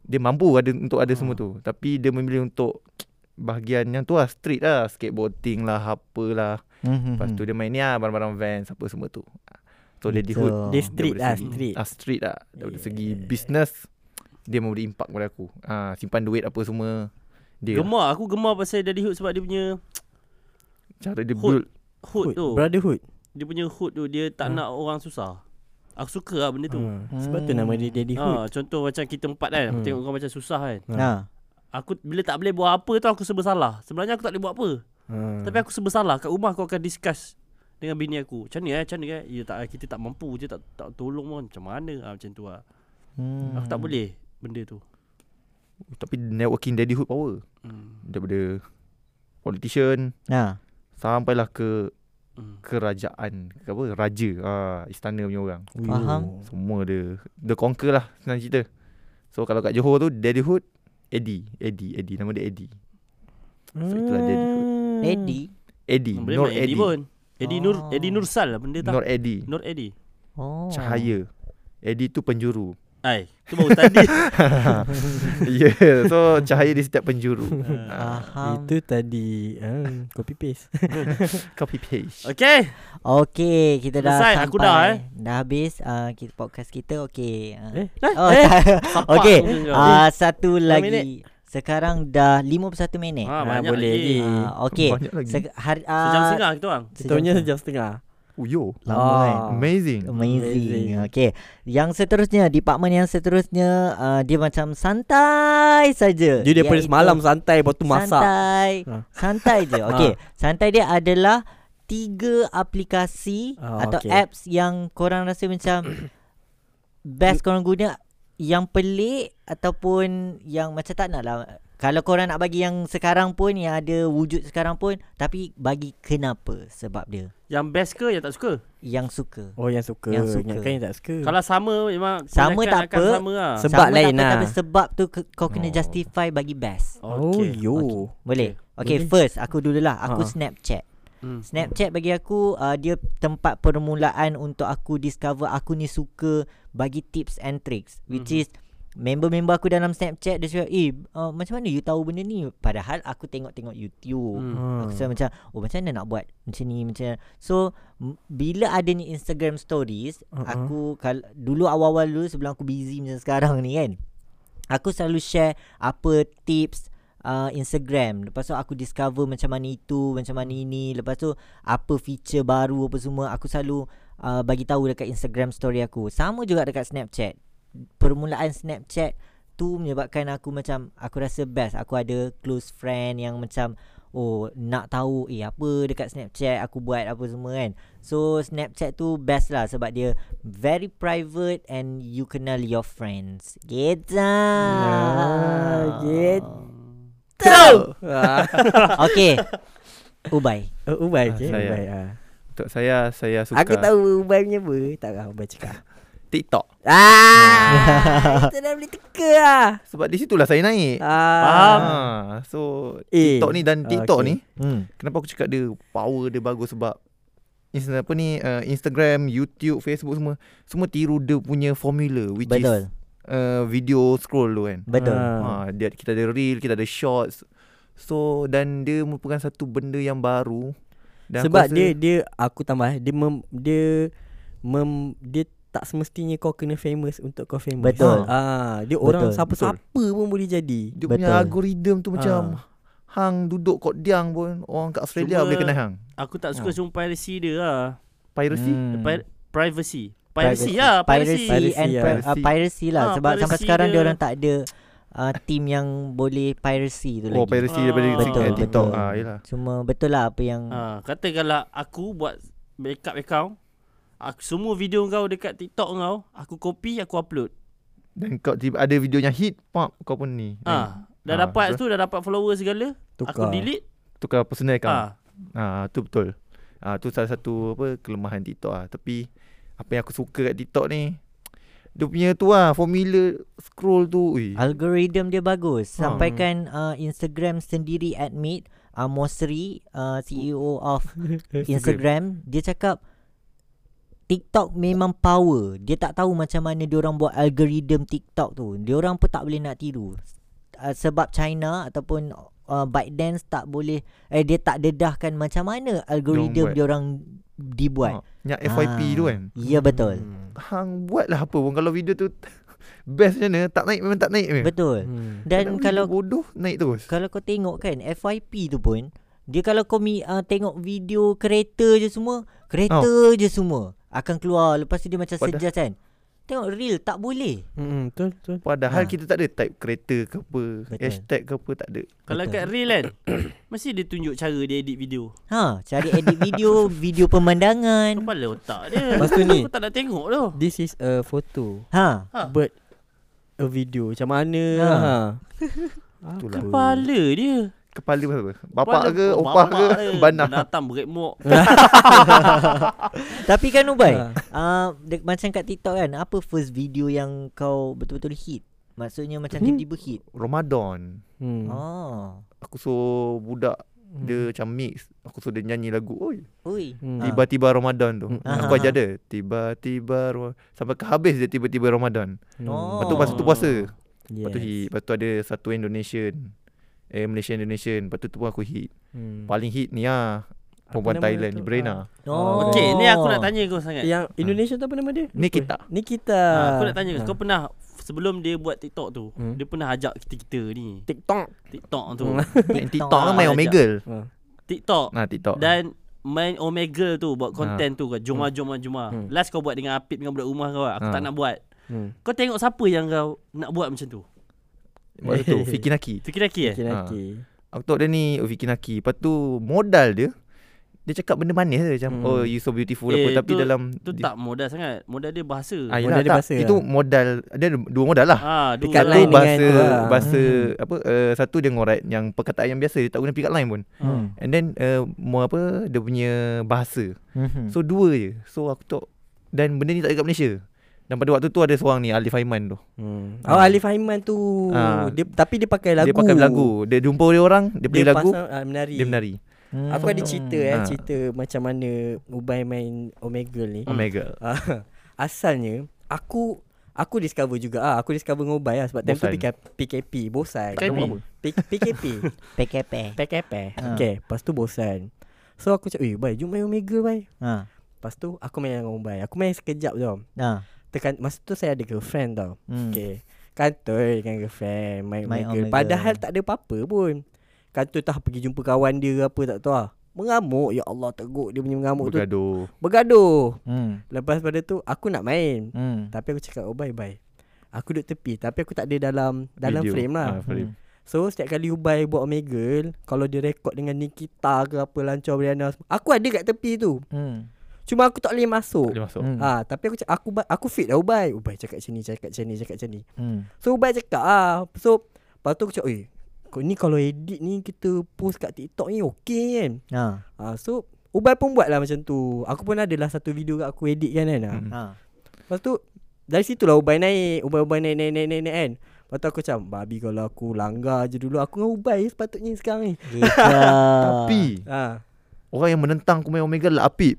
Speaker 4: Dia mampu ada untuk ada semua
Speaker 3: Ah.
Speaker 4: tu Tapi dia memilih untuk Bahagian yang tu lah Street lah Skateboarding lah Apalah
Speaker 2: Mhm.
Speaker 4: Lepas tu dia main ni lah Barang-barang Vans Apa semua tu Ah, So
Speaker 2: Gitu.
Speaker 4: dia hood
Speaker 1: Dia street
Speaker 4: daripada
Speaker 1: lah
Speaker 4: segi-
Speaker 1: street.
Speaker 4: ah, Street lah Daripada segi business Dia memberi impak pada aku ah, Simpan duit apa semua Dia lah.
Speaker 3: Gemar. Aku gemar pasal Daddy Hood sebab dia punya
Speaker 4: Cara dia
Speaker 3: Hood.
Speaker 4: build
Speaker 3: hood, tu.
Speaker 1: Brotherhood.
Speaker 3: Dia punya hood tu dia tak
Speaker 1: Ha.
Speaker 4: Hmm.
Speaker 3: nak orang susah. Aku suka lah benda tu.
Speaker 1: Ha. Sebab tu nama dia Daddy Hood.
Speaker 3: Ha, contoh macam kita empat kan Aku
Speaker 1: Hmm.
Speaker 3: tengok kau macam susah kan
Speaker 2: Ha.
Speaker 3: Aku bila tak boleh buat apa tu Aku serba salah Sebenarnya aku tak boleh buat apa
Speaker 1: Ha.
Speaker 3: Tapi aku serba salah Kat rumah aku akan discuss Dengan bini aku Macam ni eh Macam ni eh ya, tak, Kita tak mampu je Tak tak tolong pun Macam mana ha, Macam tu lah
Speaker 2: Hmm.
Speaker 3: Aku tak boleh Benda tu
Speaker 4: Tapi networking daddy hood power
Speaker 3: hmm.
Speaker 4: Daripada Politician
Speaker 2: Ha.
Speaker 4: Sampailah ke
Speaker 3: Hmm.
Speaker 4: Kerajaan ke apa Raja ah, Istana punya orang
Speaker 2: Faham.
Speaker 4: Semua dia Dia conquer lah Senang cerita So kalau kat Johor tu Daddy hood Eddie Eddie Eddie Nama dia Eddie
Speaker 1: Ah.
Speaker 4: So itulah Daddy Hood
Speaker 2: Eddie.
Speaker 4: Eddie
Speaker 3: Boleh
Speaker 4: Nur
Speaker 3: buat Eddie
Speaker 4: Eddie
Speaker 3: pun Eddie Nur
Speaker 2: Oh.
Speaker 3: Eddie Nursal lah benda tak
Speaker 4: Nur Eddie
Speaker 3: Nur Eddie
Speaker 2: Oh.
Speaker 4: cahaya. Eddie tu penjuru. [laughs]
Speaker 3: Ai Tu baru tadi
Speaker 4: ya, yeah, so cahaya di setiap penjuru. Ah,
Speaker 2: Faham.
Speaker 1: Itu tadi ah, Copy paste
Speaker 4: Copy paste.
Speaker 3: Okay
Speaker 2: Okey, kita dah
Speaker 3: Selesai,
Speaker 2: sampai.
Speaker 3: aku dah, eh.
Speaker 2: Dah habis uh, kita podcast kita. Okey.
Speaker 1: Eh,
Speaker 2: Uh. Oh, [laughs] eh. Okey.
Speaker 3: Nampak
Speaker 2: Uh, satu lagi.
Speaker 3: minit?
Speaker 2: Sekarang dah 51 minit.
Speaker 3: Ah,
Speaker 1: Ah,
Speaker 3: banyak
Speaker 1: Boleh
Speaker 3: lagi.
Speaker 1: lagi
Speaker 2: Uh, okey.
Speaker 4: Banyak lagi.
Speaker 2: Se- hari, uh,
Speaker 3: Sejam setengah kita orang
Speaker 1: Kita punya sejam setengah
Speaker 4: oh, yo.
Speaker 2: Lama kan?
Speaker 1: Ah.
Speaker 4: Amazing.
Speaker 2: Amazing.
Speaker 1: Amazing.
Speaker 2: Okay. Yang seterusnya, department yang seterusnya, uh, dia macam santai saja.
Speaker 1: Dia daripada
Speaker 2: Iaitu
Speaker 1: semalam santai Lepas tu masak
Speaker 2: Santai.
Speaker 1: Ha.
Speaker 2: [laughs] Santai je. Okey. Santai dia adalah tiga aplikasi
Speaker 1: Oh,
Speaker 2: atau
Speaker 1: okey.
Speaker 2: apps yang korang rasa
Speaker 1: [coughs]
Speaker 2: macam best korang guna yang pelik ataupun yang macam tak nak lah. Kalau korang nak bagi yang sekarang pun yang ada wujud sekarang pun tapi bagi kenapa sebab dia
Speaker 3: Yang best ke Yang tak suka
Speaker 2: yang suka.
Speaker 1: Oh yang suka
Speaker 2: Yang suka.
Speaker 1: Ingatkan yang tak suka
Speaker 3: Kalau sama memang
Speaker 2: Sama
Speaker 3: kebanyakan
Speaker 2: tak
Speaker 3: akan
Speaker 2: apa.
Speaker 3: Sama lah
Speaker 1: Sebab lain
Speaker 2: tak apa,
Speaker 1: lah.
Speaker 2: tapi sebab tu ke- kau kena
Speaker 4: Oh.
Speaker 2: justify bagi best.
Speaker 1: Oh
Speaker 3: Okay
Speaker 1: yo
Speaker 2: Okey,
Speaker 1: Boleh.
Speaker 2: Boleh. Okay, first aku dululah. Aku
Speaker 1: Ha.
Speaker 2: Snapchat.
Speaker 3: Hmm.
Speaker 2: Snapchat bagi aku uh, dia tempat permulaan untuk aku discover aku ni suka bagi tips and tricks which
Speaker 3: Mhm.
Speaker 2: mm-hmm. is member-member aku dalam Snapchat dia cakap eh uh, macam mana you tahu benda ni padahal aku tengok-tengok YouTube. Mm.
Speaker 3: Hmm.
Speaker 2: Aku rasa macam oh macam mana nak buat macam ni macam so m- bila ada ni Instagram stories
Speaker 3: Hmm.
Speaker 1: Mm-mm.
Speaker 2: aku kal- dulu awal-awal dulu sebelum aku busy macam sekarang ni kan aku selalu share apa tips uh, Instagram lepas tu aku discover macam mana itu macam mana ini lepas tu apa feature baru apa semua aku selalu uh, bagi tahu dekat Instagram story aku sama juga dekat Snapchat permulaan Snapchat tu menyebabkan aku macam aku rasa best aku ada close friend yang macam oh nak tahu eh apa dekat Snapchat aku buat apa semua kan so Snapchat tu best lah sebab dia very private and you kenal your friends gitu
Speaker 1: Ah,
Speaker 2: okay Ubay
Speaker 1: Oh Ubay je
Speaker 4: saya.
Speaker 1: Ubay ah.
Speaker 4: Untuk saya saya suka
Speaker 1: Aku tahu Ubay punya apa Tak tahu Ubay cakap
Speaker 4: TikTok.
Speaker 1: Ah, Itu dah boleh teka lah
Speaker 4: Sebab di situlah saya naik.
Speaker 1: ah.
Speaker 3: Faham.
Speaker 4: Ah, so
Speaker 1: Eh.
Speaker 4: TikTok ni dan TikTok
Speaker 1: Okay.
Speaker 4: ni
Speaker 2: Ah, hmm.
Speaker 4: kenapa aku cakap dia power dia bagus sebab Insta apa ni uh, Instagram, YouTube, Facebook semua semua tiru dia punya formula which is
Speaker 2: Betul
Speaker 4: uh, video scroll tu kan.
Speaker 2: Betul
Speaker 1: Ah.
Speaker 4: Ha, dia, kita ada reel, kita ada shorts. So dan dia merupakan satu benda yang baru. Dan aku
Speaker 1: Sebab
Speaker 4: rasa-
Speaker 1: dia dia aku tambah dia mem, dia mem, dia tak semestinya kau kena famous untuk kau famous.
Speaker 2: Betul.
Speaker 1: Ah, dia orang
Speaker 2: Betul.
Speaker 1: siapa-siapa pun boleh jadi.
Speaker 4: Dia punya
Speaker 2: Betul. Ah.
Speaker 4: algorithm tu macam hang duduk kot diang pun orang kat Australia
Speaker 3: Cuma-
Speaker 4: boleh kenal hang.
Speaker 3: Aku tak suka oh. piracy dia lah.
Speaker 4: Piracy?
Speaker 2: Hmm.
Speaker 3: Pri- privacy. Piracy lah,
Speaker 2: piracy,
Speaker 3: piracy.
Speaker 2: piracy and
Speaker 1: Piracy,
Speaker 2: piracy,
Speaker 4: ya.
Speaker 2: uh, piracy lah
Speaker 3: Ah,
Speaker 2: sebab
Speaker 3: piracy
Speaker 2: sampai sekarang dia
Speaker 3: dia-
Speaker 2: orang tak ada uh, team yang boleh piracy tu
Speaker 4: Oh,
Speaker 2: lagi.
Speaker 4: piracy daripada
Speaker 3: Ah.
Speaker 4: Betul.
Speaker 2: Betul,
Speaker 4: TikTok.
Speaker 2: betul.
Speaker 4: Ah, yalah.
Speaker 2: Cuma betul lah apa yang uh,
Speaker 3: Ha, kata kalau aku buat backup account, aku semua video kau dekat TikTok kau, aku copy, aku upload.
Speaker 4: Dan kau tiba ada video yang hit, pop kau pun ni. Ha.
Speaker 3: Ha, dah
Speaker 4: Ah,
Speaker 3: dapat
Speaker 4: betul.
Speaker 3: tu, dah dapat follower segala,
Speaker 1: Tukar.
Speaker 3: aku delete.
Speaker 4: Tukar personal account.
Speaker 3: Ha,
Speaker 4: Ah tu betul. Ah tu salah satu apa kelemahan TikTok ah. Tapi apa yang aku suka kat TikTok ni dia punya tu ah formula scroll tu. Ui.
Speaker 2: algorithm dia bagus. Sampaikan uh, Instagram sendiri admit uh, Mosri uh, CEO of Instagram dia cakap TikTok memang power. Dia tak tahu macam mana dia orang buat algorithm TikTok tu. Dia orang pun tak boleh nak tiru. Uh, sebab China ataupun uh, ByteDance tak boleh eh dia tak dedahkan macam mana algorithm
Speaker 4: buat.
Speaker 2: dia orang dibuat.
Speaker 4: Ah, yang FYP
Speaker 2: Ah,
Speaker 4: tu kan.
Speaker 2: Ya betul.
Speaker 1: Hmm.
Speaker 4: Hang buat lah apa pun kalau video tu [laughs] best macam mana tak naik memang tak naik memang.
Speaker 2: Betul.
Speaker 1: Hmm.
Speaker 2: Dan kalau
Speaker 4: bodoh naik terus.
Speaker 2: Kalau kau tengok kan FYP tu pun Dia kalau kau mi, uh, tengok video kereta je semua Kereta oh. je semua Akan keluar Lepas tu dia macam
Speaker 4: Wadah.
Speaker 2: sejas kan Tengok real tak boleh
Speaker 1: Hmm, betul betul.
Speaker 4: Padahal
Speaker 2: Ah.
Speaker 4: kita tak ada type kereta ke apa,
Speaker 2: Betul.
Speaker 4: hashtag ke apa tak ada.
Speaker 3: kalau
Speaker 2: Betul.
Speaker 3: kat real kan, [coughs] mesti dia tunjuk cara dia edit video.
Speaker 2: Ha cari edit video [laughs] Video pemandangan
Speaker 3: Kepala otak dia.
Speaker 1: Lepas tu ni.
Speaker 3: Aku tak nak tengok tu.
Speaker 1: This is a photo
Speaker 2: Ha
Speaker 3: Ha.
Speaker 1: but a video. Macam mana?
Speaker 2: Ha.
Speaker 1: Ha.
Speaker 4: Itulah.
Speaker 3: Kepala dia.
Speaker 4: Kepala pasal apa? Bapak ke,
Speaker 3: Kepala- Oh,
Speaker 4: opah ke,
Speaker 3: bapak eh. dia.
Speaker 4: banah.
Speaker 3: Datang break mok.
Speaker 2: Tapi kan Ubai
Speaker 1: Ha.
Speaker 2: uh, de- Macam kat TikTok kan Apa first video yang kau Betul-betul hit Maksudnya macam
Speaker 1: Hmm.
Speaker 2: tiba-tiba hit
Speaker 4: Ramadan.
Speaker 1: Hmm.
Speaker 2: Oh
Speaker 4: Aku suruh budak dia macam mix. Aku suruh dia nyanyi lagu. Oi,
Speaker 2: Ui
Speaker 1: Hmm.
Speaker 2: Ah.
Speaker 4: Tiba-tiba Ramadan tu
Speaker 1: Mm.
Speaker 2: Ah.
Speaker 4: Aku ajar dia Tiba-tiba Ra- Sampai ke habis dia tiba-tiba Ramadan
Speaker 2: Oh.
Speaker 4: Lepas tu masa tu puasa Lepas tu
Speaker 1: Yes.
Speaker 4: hit Lepas tu ada satu Indonesian Eh Malaysia Indonesian Lepas tu tu pun aku hit
Speaker 1: Hmm.
Speaker 4: Paling hit ni lah Perempuan
Speaker 1: nama
Speaker 4: Thailand
Speaker 1: tu?
Speaker 4: Brena
Speaker 1: Ah.
Speaker 2: Oh.
Speaker 3: Okey, ni aku nak
Speaker 2: [laughs]
Speaker 3: tanya kau sangat.
Speaker 1: Yang Indonesia tu apa nama dia?
Speaker 4: Ni kita
Speaker 1: Ni kita.
Speaker 3: Ha, aku nak tanya kau, kau pernah sebelum dia buat TikTok tu,
Speaker 1: Hmm.
Speaker 3: dia pernah ajak kita-kita ni
Speaker 1: TikTok.
Speaker 3: TikTok tu.
Speaker 4: TikTok kan main
Speaker 3: Ah,
Speaker 4: Omegle
Speaker 3: [laughs] TikTok
Speaker 4: Nah TikTok
Speaker 3: dan main Omega tu buat konten tu kan. kau Juma Juma Juma.
Speaker 1: Hmm.
Speaker 3: Last kau buat dengan Apip dengan budak rumah kau. lah. Aku
Speaker 4: Ha.
Speaker 3: tak nak buat.
Speaker 1: Hmm.
Speaker 3: Kau tengok siapa yang kau nak buat macam tu?
Speaker 4: Lepas [laughs]
Speaker 1: [laughs]
Speaker 4: tu Ha. Fikir Naki
Speaker 3: Fikir lelaki eh?
Speaker 1: Laki-laki.
Speaker 4: Aku tengok dia ni oh, Fikir Naki Lepas tu modal dia Dia cakap benda manis dia Macam
Speaker 1: Hmm.
Speaker 4: oh you so beautiful
Speaker 3: Eh,
Speaker 4: apa Tapi
Speaker 3: tu-
Speaker 4: dalam
Speaker 3: Tu tak modal sangat. Modal dia bahasa.
Speaker 1: Modal
Speaker 4: Ah, yelah,
Speaker 1: dia
Speaker 4: tak.
Speaker 1: bahasa
Speaker 4: Itu
Speaker 1: lah.
Speaker 4: modal Dia ada dua modal lah
Speaker 3: Ah, dua
Speaker 1: Dekat
Speaker 4: Pick
Speaker 3: orang.
Speaker 4: line
Speaker 1: line dengan
Speaker 4: bahasa
Speaker 1: tu lah.
Speaker 4: bahasa
Speaker 2: Hmm.
Speaker 4: apa uh, satu dia ngorat yang perkataan yang biasa dia tak guna pick up line pun.
Speaker 2: Hmm.
Speaker 4: And then uh, mau apa dia punya bahasa.
Speaker 1: Hmm.
Speaker 2: Mhm.
Speaker 4: So dua je. So aku tak dan benda ni tak ada kat Malaysia. Dan pada waktu tu ada seorang ni Alif Aiman tu.
Speaker 1: Hmm. Oh Alif Haiman tu.
Speaker 4: Ah.
Speaker 1: Dia tapi dia pakai lagu.
Speaker 4: Ha. Dia pakai lagu. Dia jumpa dia orang, dia play
Speaker 1: dia
Speaker 4: lagu,
Speaker 1: pasang, ah, menari.
Speaker 4: dia menari.
Speaker 2: Hmm.
Speaker 1: Aku ada cerita eh,
Speaker 4: Ah.
Speaker 1: cerita macam mana Ubay main Omegle ni.
Speaker 4: Oh my god.
Speaker 1: Ah, [laughs] Asalnya aku aku discover juga ah aku discover dengan Ubay lah sebab time tu
Speaker 4: Bosan.
Speaker 1: PK, PKP bosan.
Speaker 3: Tak ada apa.
Speaker 1: P-
Speaker 2: [laughs]
Speaker 1: PKP.
Speaker 2: Pekepe
Speaker 1: PKP.
Speaker 2: Ah.
Speaker 1: Okay, lepas tu bosan. So aku cakap, "Eh, Ubay, jom main Omegle, Ubay."
Speaker 2: Ha
Speaker 1: Lepas tu aku main dengan Ubay. Aku main sekejap tau.
Speaker 2: Ha
Speaker 1: Tekan masa tu saya ada girlfriend tau.
Speaker 2: Hmm.
Speaker 1: Okay Kantoi dengan girlfriend Main
Speaker 2: Main
Speaker 1: Omegle
Speaker 2: Omegle.
Speaker 1: Padahal tak ada apa-apa pun Kantoi tak pergi jumpa kawan dia ke apa tak tahu lah Mengamuk Ya Allah teruk dia punya mengamuk tu
Speaker 4: Bergaduh.
Speaker 1: Bergaduh
Speaker 2: Hmm
Speaker 1: Lepas pada tu Aku nak main
Speaker 2: Hmm
Speaker 1: Tapi aku cakap Oh bye bye Aku duduk tepi Tapi aku tak ada dalam Dalam
Speaker 4: Video.
Speaker 1: frame lah
Speaker 4: Ah, frame.
Speaker 1: So setiap kali Ubay buat Omegle Kalau dia rekod dengan Nikita ke apa Lancar Brianna semua, Aku ada kat tepi tu
Speaker 2: Hmm.
Speaker 1: Cuma aku tak boleh
Speaker 4: Tak
Speaker 1: masuk
Speaker 4: boleh masuk.
Speaker 2: Hmm.
Speaker 1: Ah, ha, tapi aku cak- aku ba- aku fit lah Ubay. Ubay cakap macam ni, cakap macam ni, cakap macam ni.
Speaker 2: Hmm.
Speaker 1: So Ubay cakap ah. So lepas tu aku cakap, "Eh, kau ni kalau edit ni kita post kat TikTok ni okey kan?"
Speaker 2: Ha.
Speaker 1: Ah, so Ubay pun buat lah macam tu. Aku pun adalah satu video kat aku edit kan kan. ah.
Speaker 4: Hmm.
Speaker 2: Ha. [laughs]
Speaker 1: Lepas tu dari situ lah Ubay naik, Ubay-ubay naik, naik, naik, naik, naik kan. Lepas tu aku macam Babi kalau aku langgar je dulu Aku dengan Ubay sepatutnya sekarang ni
Speaker 2: Kita.
Speaker 4: Tapi
Speaker 1: ha.
Speaker 4: orang yang menentang aku main Omega lah Apip.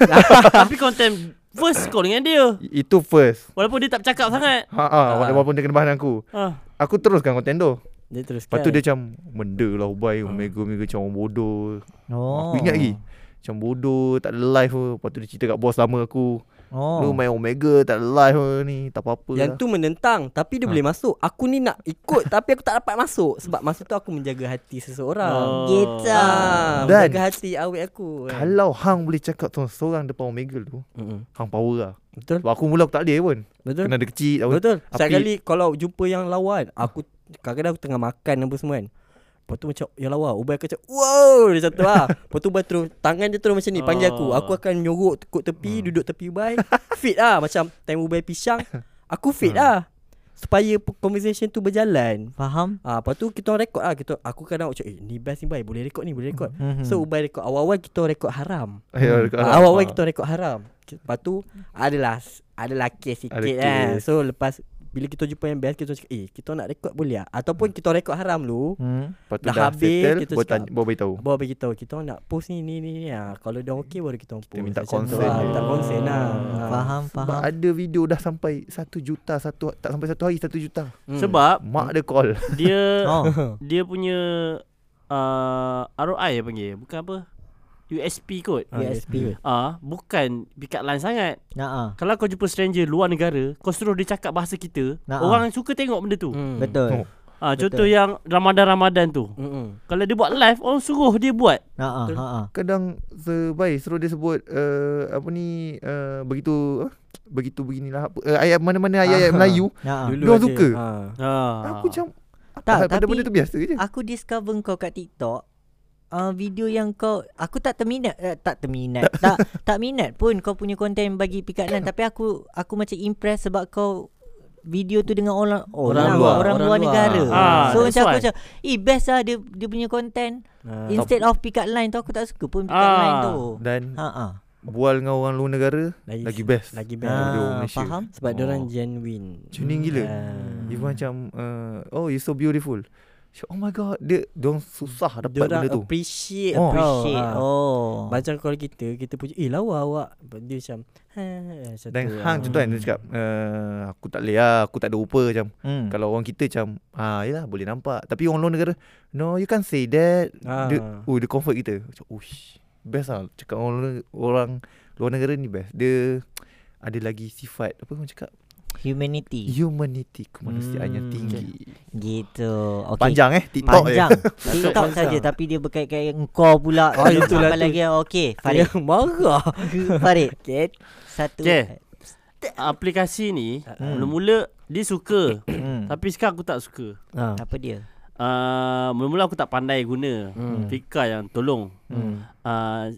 Speaker 3: Tapi konten first kau dengan dia.
Speaker 4: I- Itu first.
Speaker 3: Walaupun dia tak bercakap sangat.
Speaker 4: Ha ah, walaupun dia kena bahan aku.
Speaker 3: Ah,
Speaker 4: Aku teruskan konten tu.
Speaker 1: Dia teruskan
Speaker 4: Lepas tu dia macam Benda lah
Speaker 2: Ah.
Speaker 4: Ubay Omega-omega macam orang bodoh
Speaker 2: Oh.
Speaker 4: Aku ingat lagi Macam bodoh Tak ada live pun Lepas tu dia cerita kat bos lama aku
Speaker 2: Oh.
Speaker 4: Lu main Omega tak ada live pun ni Tak apa-apa
Speaker 1: Yang
Speaker 4: lah. Ha.
Speaker 1: tu menentang Tapi dia boleh masuk Aku ni nak ikut [laughs] Tapi aku tak dapat masuk Sebab masa tu aku menjaga hati seseorang
Speaker 3: Oh.
Speaker 2: Gitu.
Speaker 1: ah,
Speaker 4: Dan-
Speaker 1: Menjaga hati awet aku kan.
Speaker 4: Kalau Hang boleh cakap tu seorang depan Omega tu
Speaker 1: Mm-mm.
Speaker 4: Hang power lah
Speaker 1: Betul
Speaker 4: Sebab aku mula aku tak boleh pun
Speaker 1: Betul
Speaker 4: Kena ada kecil tak boleh.
Speaker 1: Betul Setiap
Speaker 4: api-
Speaker 1: kali Kalau jumpa yang lawan Aku Kadang-kadang aku tengah makan Apa semua kan Lepas tu macam Yang lawa Ubay aku macam Wow Dia satu lah Lepas tu Ubay terus Tangan dia terus macam ni Panggil aku
Speaker 3: Oh.
Speaker 4: Ah.
Speaker 1: Aku akan nyorok Tekuk
Speaker 4: Hmm.
Speaker 1: tepi Duduk tepi Ubay Fit lah Macam time Ubay pisang Aku fit
Speaker 4: Hmm.
Speaker 1: lah Supaya p- conversation tu berjalan
Speaker 2: Faham?
Speaker 1: Ah, lepas tu kita orang rekod lah kita, Aku kadang macam Eh ni best ni Ubay Boleh rekod ni Boleh rekod
Speaker 2: Mhm.
Speaker 4: Hmm.
Speaker 1: So Ubay rekod Awal-awal kita orang rekod haram
Speaker 4: Ya, dekat
Speaker 1: Ah,
Speaker 4: Arab.
Speaker 1: Awal-awal
Speaker 4: Ah.
Speaker 1: kita rekod haram Lepas tu Adalah Adalah kes sikit
Speaker 4: Ada
Speaker 1: kan
Speaker 4: kes.
Speaker 1: So lepas Bila kita jumpa yang best Kita cakap Eh kita nak rekod boleh lah Ataupun kita rekod haram dulu
Speaker 2: Hmm.
Speaker 4: Lepas tu
Speaker 1: dah
Speaker 4: dah,
Speaker 1: habis,
Speaker 4: settle
Speaker 1: kita
Speaker 4: Baru
Speaker 1: cakap.
Speaker 4: tanya Baru beritahu
Speaker 1: Bawa bagi tahu Kita orang nak post ni ni ni, ni lah. Kalau dia okey baru kita orang post Macam
Speaker 4: minta
Speaker 1: tu
Speaker 4: consent
Speaker 1: lah,
Speaker 4: dia.
Speaker 1: Minta consent lah ha.
Speaker 2: Ah, Faham,
Speaker 4: Sebab
Speaker 2: faham.
Speaker 4: ada video dah sampai 1 juta satu Tak sampai satu hari 1 juta
Speaker 1: Hmm.
Speaker 3: Sebab
Speaker 4: Mak dia call
Speaker 3: dia
Speaker 2: Oh.
Speaker 3: [laughs] dia punya uh, ROI dia panggil bukan apa USP kot
Speaker 1: Ah, USP kot.
Speaker 3: ah uh, bukan pick up line sangat
Speaker 2: Nak ah.
Speaker 3: kalau kau jumpa stranger luar negara kau suruh dia cakap bahasa kita
Speaker 2: Nah, ah.
Speaker 3: orang suka tengok benda tu
Speaker 1: Hmm.
Speaker 2: Betul.
Speaker 4: Oh.
Speaker 3: ah
Speaker 2: betul.
Speaker 3: contoh yang Ramadan-Ramadan tu
Speaker 1: Mm-mm.
Speaker 3: kalau dia buat live orang suruh dia buat
Speaker 2: Nak ah. Ha ah.
Speaker 4: Kadang Sebaik Suruh dia sebut uh, Apa ni uh, Begitu ah, Begitu beginilah apa, uh, Ayat mana-mana
Speaker 1: Ah.
Speaker 4: Ayat-ayat Melayu
Speaker 2: Nak ah.
Speaker 1: Dulu
Speaker 4: Dia orang
Speaker 1: ada.
Speaker 4: suka.
Speaker 1: ha.
Speaker 3: ah
Speaker 4: Aku macam
Speaker 2: Tak,
Speaker 4: Tak Pada
Speaker 2: tapi-
Speaker 4: benda tu biasa je
Speaker 2: Aku discover kau kat TikTok Uh, video yang kau aku tak terminat uh, tak terminat tak tak minat pun kau punya konten bagi pick up line tapi aku aku macam impress sebab kau video tu dengan orang oh,
Speaker 1: Orang
Speaker 2: lah,
Speaker 4: luar,
Speaker 2: orang,
Speaker 1: orang
Speaker 2: luar
Speaker 1: luar.
Speaker 2: negara
Speaker 3: Ah,
Speaker 2: so
Speaker 3: that's
Speaker 2: macam aku
Speaker 3: why.
Speaker 2: macam eh best lah dia dia punya konten
Speaker 1: Ah.
Speaker 2: instead of pick up line tu aku tak suka pun pick up
Speaker 3: Ah.
Speaker 2: line tu
Speaker 4: Dan
Speaker 2: ha ah
Speaker 4: Bual dengan orang luar negara
Speaker 1: Lagi,
Speaker 4: Lagi best
Speaker 1: Lagi best
Speaker 4: Daripada
Speaker 2: Ah,
Speaker 4: orang Malaysia.
Speaker 2: faham?
Speaker 1: Sebab
Speaker 4: Oh.
Speaker 1: dia orang genuine
Speaker 4: Tuning gila
Speaker 1: Ah.
Speaker 4: Even macam uh, Oh you so beautiful Macam, Oh my god Dia Diorang susah dapat
Speaker 1: Dia orang
Speaker 4: benda tu
Speaker 1: appreciate
Speaker 4: Oh.
Speaker 2: appreciate
Speaker 1: Ah.
Speaker 2: oh
Speaker 1: Macam kalau kita Kita puji Eh lawa awak Dia macam "Ha," macam
Speaker 4: Dan
Speaker 1: tu
Speaker 4: hang
Speaker 1: lah.
Speaker 4: contoh kan Dia cakap uh, Aku tak boleh lah Aku tak ada rupa macam
Speaker 2: Hmm.
Speaker 4: Kalau orang kita macam ah, Yelah boleh nampak Tapi orang luar negara No you can't say that
Speaker 1: Ah.
Speaker 4: dia, Oh dia comfort kita Macam uish Best lah Cakap orang luar, orang luar negara ni best Dia Ada lagi sifat Apa orang cakap
Speaker 2: humanity
Speaker 4: Humanity Kemanusiaan
Speaker 3: Hmm.
Speaker 4: yang tinggi
Speaker 2: gitu okay
Speaker 4: Panjang eh TikTok
Speaker 2: Panjang
Speaker 1: [laughs]
Speaker 4: [laughs] je
Speaker 2: TikTok saja Tapi dia berkait-kait Engkau pula
Speaker 1: Ah, itulah
Speaker 2: Apa
Speaker 1: tu.
Speaker 2: lagi yang Okay Farid
Speaker 1: Yang [laughs] marah
Speaker 2: [laughs] Farid Satu
Speaker 3: Okay. aplikasi ni
Speaker 2: Hmm.
Speaker 3: mula-mula dia suka [coughs]
Speaker 2: Hmm.
Speaker 3: tapi sekarang aku tak suka
Speaker 1: ha.
Speaker 2: Apa dia
Speaker 3: ah mula-mula aku tak pandai guna
Speaker 1: Hmm.
Speaker 3: Fika yang tolong
Speaker 4: Hmm.
Speaker 3: ah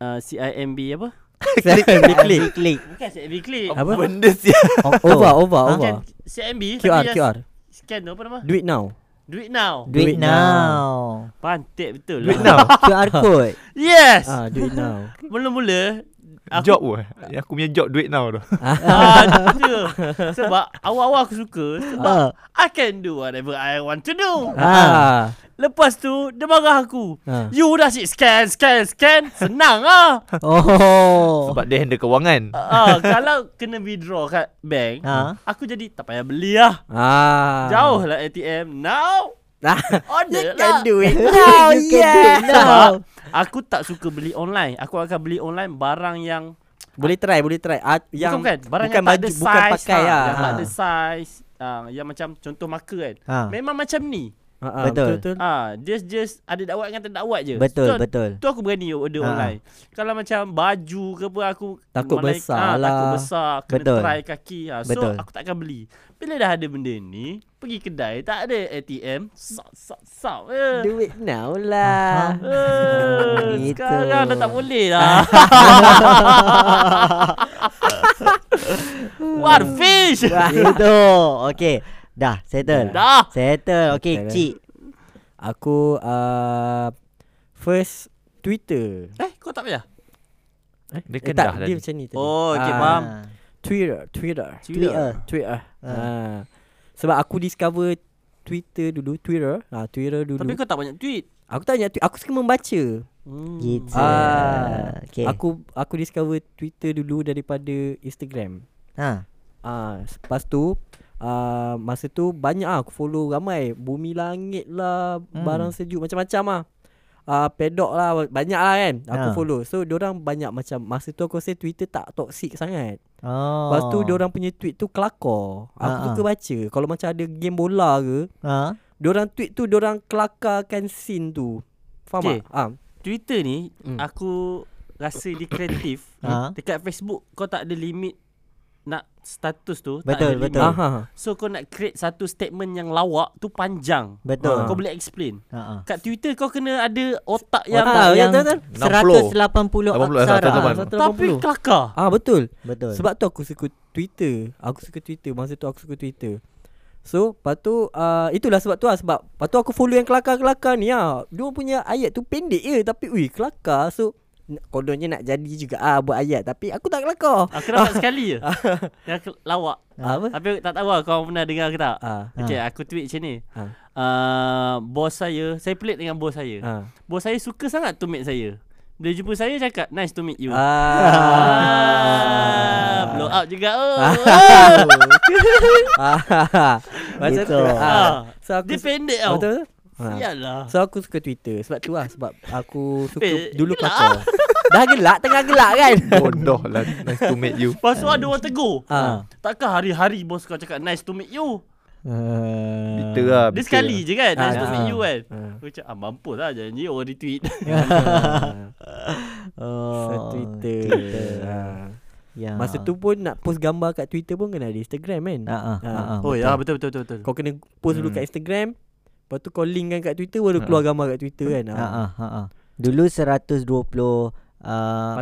Speaker 3: uh, CIMB apa
Speaker 1: [laughs] Klik
Speaker 2: Ah, Klik
Speaker 3: bukan CIMB klik
Speaker 1: Apa?
Speaker 4: Benda siap
Speaker 1: Lah. Over over
Speaker 2: Ha?
Speaker 1: over
Speaker 3: Scan CMB
Speaker 1: QR
Speaker 3: tapi just
Speaker 1: QR
Speaker 3: Scan tu apa nama
Speaker 1: Do it now
Speaker 3: Do it now
Speaker 1: Do it
Speaker 2: Duit now
Speaker 3: Pantik betul
Speaker 4: Do it
Speaker 3: lah
Speaker 4: now
Speaker 1: [laughs]
Speaker 2: QR code
Speaker 3: Yes
Speaker 1: Ah, Do it now
Speaker 3: Mula-mula aku,
Speaker 4: Job pun Aku punya job duit now
Speaker 3: [laughs]
Speaker 4: tu
Speaker 3: ah, tu. Sebab awal-awal aku suka Sebab
Speaker 2: Ah.
Speaker 3: I can do whatever I want to do
Speaker 1: Ah.
Speaker 3: Lepas tu Dia marah aku
Speaker 1: Ah.
Speaker 3: You dah asyik scan scan scan Senang ah
Speaker 2: Oh
Speaker 4: Sebab dia handle kewangan
Speaker 3: Ah, Kalau kena withdraw kat bank
Speaker 1: Hmm.
Speaker 2: Ah.
Speaker 3: Aku jadi tak payah beli lah
Speaker 1: Ah.
Speaker 3: Jauh lah ATM Now
Speaker 1: [laughs] Ah.
Speaker 3: Order
Speaker 1: You
Speaker 3: lah
Speaker 1: can do [laughs] it now.
Speaker 2: You can do it now.
Speaker 3: Sebab aku tak suka beli online. Aku akan beli online barang yang
Speaker 1: Boleh try, boleh try. Ah, yang
Speaker 3: yang bukan, bukan kan? barang
Speaker 1: bukan
Speaker 3: yang tak ada
Speaker 1: baju,
Speaker 3: size,
Speaker 1: bukan pakai
Speaker 3: ha,
Speaker 1: lah.
Speaker 3: yang tak
Speaker 1: Ha.
Speaker 3: ada size, ha, yang macam contoh marker kan.
Speaker 2: Ha.
Speaker 3: Memang macam ni.
Speaker 1: Ah, ah,
Speaker 2: Betul.
Speaker 1: betul.
Speaker 3: Ah, just just ada dakwat dengan tak dakwat je.
Speaker 2: Betul
Speaker 3: so,
Speaker 2: [laughs] betul
Speaker 3: Tu aku berani order
Speaker 2: Ha.
Speaker 3: online. Kalau macam baju ke apa aku
Speaker 1: Takut
Speaker 3: malai-
Speaker 1: besar
Speaker 3: ah, Takut
Speaker 1: lah.
Speaker 3: besar, kena
Speaker 2: Betul.
Speaker 3: Betul. try kaki. Ha, so
Speaker 2: Betul.
Speaker 3: aku takkan beli. Bila dah ada benda ni, pergi kedai tak ada ATM, sok sok sok. Eh.
Speaker 1: Do it now lah.
Speaker 3: Eh,
Speaker 2: Gitu.
Speaker 3: Sekarang dah tak boleh
Speaker 2: [laughs]
Speaker 3: lah Warfish
Speaker 2: Itu Okay Dah settle
Speaker 3: Dah
Speaker 2: Settle Okay
Speaker 1: Settle, eh.
Speaker 2: cik
Speaker 1: Aku ah, first Twitter.
Speaker 3: Eh kau tak payah
Speaker 4: Dia
Speaker 1: Eh,
Speaker 4: kendah
Speaker 1: tak,
Speaker 4: tadi
Speaker 1: dia macam ni tadi.
Speaker 3: Oh, okey,
Speaker 1: Ah,
Speaker 3: faham.
Speaker 1: Twitter, Twitter.
Speaker 2: Twitter
Speaker 1: Twitter.
Speaker 2: Ah.
Speaker 1: Ah. Sebab aku discover Twitter dulu, Twitter. Ah, Twitter dulu.
Speaker 3: Tapi kau tak banyak tweet
Speaker 1: Aku tak banyak tweet, aku suka membaca.
Speaker 3: Hmm.
Speaker 2: Gitu
Speaker 1: Ah,
Speaker 2: Okay
Speaker 1: Aku aku discover Twitter dulu daripada Instagram.
Speaker 2: Ha
Speaker 1: Ah, lepas tu ah masa tu banyak ah aku follow ramai bumi langit lah, barang sejuk macam-macam ah. uh, pedok lah banyak lah kan aku
Speaker 2: Ha.
Speaker 1: follow so diorang banyak macam masa tu aku rasa Twitter tak toxic sangat
Speaker 2: Oh.
Speaker 1: lepas tu diorang punya tweet tu kelakar aku
Speaker 2: Ha, ha.
Speaker 1: suka baca kalau macam ada game bola ke
Speaker 2: Ha?
Speaker 1: diorang tweet tu diorang kelakarkan scene tu faham
Speaker 3: Okay.
Speaker 1: tak ah
Speaker 3: Twitter ni
Speaker 1: Hmm.
Speaker 3: mm. aku rasa dia kreatif.
Speaker 2: Ha?
Speaker 3: Dekat Facebook kau tak ada limit nak status tu, tak
Speaker 2: Betul,
Speaker 3: ada limit.
Speaker 2: betul.
Speaker 1: ah, ha.
Speaker 3: So kau nak create satu statement yang lawak tu panjang.
Speaker 2: Betul.
Speaker 3: Kau boleh explain.
Speaker 2: Ha. ha.
Speaker 3: Kat Twitter kau kena ada otak yang
Speaker 1: Otak. ya,
Speaker 2: Yang, yang
Speaker 1: betul, betul.
Speaker 2: 180 aksara. Ha,
Speaker 4: 80, 180.
Speaker 3: tapi kelakar.
Speaker 1: ah betul
Speaker 2: Betul.
Speaker 1: Sebab tu aku suka Twitter. Aku suka Twitter. Masa tu aku suka Twitter. So, lepas tu uh, itulah sebab tu lah sebab lepas tu aku follow yang kelakar-kelakar ni ah. Dia orang punya ayat tu pendek je tapi ui kelakar. So n- kononnya nak jadi juga ah buat ayat tapi aku tak kelakar.
Speaker 3: Aku nampak
Speaker 1: [laughs]
Speaker 3: sekali je Yang ke- lawak
Speaker 1: Ah, apa?
Speaker 3: Tapi aku tak tahu lah kau pernah dengar ke tak
Speaker 1: Ah.
Speaker 3: Okay aku tweet macam ni
Speaker 1: Ah.
Speaker 3: uh, Bos saya Saya pelik dengan bos saya
Speaker 1: Ah.
Speaker 3: Bos saya suka sangat to meet saya Bila jumpa saya cakap Nice to meet you ah. Blow
Speaker 1: [laughs]
Speaker 3: up juga oh. [laughs]
Speaker 1: Ah. Macam tu.
Speaker 2: Gitu.
Speaker 1: Ah.
Speaker 3: ah.
Speaker 1: So aku
Speaker 3: Dia
Speaker 1: su-
Speaker 3: pendek tau lah.
Speaker 1: betul. Ah.
Speaker 3: Sialah
Speaker 1: So aku suka Twitter Sebab tu lah Sebab aku suka
Speaker 3: Eh,
Speaker 1: Dulu
Speaker 3: gelak.
Speaker 1: kelakar Dah gelak Tengah gelak kan
Speaker 3: [laughs]
Speaker 4: Bodoh lah Nice to meet
Speaker 1: [laughs]
Speaker 4: you
Speaker 3: Lepas tu ada orang tegur
Speaker 1: Ah.
Speaker 3: Takkan hari-hari bos kau cakap Nice to meet you
Speaker 2: Uh,
Speaker 4: Bitter
Speaker 1: [laughs]
Speaker 4: lah
Speaker 3: Dia
Speaker 4: bitter.
Speaker 3: sekali je kan Nice to
Speaker 1: Ah.
Speaker 3: meet you kan
Speaker 1: Ah.
Speaker 3: Aku cakap ah, Mampus lah janji orang retweet
Speaker 2: Oh,
Speaker 1: Pasal Twitter. Ha.
Speaker 2: Ya.
Speaker 1: Masa tu pun nak post gambar kat Twitter pun kena ada Instagram kan.
Speaker 2: Ha ah.
Speaker 1: Ha.
Speaker 2: Ha ah.
Speaker 3: Oh ya betul betul betul, betul.
Speaker 1: Kau kena post dulu
Speaker 4: Hmm.
Speaker 1: kat Instagram. Lepas tu kau linkkan kat Twitter baru keluar gambar kat Twitter kan.
Speaker 2: Ha ah. Ha ah. Dulu 120 uh,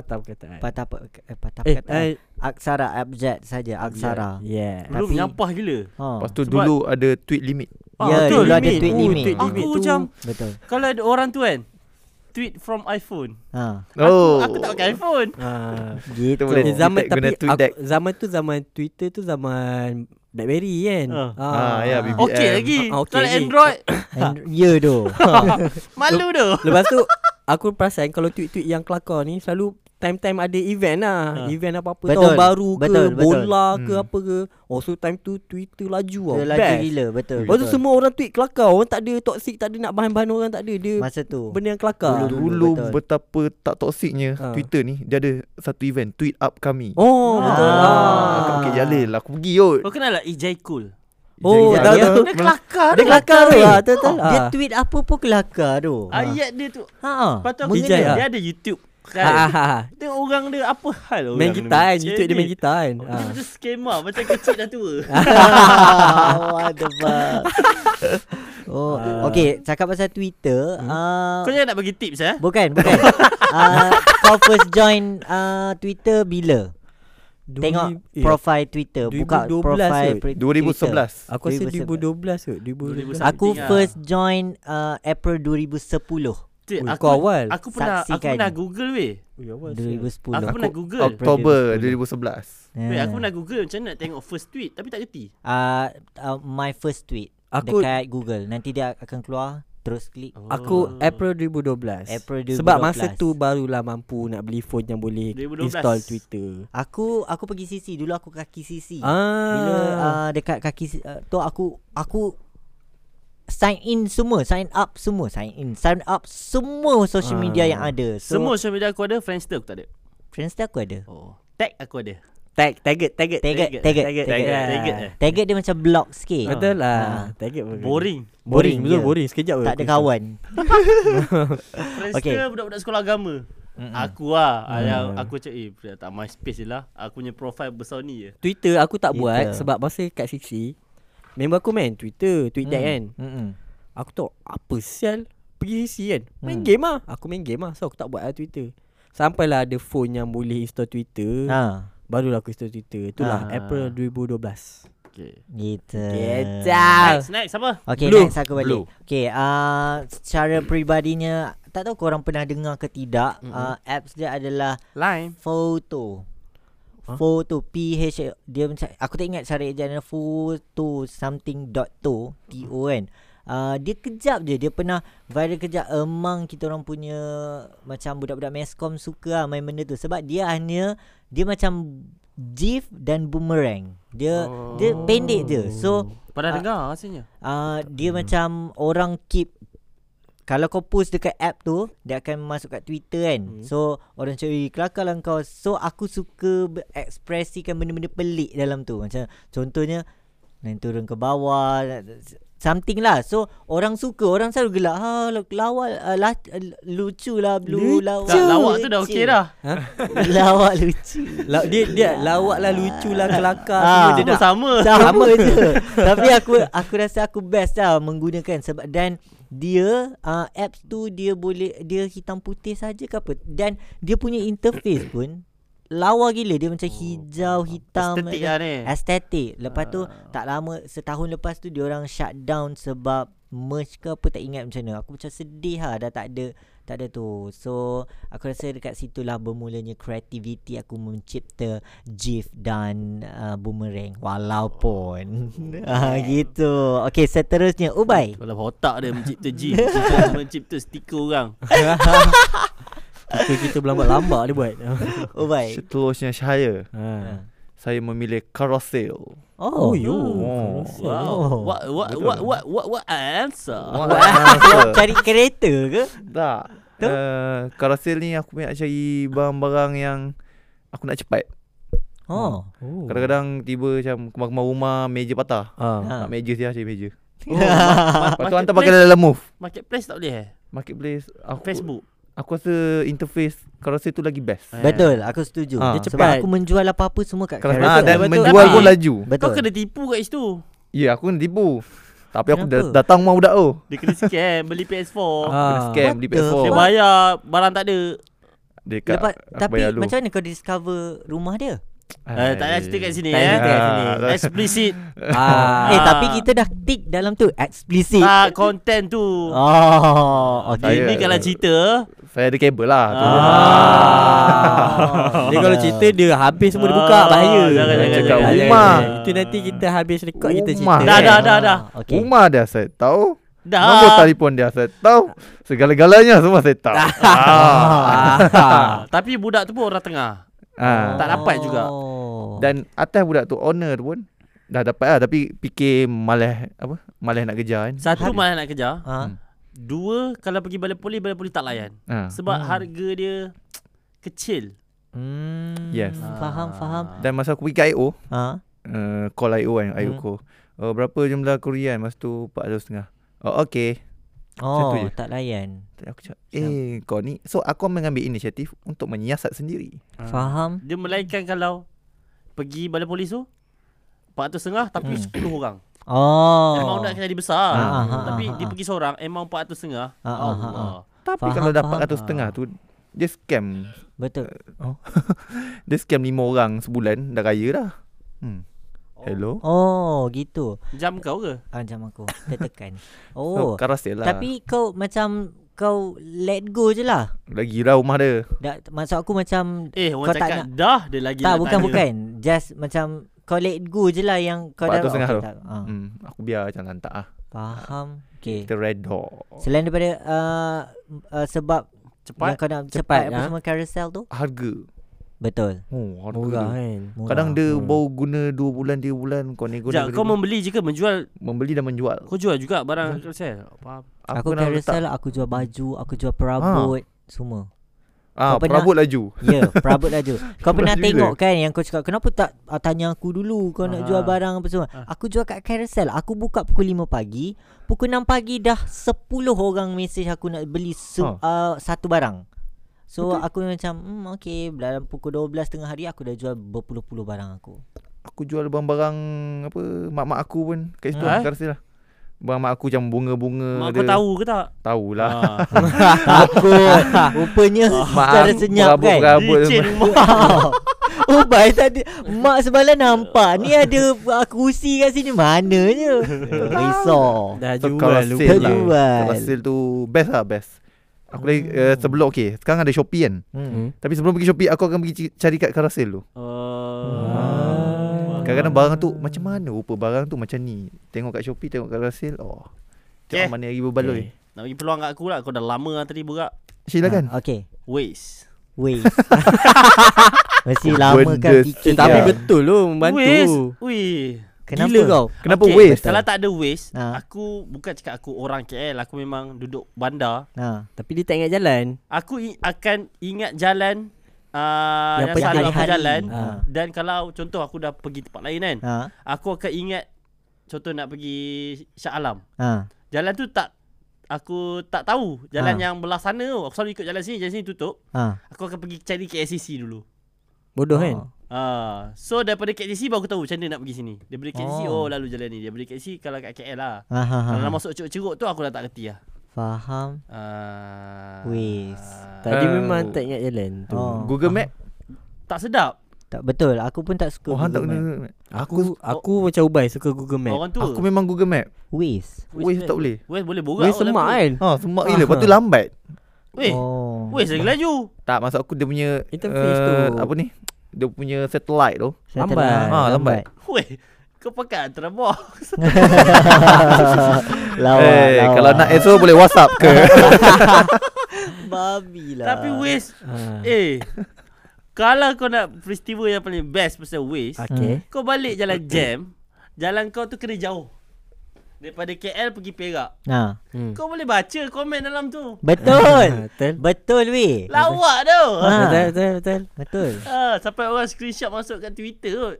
Speaker 1: Patah perkataan.
Speaker 2: patah pe- eh, patah
Speaker 1: eh,
Speaker 2: perkataan.
Speaker 1: eh, ya.
Speaker 2: aksara abjad saja aksara.
Speaker 1: yeah.
Speaker 3: Belum
Speaker 2: Tapi-
Speaker 3: nyampah gila
Speaker 2: Ha.
Speaker 4: Lepas tu
Speaker 3: Sebab-
Speaker 4: dulu ada tweet limit
Speaker 3: Ah,
Speaker 2: Ya,
Speaker 3: betul.
Speaker 2: dulu ada
Speaker 3: Limit.
Speaker 2: tweet
Speaker 1: Oh,
Speaker 2: limit.
Speaker 1: tweet
Speaker 3: Aku
Speaker 1: limit tu.
Speaker 3: macam
Speaker 2: Betul.
Speaker 3: Kalau ada orang tu kan Tweet from iPhone
Speaker 2: Ha.
Speaker 4: Oh
Speaker 3: Aku tak pakai iPhone
Speaker 1: Ah.
Speaker 2: Gitu.
Speaker 4: boleh
Speaker 1: Eh, zaman
Speaker 4: Kita guna
Speaker 1: tapi
Speaker 4: tweet
Speaker 1: aku,
Speaker 4: deck.
Speaker 1: zaman tu zaman Twitter tu zaman BlackBerry kan.
Speaker 3: Ah.
Speaker 4: Ah,
Speaker 1: Ah.
Speaker 4: ya, BBM.
Speaker 3: Okey lagi
Speaker 1: Ah, okey
Speaker 3: okay Kalau
Speaker 1: lagi.
Speaker 3: Android
Speaker 2: And- Ya
Speaker 1: [laughs]
Speaker 2: doh.
Speaker 3: Malu tu
Speaker 1: Lepas tu aku perasan kalau tweet-tweet yang kelakar ni selalu time-time ada event lah.
Speaker 3: Ah.
Speaker 1: Event apa-apa
Speaker 2: Betul.
Speaker 1: tahun baru ke,
Speaker 2: Betul, betul.
Speaker 1: bola ke
Speaker 4: Hmm.
Speaker 1: apa ke. Oh so time tu Twitter laju lah. Laju
Speaker 2: Dia laju
Speaker 1: Best.
Speaker 2: gila betul.
Speaker 1: Lepas tu
Speaker 2: betul.
Speaker 1: semua orang tweet kelakar. Orang tak ada toxic, tak ada nak bahan-bahan orang tak ada. Dia
Speaker 2: masa tu.
Speaker 1: benda yang kelakar.
Speaker 2: Dulu,
Speaker 4: Dulu
Speaker 2: betul.
Speaker 4: betapa tak toksiknya
Speaker 1: Ha.
Speaker 4: Twitter ni Dia ada satu event Tweet up kami
Speaker 1: Oh, betul.
Speaker 2: Ah.
Speaker 1: Ah.
Speaker 4: Aku pakai Jalil Aku pergi kot
Speaker 3: Kau kenal lah Ijai Cool
Speaker 1: Oh,
Speaker 4: Jadi,
Speaker 1: dah-
Speaker 4: aku-
Speaker 1: dah-
Speaker 3: Dia kelakar
Speaker 1: Dia
Speaker 3: tu
Speaker 1: kelakar tu lah. Betul, betul.
Speaker 2: Dia
Speaker 1: Ah.
Speaker 2: tweet apa pun kelakar doh.
Speaker 3: Ayat dia tu
Speaker 2: Ha.
Speaker 3: Lepas tu aku
Speaker 1: Ijai
Speaker 3: Ijai
Speaker 1: lah.
Speaker 3: Dia ada YouTube
Speaker 1: Ah,
Speaker 3: kan
Speaker 1: ah, ah.
Speaker 3: Tengok orang dia apa hal orang
Speaker 1: Main
Speaker 3: ni
Speaker 1: gitar kan.
Speaker 3: macam
Speaker 1: YouTube dia
Speaker 3: ni.
Speaker 1: main gitar kan.
Speaker 3: Dia
Speaker 1: Ah.
Speaker 3: macam skema Macam kecil dah
Speaker 1: [laughs]
Speaker 3: tua
Speaker 2: Ah, What the fuck Oh
Speaker 1: Ah.
Speaker 2: Okay Cakap pasal Twitter
Speaker 1: Hmm?
Speaker 2: ah,
Speaker 3: Kau jangan nak bagi tips eh
Speaker 2: Bukan
Speaker 3: [laughs]
Speaker 2: bukan Ah, Kau first join ah, Twitter bila?
Speaker 1: Dulu-
Speaker 2: Tengok
Speaker 1: eh,
Speaker 2: profile Twitter Buka
Speaker 1: 2012
Speaker 2: profile
Speaker 1: kot.
Speaker 2: pri- Twitter.
Speaker 4: 2011
Speaker 1: Aku rasa 2012
Speaker 2: 2011.
Speaker 1: kot. 2012.
Speaker 2: Aku
Speaker 3: Penting lah.
Speaker 2: first join ah, April 2010
Speaker 3: Tweet,
Speaker 1: Ui,
Speaker 3: aku,
Speaker 1: kau awal.
Speaker 3: Aku pernah Aku
Speaker 2: Saksikan.
Speaker 3: pernah google weh
Speaker 1: Ui, awal sial.
Speaker 2: 2010
Speaker 3: Aku pernah google
Speaker 4: Oktober 2011
Speaker 2: Ah.
Speaker 3: Weh aku pernah google Macam mana nak tengok first tweet Tapi tak kerti
Speaker 2: Ah, ah, My first tweet
Speaker 1: Aku-
Speaker 2: Dekat Google Nanti dia akan keluar Terus klik
Speaker 1: Aku
Speaker 3: Oh.
Speaker 1: April 2012.
Speaker 2: April
Speaker 1: Sebab masa
Speaker 2: 2012.
Speaker 1: tu barulah mampu nak beli phone yang boleh
Speaker 3: 2012.
Speaker 1: install Twitter.
Speaker 2: Aku aku pergi CC Dulu aku kaki CC
Speaker 1: Ah.
Speaker 2: Bila uh, dekat kaki si- uh, tu aku aku sign in semua, sign up semua, sign in, sign up semua social
Speaker 1: Ah.
Speaker 2: media yang ada. So,
Speaker 3: Semua social media aku ada Friendster aku tak ada
Speaker 2: friends tu aku ada.
Speaker 3: Oh Tag aku ada
Speaker 1: tag target target
Speaker 2: Tagged,
Speaker 3: Tagged,
Speaker 2: tagged,
Speaker 1: tagged,
Speaker 2: tagged.
Speaker 1: tagged.
Speaker 3: Tagged, eh.
Speaker 2: Tagged dia macam block sikit.
Speaker 1: Betul
Speaker 2: Ah.
Speaker 1: lah. Target pun.
Speaker 3: Boring
Speaker 1: Boring, betul
Speaker 2: je.
Speaker 1: boring sekejap je
Speaker 2: Tak ada
Speaker 1: aku
Speaker 2: kawan.
Speaker 3: Friendster
Speaker 2: Okay.
Speaker 3: okay. budak-budak sekolah agama
Speaker 2: Mm-mm.
Speaker 3: Aku lah ayah, Aku cakap Eh budak tak MySpace je lah Aku punya profile besar ni je
Speaker 1: install. Twitter aku tak buat
Speaker 2: Twitter.
Speaker 1: sebab masa kat Sixi member aku main Twitter, Twitter
Speaker 2: Mm.
Speaker 1: kan.
Speaker 2: Mm-mm.
Speaker 1: Aku tahu apa sial pergi Sixi kan. Main
Speaker 2: Hmm.
Speaker 1: game ah. Aku main game ah. So aku tak buat lah Twitter. Sampailah ada phone yang boleh install Twitter,
Speaker 2: Ha.
Speaker 1: barulah aku install Twitter. Itulah
Speaker 3: Ah.
Speaker 1: April 2012.
Speaker 3: Okay
Speaker 2: Gitu.
Speaker 1: Kejap.
Speaker 3: Next next apa
Speaker 2: Okay,
Speaker 1: Blue.
Speaker 2: next aku balik.
Speaker 4: Blue.
Speaker 2: Okay, uh, secara peribadinya tak tahu korang pernah dengar ke tidak, uh, apps dia adalah
Speaker 3: Lime
Speaker 2: Photo
Speaker 1: Huh?
Speaker 2: Photo P H dia macam aku tak ingat cara ejaan dia photo something dot to T O kan. Uh, dia kejap je dia pernah viral kejap among kita orang punya macam budak-budak meskom suka lah main benda tu sebab dia hanya dia macam gif dan boomerang. Dia oh. dia pendek je. So
Speaker 3: Pernah
Speaker 2: Ah.
Speaker 3: dengar rasanya
Speaker 2: uh, dia macam orang keep kalau kau post dekat app tu Dia akan masuk kat Twitter kan hmm. So orang cakap "Ih, Kelakar lah kau So aku suka ber- Ekspresikan benda-benda pelik dalam tu Macam contohnya Nak turun ke bawah Something lah So orang suka Orang selalu gelak ha, Lawak uh, la, Lucu lah
Speaker 1: Lucu.
Speaker 2: Blue lawak
Speaker 3: Tak, lawak tu dah okey dah.
Speaker 2: [laughs] Lawak lucu
Speaker 1: La, dia dia lawak lah lucu lah kelakar
Speaker 2: Ah.
Speaker 1: semua dia
Speaker 3: Dia
Speaker 1: nak
Speaker 3: sama.
Speaker 2: Sama je Tapi aku aku rasa aku best lah Menggunakan sebab Dan dia uh, Apps tu dia boleh Dia hitam putih saja ke apa Dan dia punya interface pun Lawa gila Dia macam hijau Hitam
Speaker 3: Estetik lah ni.
Speaker 1: Eh.
Speaker 2: Estetik Lepas
Speaker 1: Ah.
Speaker 2: tu Tak lama Setahun lepas tu Dia orang shut down Sebab Merge ke apa Tak ingat macam mana Aku macam sedih lah Dah tak ada Tak ada tu So Aku rasa dekat situ lah Bermulanya kreativiti Aku mencipta GIF dan uh, Boomerang
Speaker 1: Oh.
Speaker 2: Walaupun [laughs] ah, Gitu Okay seterusnya Ubai
Speaker 3: Dalam otak dia mencipta jeep Mencipta stiker orang
Speaker 1: kita, kita berlambat-lambak dia buat.
Speaker 2: [laughs] Ubai
Speaker 4: Seterusnya saya
Speaker 1: ha.
Speaker 4: Saya memilih carousel
Speaker 1: Oh,
Speaker 2: Oh,
Speaker 1: yo.
Speaker 4: Oh.
Speaker 3: Wow What what what what what, what [laughs] answer
Speaker 4: Wah, carousel.
Speaker 2: Cari kereta ke?
Speaker 4: Tak uh, Carousel ni aku nak cari barang-barang yang Aku nak cepat
Speaker 2: Oh
Speaker 1: Oh.
Speaker 4: Kadang-kadang tiba macam Kemar-kemar rumah meja patah
Speaker 1: Ha.
Speaker 2: ha.
Speaker 4: Nak meja saya cari meja Lepas tu hantar pakai
Speaker 3: Ah, Marketplace,
Speaker 4: dalam move
Speaker 3: marketplace tak boleh eh
Speaker 4: Marketplace aku,
Speaker 3: Facebook
Speaker 4: Aku rasa interface Carousel tu lagi best
Speaker 2: Oh.
Speaker 3: Eh.
Speaker 2: Betul aku setuju
Speaker 4: Ah.
Speaker 1: Dia
Speaker 2: Sebab
Speaker 1: cepat. lah.
Speaker 2: aku menjual apa-apa semua kat
Speaker 4: Carousel
Speaker 2: kereta
Speaker 4: ah, Dan
Speaker 3: Betul,
Speaker 4: menjual
Speaker 3: tapi-
Speaker 4: pun laju
Speaker 2: Betul
Speaker 3: Kau kena tipu kat situ
Speaker 4: Ya aku kena tipu Tapi aku
Speaker 2: Kenapa?
Speaker 4: da- datang rumah budak tu
Speaker 3: Dia kena scam Beli PS4
Speaker 4: Aku kena
Speaker 1: Ah.
Speaker 4: scam
Speaker 2: What
Speaker 4: beli
Speaker 2: the
Speaker 4: PS4
Speaker 3: Dia
Speaker 2: fuck?
Speaker 3: bayar Barang tak ada
Speaker 4: Dekat
Speaker 2: Lepas,
Speaker 4: aku
Speaker 2: Tapi
Speaker 4: bayar dulu.
Speaker 2: macam mana kau discover rumah dia?
Speaker 3: Eh, Tak payah cerita kat sini
Speaker 2: Tak payah
Speaker 3: eh
Speaker 2: cerita kat sini.
Speaker 4: Ah, tak-
Speaker 2: [laughs]
Speaker 3: Explicit
Speaker 1: Ah.
Speaker 2: Eh
Speaker 3: Ah.
Speaker 2: tapi kita dah tick dalam tu Explicit
Speaker 3: Tak Ah, content tu
Speaker 2: Oh okay.
Speaker 4: Saya-
Speaker 3: Ini kan- kalau cerita
Speaker 4: Saya ada kabel lah tu.
Speaker 1: Ah. Dia kalau cerita dia habis semua dia buka
Speaker 3: Ah,
Speaker 1: bahaya.
Speaker 3: jangan,
Speaker 4: jangan, Cakap jangan. rumah.
Speaker 1: rumah. Itu nanti kita habis rekod kita
Speaker 4: Rumah.
Speaker 1: cerita.
Speaker 3: Dah dah dah dah
Speaker 2: Okay
Speaker 4: Rumah dia saya tahu
Speaker 3: Dah
Speaker 4: Nombor telefon dia saya tahu Segala-galanya semua saya tahu ah.
Speaker 3: Ah, Tapi budak tu pun orang tengah
Speaker 4: ah.
Speaker 3: Tak dapat juga.
Speaker 2: Oh.
Speaker 4: Dan atas budak tu owner tu pun Dah dapat lah Tapi fikir malah Apa Malah nak kejar kan
Speaker 3: Satu malah nak kejar
Speaker 2: ha?
Speaker 4: Hmm.
Speaker 3: Dua Kalau pergi balai polis Balai polis tak layan
Speaker 4: ah.
Speaker 3: Sebab
Speaker 2: Hmm.
Speaker 3: harga dia Kecil
Speaker 2: Hmm,
Speaker 4: Yes. Ah.
Speaker 2: Faham faham.
Speaker 4: Dan masa aku pergi ke IO
Speaker 2: Ha.
Speaker 4: uh, Call IO kan IO
Speaker 2: Hmm.
Speaker 4: call uh, Berapa jumlah kurian Masa tu 4.5 Oh okay
Speaker 2: Oh,
Speaker 4: tu je.
Speaker 2: tak layan.
Speaker 4: Tadi aku cakap Eh kau ni So aku mengambil inisiatif Untuk menyiasat sendiri
Speaker 2: Faham?
Speaker 3: Dia melainkan kalau Pergi balai polis tu 400 Tapi
Speaker 2: Hmm.
Speaker 3: 10 orang
Speaker 2: Oh.
Speaker 3: Amount nak kena jadi besar
Speaker 2: Ah, ah, ah,
Speaker 3: Tapi
Speaker 2: ah,
Speaker 3: dia
Speaker 2: ah.
Speaker 3: pergi seorang Amount 400 setengah
Speaker 2: Ah, ah,
Speaker 3: Allah
Speaker 2: ah,
Speaker 4: Tapi
Speaker 2: Faham,
Speaker 4: kalau dapat
Speaker 2: faham.
Speaker 4: 4.5 tu Dia scam
Speaker 2: Betul.
Speaker 4: Dia scam 5 orang sebulan Dah raya dah hmm. Hello
Speaker 2: Oh, gitu.
Speaker 3: Jam kau ke?
Speaker 2: Ah, jam aku
Speaker 4: [laughs]
Speaker 2: tertekan. Oh.
Speaker 4: Oh, karasel lah
Speaker 2: tapi
Speaker 4: Tapi
Speaker 2: kau macam kau let go je lah.
Speaker 4: Lagi lah rumah dia
Speaker 2: Dah, maksud aku macam
Speaker 3: Eh orang
Speaker 2: Kau tak
Speaker 3: cakap dah Dia lagi
Speaker 2: tak
Speaker 3: nak
Speaker 2: bukan
Speaker 3: tanya.
Speaker 2: bukan. Just macam kau let go je lah yang kau dah
Speaker 4: Patut setengah tu.
Speaker 2: tak, ha,
Speaker 4: hmm. Aku biar macam lantak lah
Speaker 2: faham. Okay.
Speaker 4: Kita redor
Speaker 2: Selain daripada uh, uh, sebab
Speaker 3: Cepat
Speaker 2: yang kau nak cepat,
Speaker 4: eh?
Speaker 1: Cepat,
Speaker 2: apa
Speaker 1: ha?
Speaker 2: semua carousel tu?
Speaker 4: Harga
Speaker 2: Betul.
Speaker 4: Oh harga
Speaker 1: Murah
Speaker 4: dia.
Speaker 1: kan.
Speaker 2: Murah. Hmm.
Speaker 4: Kadang dia baru guna 2 bulan 3 bulan Kau nego
Speaker 3: Sekejap
Speaker 4: nego,
Speaker 3: kau
Speaker 4: nego.
Speaker 3: membeli je ke Menjual
Speaker 4: Membeli dan menjual
Speaker 3: Kau jual juga barang carousel Faham
Speaker 2: Aku,
Speaker 4: nak letak-
Speaker 2: carousel, aku jual baju, aku jual perabot, semua.
Speaker 4: Ah,
Speaker 2: Kau pernah-
Speaker 4: perabot laju
Speaker 2: Ya, yeah, perabot laju. Kau pernah
Speaker 4: Laju gila.
Speaker 2: tengok kan yang kau cakap, kenapa tak uh, tanya aku dulu kau nak jual
Speaker 3: Ah.
Speaker 2: barang apa semua.
Speaker 3: Ah.
Speaker 2: Aku jual kat carousel. Aku buka pukul 5 pagi, pukul 6 pagi dah 10 orang mesej aku nak beli se- uh,
Speaker 4: Ah.
Speaker 2: satu barang. So Betul? aku macam hmm okey dalam pukul 12 tengah hari aku dah jual berpuluh-puluh barang aku.
Speaker 4: Aku jual barang-barang Apa Mak-mak aku pun Kat situ
Speaker 3: Ah,
Speaker 4: lah
Speaker 3: eh?
Speaker 4: Karasel lah Barang mak aku macam bunga-bunga
Speaker 3: Mak
Speaker 4: dia
Speaker 3: kau tahu ke tak?
Speaker 4: Tahulah
Speaker 3: [laughs] Ah.
Speaker 2: Takut [laughs] Rupanya secara senyap
Speaker 4: perabot-
Speaker 2: kan
Speaker 4: perabot
Speaker 3: Licin
Speaker 4: semua.
Speaker 3: rumah
Speaker 2: [laughs] Oh baik tadi Mak sebelah nampak Ni ada uh, kursi kat sini Mananya Risau
Speaker 1: Dah
Speaker 4: So
Speaker 1: jual
Speaker 4: kalau
Speaker 1: lu.
Speaker 4: sale lah
Speaker 2: Jual.
Speaker 4: Kalau sale tu Best lah best Aku lagi uh, sebelum okay Sekarang ada Shopee kan
Speaker 2: hmm.
Speaker 4: Tapi sebelum pergi Shopee Aku akan pergi ci- cari kat Carousel tu
Speaker 3: Oh.
Speaker 4: Kadang-kadang barang tu Macam mana rupa barang tu Macam ni Tengok kat Shopee Tengok kat Carousel Oh Tengok
Speaker 3: Okay.
Speaker 4: mana lagi berbaloi
Speaker 3: Okay. Eh, Nak bagi peluang kat aku lah Kau dah lama lah tadi buka
Speaker 4: Silakan
Speaker 2: Okay
Speaker 3: Waste
Speaker 2: Wait Mesti lama
Speaker 4: Benda
Speaker 2: kan fikir
Speaker 1: Eh, tapi
Speaker 4: Ya.
Speaker 1: betul lu membantu.
Speaker 3: Waste Wih
Speaker 2: Kenapa?
Speaker 1: Gila kau
Speaker 4: Kenapa waste?
Speaker 3: Kalau tak ada waste
Speaker 2: Ha.
Speaker 3: Aku bukan cakap aku orang KL Aku memang duduk bandar
Speaker 2: Ha.
Speaker 1: Tapi dia tak ingat jalan
Speaker 3: Aku i- akan ingat jalan uh,
Speaker 1: Yang
Speaker 3: Yang, yang selalu aku
Speaker 1: hari-hari.
Speaker 3: jalan
Speaker 1: Ha.
Speaker 3: Dan kalau contoh aku dah pergi tempat lain kan
Speaker 2: Ha.
Speaker 3: Aku akan ingat Contoh nak pergi Shah Alam
Speaker 2: Ha.
Speaker 3: Jalan tu tak Aku tak tahu Jalan
Speaker 2: Ha.
Speaker 3: yang belah sana tu Aku selalu ikut jalan sini Jalan sini tutup
Speaker 2: Ha.
Speaker 3: Aku akan pergi cari KLCC dulu
Speaker 1: Bodoh kan
Speaker 3: Ah, so daripada KLCC baru aku tahu macam mana nak pergi sini. Daripada KLCC
Speaker 2: Oh.
Speaker 3: oh, lalu jalan ni. Daripada KLCC kalau kat KL lah.
Speaker 2: Ha. Ha.
Speaker 3: Kalau
Speaker 2: Ha.
Speaker 3: nak masuk ceruk-ceruk tu aku dah tak reti lah. Ha.
Speaker 2: Faham.
Speaker 3: Ah.
Speaker 2: Wis.
Speaker 1: Tadi
Speaker 4: Oh.
Speaker 1: memang tak ingat jalan tu
Speaker 2: Oh.
Speaker 4: Google Map
Speaker 3: Tak sedap.
Speaker 2: Tak betul. Aku pun tak suka.
Speaker 4: Oh, hang tak
Speaker 2: Google
Speaker 4: guna
Speaker 2: Map.
Speaker 4: Google Map. Aku
Speaker 1: Aku aku macam ubai suka Google Map
Speaker 3: Orang tua.
Speaker 4: aku memang Google Map.
Speaker 2: Waze.
Speaker 4: Waze tak boleh.
Speaker 3: Wes boleh
Speaker 1: Weh
Speaker 3: borak.
Speaker 1: semak kan
Speaker 4: Ha, semak gila.
Speaker 1: Ah.
Speaker 4: Lepas tu lambat.
Speaker 3: Wes.
Speaker 2: Oh.
Speaker 3: Wes lagi laju.
Speaker 4: Tak, maksud aku dia punya eh,
Speaker 1: Interface tu.
Speaker 4: apa ni? Dia punya satellite tu.
Speaker 2: Satellite.
Speaker 1: Lambat.
Speaker 4: Ha, lambat.
Speaker 3: Wes. Kau pakai antara box.
Speaker 2: [laughs] Lawak.
Speaker 4: Eh,
Speaker 2: lawak.
Speaker 4: kalau nak esok boleh WhatsApp
Speaker 3: [laughs]
Speaker 4: ke?
Speaker 2: babi lah.
Speaker 3: Tapi Wes.
Speaker 1: ha.
Speaker 3: Eh. Kalau kau nak peristiwa yang paling best pasal Wes.
Speaker 1: Okay
Speaker 3: Kau balik jalan jam. Jalan kau tu kena jauh. Daripada KL pergi Perak.
Speaker 2: Ha.
Speaker 1: hmm. Ah,
Speaker 3: Kau boleh baca komen dalam tu.
Speaker 1: [laughs]
Speaker 2: Betul.
Speaker 1: Betul
Speaker 2: betul weh.
Speaker 3: Lawak
Speaker 1: [laughs]
Speaker 3: tu.
Speaker 2: Ha.
Speaker 1: Betul betul betul
Speaker 2: Betul.
Speaker 3: Ah, sampai orang screenshot masuk kat Twitter kot.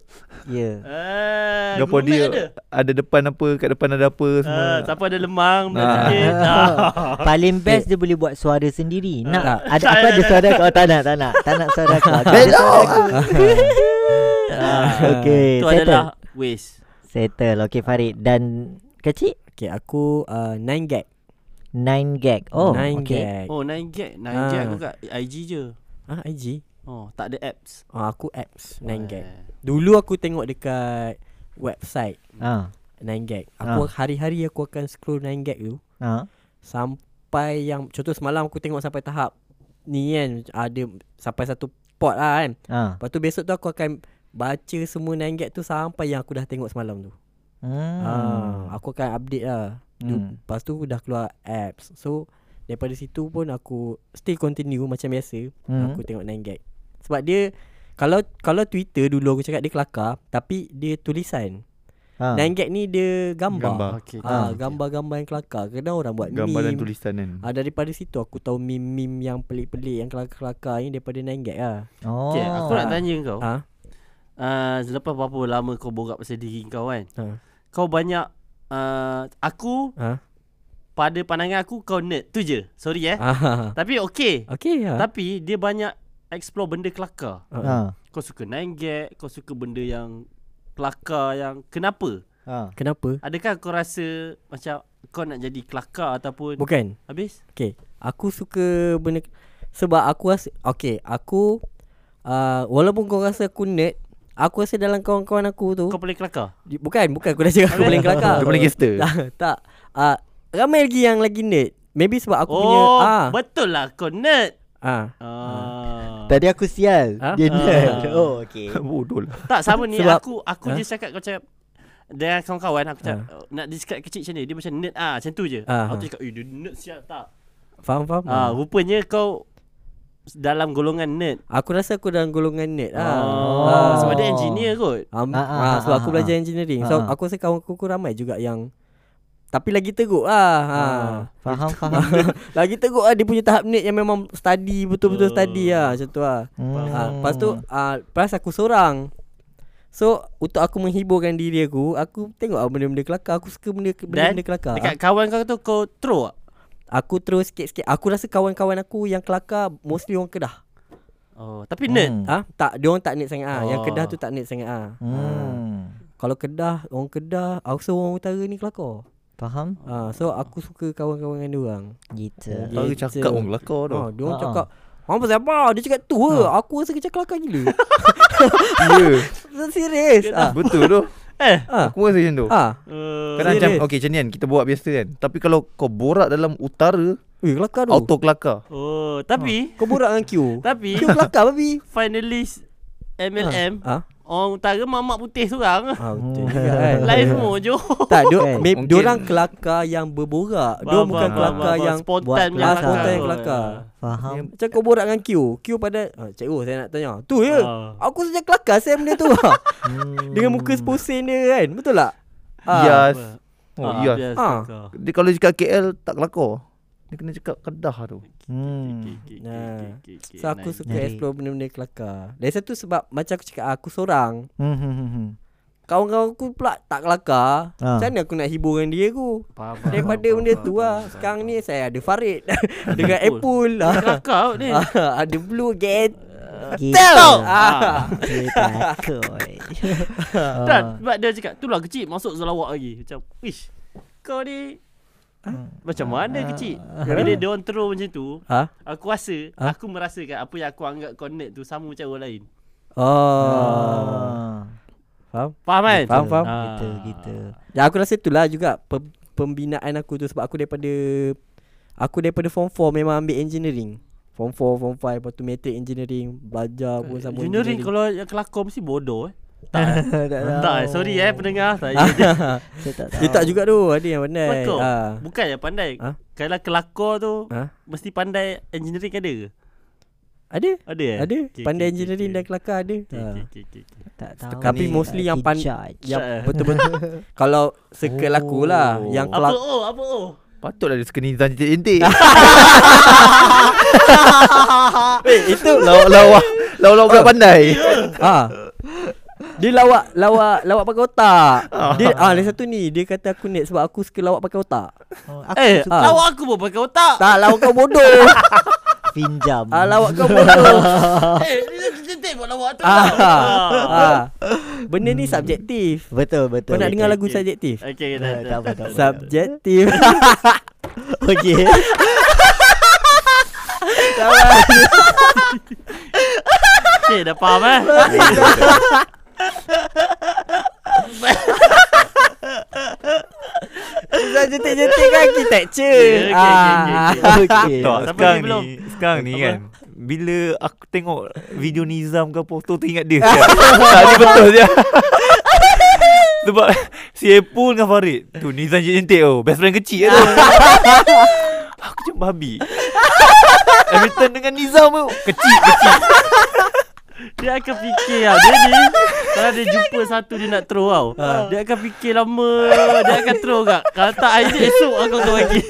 Speaker 2: Ya.
Speaker 3: Ah,
Speaker 4: Gapo
Speaker 3: Google
Speaker 4: dia
Speaker 3: Map ada.
Speaker 4: ada depan apa, kat depan ada apa semua.
Speaker 3: Ah, siapa ada lemang
Speaker 4: Ah.
Speaker 3: ah.
Speaker 1: [laughs]
Speaker 3: ah.
Speaker 2: [laughs] Paling best dia boleh buat suara sendiri. Nak
Speaker 1: Tak.
Speaker 2: ada
Speaker 3: Eh.
Speaker 2: apa
Speaker 3: Tak, tak,
Speaker 2: ada
Speaker 3: tak,
Speaker 2: suara kau Oh, tak nak, tak nak. Tak nak suara kau. Tak ada suara aku. Okey,
Speaker 1: Ah,
Speaker 3: Itu
Speaker 2: settle.
Speaker 3: ah. adalah waste.
Speaker 2: Settle. Okey Farid dan kecil
Speaker 1: Okay aku uh, Nine gag
Speaker 2: 9 gag. Oh,
Speaker 1: Nine
Speaker 2: okey.
Speaker 1: gag
Speaker 3: Oh 9G 9G
Speaker 1: Ah.
Speaker 3: aku kat IG je
Speaker 1: Ah IG
Speaker 3: Oh tak ada apps
Speaker 1: ah, Aku apps Nine gag
Speaker 3: Eh.
Speaker 1: Dulu aku tengok dekat Website
Speaker 2: Ha.
Speaker 1: Nine gag Aku
Speaker 2: Ah.
Speaker 1: hari-hari aku akan scroll nine gag tu
Speaker 2: Ha.
Speaker 1: Sampai yang Contoh semalam aku tengok sampai tahap Ni kan Ada Sampai satu pot lah kan
Speaker 2: Ha.
Speaker 1: Lepas tu besok tu aku akan Baca semua nine gag tu Sampai yang aku dah tengok semalam tu
Speaker 2: Hmm.
Speaker 1: hmm. ah, Aku akan update lah
Speaker 2: Hmm.
Speaker 1: hmm. Lepas tu dah keluar apps So Daripada situ pun aku Still continue macam biasa
Speaker 2: Hmm.
Speaker 1: hmm. Aku tengok nine gag Sebab dia Kalau kalau Twitter dulu aku cakap dia kelakar Tapi dia tulisan ha.
Speaker 2: Ha.
Speaker 1: Nine gag ni dia gambar, gambar.
Speaker 4: Ah. Gambar.
Speaker 3: Okay
Speaker 1: Ah, gambar-gambar yang kelakar Kadang orang buat
Speaker 4: Gambar dan
Speaker 1: meme
Speaker 4: tulisan kan.
Speaker 1: Ah daripada situ aku tahu meme-meme yang pelik-pelik yang kelakar-kelakar ni daripada Nine Gag lah.
Speaker 2: Oh.
Speaker 3: Okay, aku nak tanya kau.
Speaker 1: Ha?
Speaker 3: Ah, selepas berapa lama kau borak pasal diri kau kan?
Speaker 1: Ha.
Speaker 3: Kau banyak ah, aku
Speaker 1: Ha.
Speaker 3: pada pandangan aku kau nerd tu je. Sorry eh.
Speaker 1: Ah. [laughs]
Speaker 3: Tapi okay.
Speaker 1: Okey ya.
Speaker 3: Tapi dia banyak explore benda kelakar.
Speaker 2: Ha.
Speaker 3: Kau suka 9gag, kau suka benda yang kelakar yang kenapa?
Speaker 2: Ha.
Speaker 1: Kenapa?
Speaker 3: Adakah kau rasa macam kau nak jadi kelakar ataupun
Speaker 1: Bukan.
Speaker 3: habis?
Speaker 1: Okey. Aku suka benda sebab aku rasa okey, aku uh, walaupun kau rasa aku nerd, aku rasa dalam kawan-kawan aku tu
Speaker 3: Kau boleh kelakar?
Speaker 1: bukan bukan aku dah cakap aku paling kelakar.
Speaker 4: Dia boleh gangster.
Speaker 1: [laughs] tak, tak. Uh, ramai lagi yang lagi nerd. Maybe sebab aku punya
Speaker 3: oh,
Speaker 1: ah
Speaker 3: betul lah kau nerd.
Speaker 1: ah
Speaker 3: Ah.
Speaker 2: Tadi aku sial.
Speaker 1: Ha?
Speaker 2: Dia ni.
Speaker 3: Ha.
Speaker 2: [laughs] Oh, okey.
Speaker 4: [laughs] Bodoh lah.
Speaker 3: Tak sama ni
Speaker 1: Sebab- Ha?
Speaker 3: aku aku je cakap kau cakap dengan kawan-kawan aku cakap uh. nak describe kecil macam ni dia macam nerd ah macam tu je.
Speaker 1: Ah,
Speaker 3: Aku
Speaker 1: ah.
Speaker 3: cakap eh dia nerd siap tak.
Speaker 1: faham faham.
Speaker 3: Ah rupanya kau dalam golongan nerd.
Speaker 1: Aku rasa aku dalam golongan nerd lah.
Speaker 3: Oh,
Speaker 1: Ah.
Speaker 3: sebab dia engineer kot.
Speaker 1: Um,
Speaker 2: Ah,
Speaker 1: ah,
Speaker 2: ah, ah,
Speaker 1: sebab
Speaker 2: ah,
Speaker 1: aku
Speaker 2: ah.
Speaker 1: belajar engineering. So
Speaker 2: Ah, ah.
Speaker 1: aku rasa kawan aku, aku ramai juga yang tapi lagi teruk lah. Ha.
Speaker 3: Ah.
Speaker 2: Faham,
Speaker 1: [laughs]
Speaker 2: faham.
Speaker 1: Lagi teruk lah dia punya tahap net yang memang study betul-betul study lah macam tu lah.
Speaker 2: Hmm.
Speaker 3: Oh.
Speaker 1: Ha. Lepas tu ah, plus aku seorang. So untuk aku menghiburkan diri aku, aku tengok lah benda-benda kelakar. Aku suka benda
Speaker 3: Dan
Speaker 1: benda-benda kelakar.
Speaker 3: Dekat kawan kau tu kau throw ah.
Speaker 1: Aku terus sikit-sikit. Aku rasa kawan-kawan aku yang kelakar mostly orang Kedah.
Speaker 3: Oh, tapi
Speaker 2: Hmm.
Speaker 3: nerd.
Speaker 1: Ah, ha? tak dia orang tak net sangat ah. Yang
Speaker 3: Oh.
Speaker 1: Kedah tu tak net sangat ah. Ha.
Speaker 2: Hmm.
Speaker 1: Kalau Kedah, orang Kedah, aku rasa orang utara ni kelakar.
Speaker 2: Faham?
Speaker 1: Ah, so aku suka kawan-kawan dengan dia orang.
Speaker 2: Gitu.
Speaker 1: Gitu.
Speaker 4: Orang cakap orang kelakar tau.
Speaker 1: Ha, dia orang
Speaker 2: Ha.
Speaker 1: cakap Mampu siapa? Dia cakap tu ke. Aku rasa kerja kelakar gila. [laughs]
Speaker 4: [laughs] Ya.
Speaker 1: Serius. Ah.
Speaker 4: Betul tu.
Speaker 3: Eh.
Speaker 1: Ah.
Speaker 4: Aku rasa macam tu.
Speaker 1: Ah.
Speaker 3: Uh,
Speaker 4: Kadang macam
Speaker 1: Serious.
Speaker 4: okey macam ni kan kita buat biasa kan. Tapi kalau kau borak dalam utara,
Speaker 1: Weh, Eh, kelakar tu.
Speaker 4: auto kelakar.
Speaker 3: oh, tapi [laughs]
Speaker 1: Kau borak dengan Q.
Speaker 3: tapi
Speaker 1: Q kelakar babi.
Speaker 3: finalis MLM
Speaker 1: Ah.
Speaker 3: orang Orang utara mamak putih seorang
Speaker 1: Ah, betul
Speaker 2: Hmm.
Speaker 1: juga kan.
Speaker 3: Lain semua Johor
Speaker 1: Tak, dia
Speaker 2: Kan?
Speaker 1: okay.
Speaker 4: Mungkin.
Speaker 1: orang kelakar yang berborak. Dia
Speaker 3: Faham,
Speaker 1: bukan
Speaker 3: faham,
Speaker 1: kelakar
Speaker 3: faham, faham.
Speaker 1: yang
Speaker 3: Spontan
Speaker 2: buat
Speaker 3: punya
Speaker 1: kelakar.
Speaker 3: kelakar Ah.
Speaker 1: Spontan kelakar.
Speaker 2: Faham
Speaker 1: macam kau borak dengan Q. Q pada ah, cikgu saya nak tanya. Tu ya.
Speaker 3: Ah.
Speaker 1: Aku saja kelakar saya benda
Speaker 3: [laughs]
Speaker 1: tu. [laughs]
Speaker 2: Hmm.
Speaker 1: Dengan muka seposen dia kan. Betul tak? Ah.
Speaker 4: Yes.
Speaker 3: Oh,
Speaker 4: Oh,
Speaker 3: ah,
Speaker 4: yes.
Speaker 3: bias
Speaker 1: Ah.
Speaker 3: kelakar.
Speaker 4: Dia kalau cakap KL tak kelakar. Dia kena cakap Kedah tu.
Speaker 3: Okay,
Speaker 2: Hmm.
Speaker 3: okay, okay,
Speaker 1: Nah.
Speaker 3: okay, okay, okay.
Speaker 1: So aku
Speaker 3: Nice.
Speaker 1: suka
Speaker 2: Menarik.
Speaker 1: explore benda-benda kelakar. Dari satu sebab macam aku cakap aku seorang.
Speaker 2: Hmm, hmm, hmm, hmm.
Speaker 1: Kawan-kawan aku pula tak kelakar.
Speaker 2: Ah.
Speaker 1: Macam mana aku nak hiburkan dia aku?
Speaker 3: Faham, faham,
Speaker 1: Daripada
Speaker 3: faham,
Speaker 1: benda
Speaker 3: faham,
Speaker 1: tu
Speaker 3: faham,
Speaker 1: lah.
Speaker 3: faham,
Speaker 1: Sekarang
Speaker 3: faham.
Speaker 1: ni saya ada Farid [laughs] dengan
Speaker 3: Betul.
Speaker 1: Apple. [laughs] Ah,
Speaker 3: Kelakar kot Lah, ni
Speaker 1: ah, ada Blue Get.
Speaker 2: Gitu
Speaker 1: Ah.
Speaker 2: Kita
Speaker 1: [laughs]
Speaker 2: takut
Speaker 3: Dan sebab dia cakap tu lah kecil masuk Sarawak lagi Macam Ish Kau ni Macam mana kecil Bila dia orang throw macam tu
Speaker 1: Ha?
Speaker 3: Aku rasa
Speaker 1: Ah.
Speaker 3: Aku merasakan Apa yang aku anggap connect tu Sama macam orang lain Ah.
Speaker 1: Oh.
Speaker 2: Ah.
Speaker 1: Faham?
Speaker 3: Faham kan?
Speaker 1: Faham, faham.
Speaker 3: Ah.
Speaker 2: Kita kita
Speaker 1: Ya aku rasa itulah juga pem- pembinaan aku tu sebab aku daripada aku daripada form 4 memang ambil engineering. Form 4, form 5 lepas tu matric engineering, belajar pun sama
Speaker 3: Eh, Engineering kalau yang kelakar mesti bodoh eh Tak eh?
Speaker 2: Tak tahu.
Speaker 3: Tak eh sorry eh
Speaker 1: Ah.
Speaker 3: pendengar Tak ya.
Speaker 1: [laughs]
Speaker 2: Saya tak
Speaker 1: Dia tak juga tu, ada yang pandai.
Speaker 3: Kelakar
Speaker 1: Ha.
Speaker 3: Bukan yang pandai
Speaker 1: Ah.
Speaker 3: Kalau kelakar tu
Speaker 1: Ha?
Speaker 3: Mesti pandai engineering ada ke?
Speaker 1: Ada?
Speaker 3: Ada eh?
Speaker 1: Ada.
Speaker 3: Okey,
Speaker 1: Pandai
Speaker 3: okey,
Speaker 1: engineering
Speaker 3: okey,
Speaker 1: dan kelakar ada.
Speaker 3: okey,
Speaker 1: Ha.
Speaker 3: okey, okey, okey, okey.
Speaker 2: tak tahu
Speaker 1: Tapi
Speaker 2: ni,
Speaker 1: mostly
Speaker 2: tak
Speaker 1: yang pan-
Speaker 2: dijudge.
Speaker 1: Yang
Speaker 3: Syak, eh? [laughs]
Speaker 1: betul-betul kalau circle aku lah yang
Speaker 3: Apa
Speaker 1: kelak
Speaker 3: oh apa oh
Speaker 4: Patutlah dia suka nizam jentik-jentik.
Speaker 1: eh itu
Speaker 4: Lawak-lawak. Lawak-lawak budak pandai.
Speaker 1: [laughs] ah dia lawak lawak lawak pakai otak. Dia
Speaker 3: [laughs]
Speaker 1: ah lain satu ni dia kata aku net sebab aku suka lawak pakai otak.
Speaker 2: Oh,
Speaker 3: Eh
Speaker 2: Aku
Speaker 1: ah.
Speaker 3: lawak aku pun pakai otak
Speaker 1: Tak lawak kau bodoh.
Speaker 2: pinjam
Speaker 1: Ah lawak kau bodoh.
Speaker 3: Eh ni lagi jentik buat lawak tu
Speaker 1: Ah.
Speaker 3: tau.
Speaker 1: ah. Benda ni subjektif.
Speaker 2: Betul betul
Speaker 1: Kau nak
Speaker 3: okey,
Speaker 1: dengar lagu
Speaker 3: okey.
Speaker 1: subjektif?
Speaker 3: Okay
Speaker 2: Tak tak apa tak apa
Speaker 3: [laughs]
Speaker 1: Subjektif.
Speaker 2: Okey
Speaker 3: Okay dah faham eh
Speaker 1: Subjektif-jektif kan kita
Speaker 3: Okey,
Speaker 1: lecture.
Speaker 3: okey, okey,
Speaker 1: Ah.
Speaker 3: okey.
Speaker 2: Okey
Speaker 5: Tak,
Speaker 3: Tak, siapa
Speaker 5: sekarang
Speaker 3: lagi
Speaker 5: ni,
Speaker 3: belum?
Speaker 5: sekarang ni
Speaker 3: Apa?
Speaker 5: kan Bila aku tengok video Nizam ke apa Tu teringat dia siap. Tak, ni betul je [laughs] Sebab si Epul dengan Farid Tu Nizam jentik tu Best friend kecil tu Aku macam babi Everton dengan Nizam tu Kecil, kecil
Speaker 3: Dia akan fikir tau Dia ni Kalau dia jumpa satu Dia nak throw tau Dia akan fikir lama Dia akan throw kak Kalau tak Aizat esok Aku akan bagi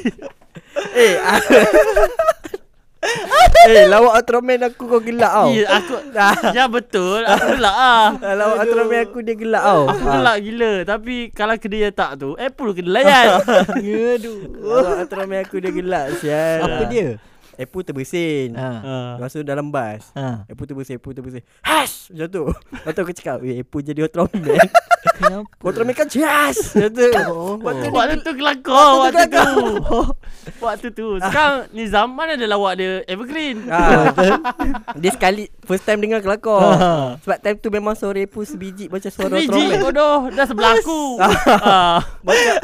Speaker 1: Eh. ah. [laughs] Eh lawak Ultraman aku kau gelak tau.
Speaker 3: Ya aku Ya betul Aku gelak lah
Speaker 1: Ah, Lawak Ultraman aku dia gelak tau. Ah.
Speaker 3: Aku gelak gila Tapi Kalau kedai tak tu Apple kena layan
Speaker 2: Ah. Aduh
Speaker 1: Lawak Ultraman aku dia gelak sial. Eh,
Speaker 2: Apa dia
Speaker 1: Epu terbersin.
Speaker 2: Ha
Speaker 3: Ah.
Speaker 1: Lepas tu dalam bas. Eh,
Speaker 2: Ha
Speaker 1: Epu terbersin, Epu terbersin. Hash! Macam tu. Lepas tu aku cakap, "Weh, Epu jadi Ultraman."
Speaker 3: [laughs]
Speaker 2: Kenapa
Speaker 1: Ultraman kan jas. Macam tu.
Speaker 3: Oh.
Speaker 1: Waktu ni
Speaker 3: Waktu tu kelakar Ah.
Speaker 1: Waktu tu
Speaker 3: Waktu tu [laughs] Waktu tu Sekarang Nizam Mana ada lawak dia Evergreen
Speaker 1: [laughs] Ah, dia sekali first time dengar kelakar. Sebab time tu memang suara pun sebiji macam suara
Speaker 3: Biji
Speaker 1: Ultraman.
Speaker 3: bodoh Dah sebelah aku [laughs] Ah.
Speaker 1: Macam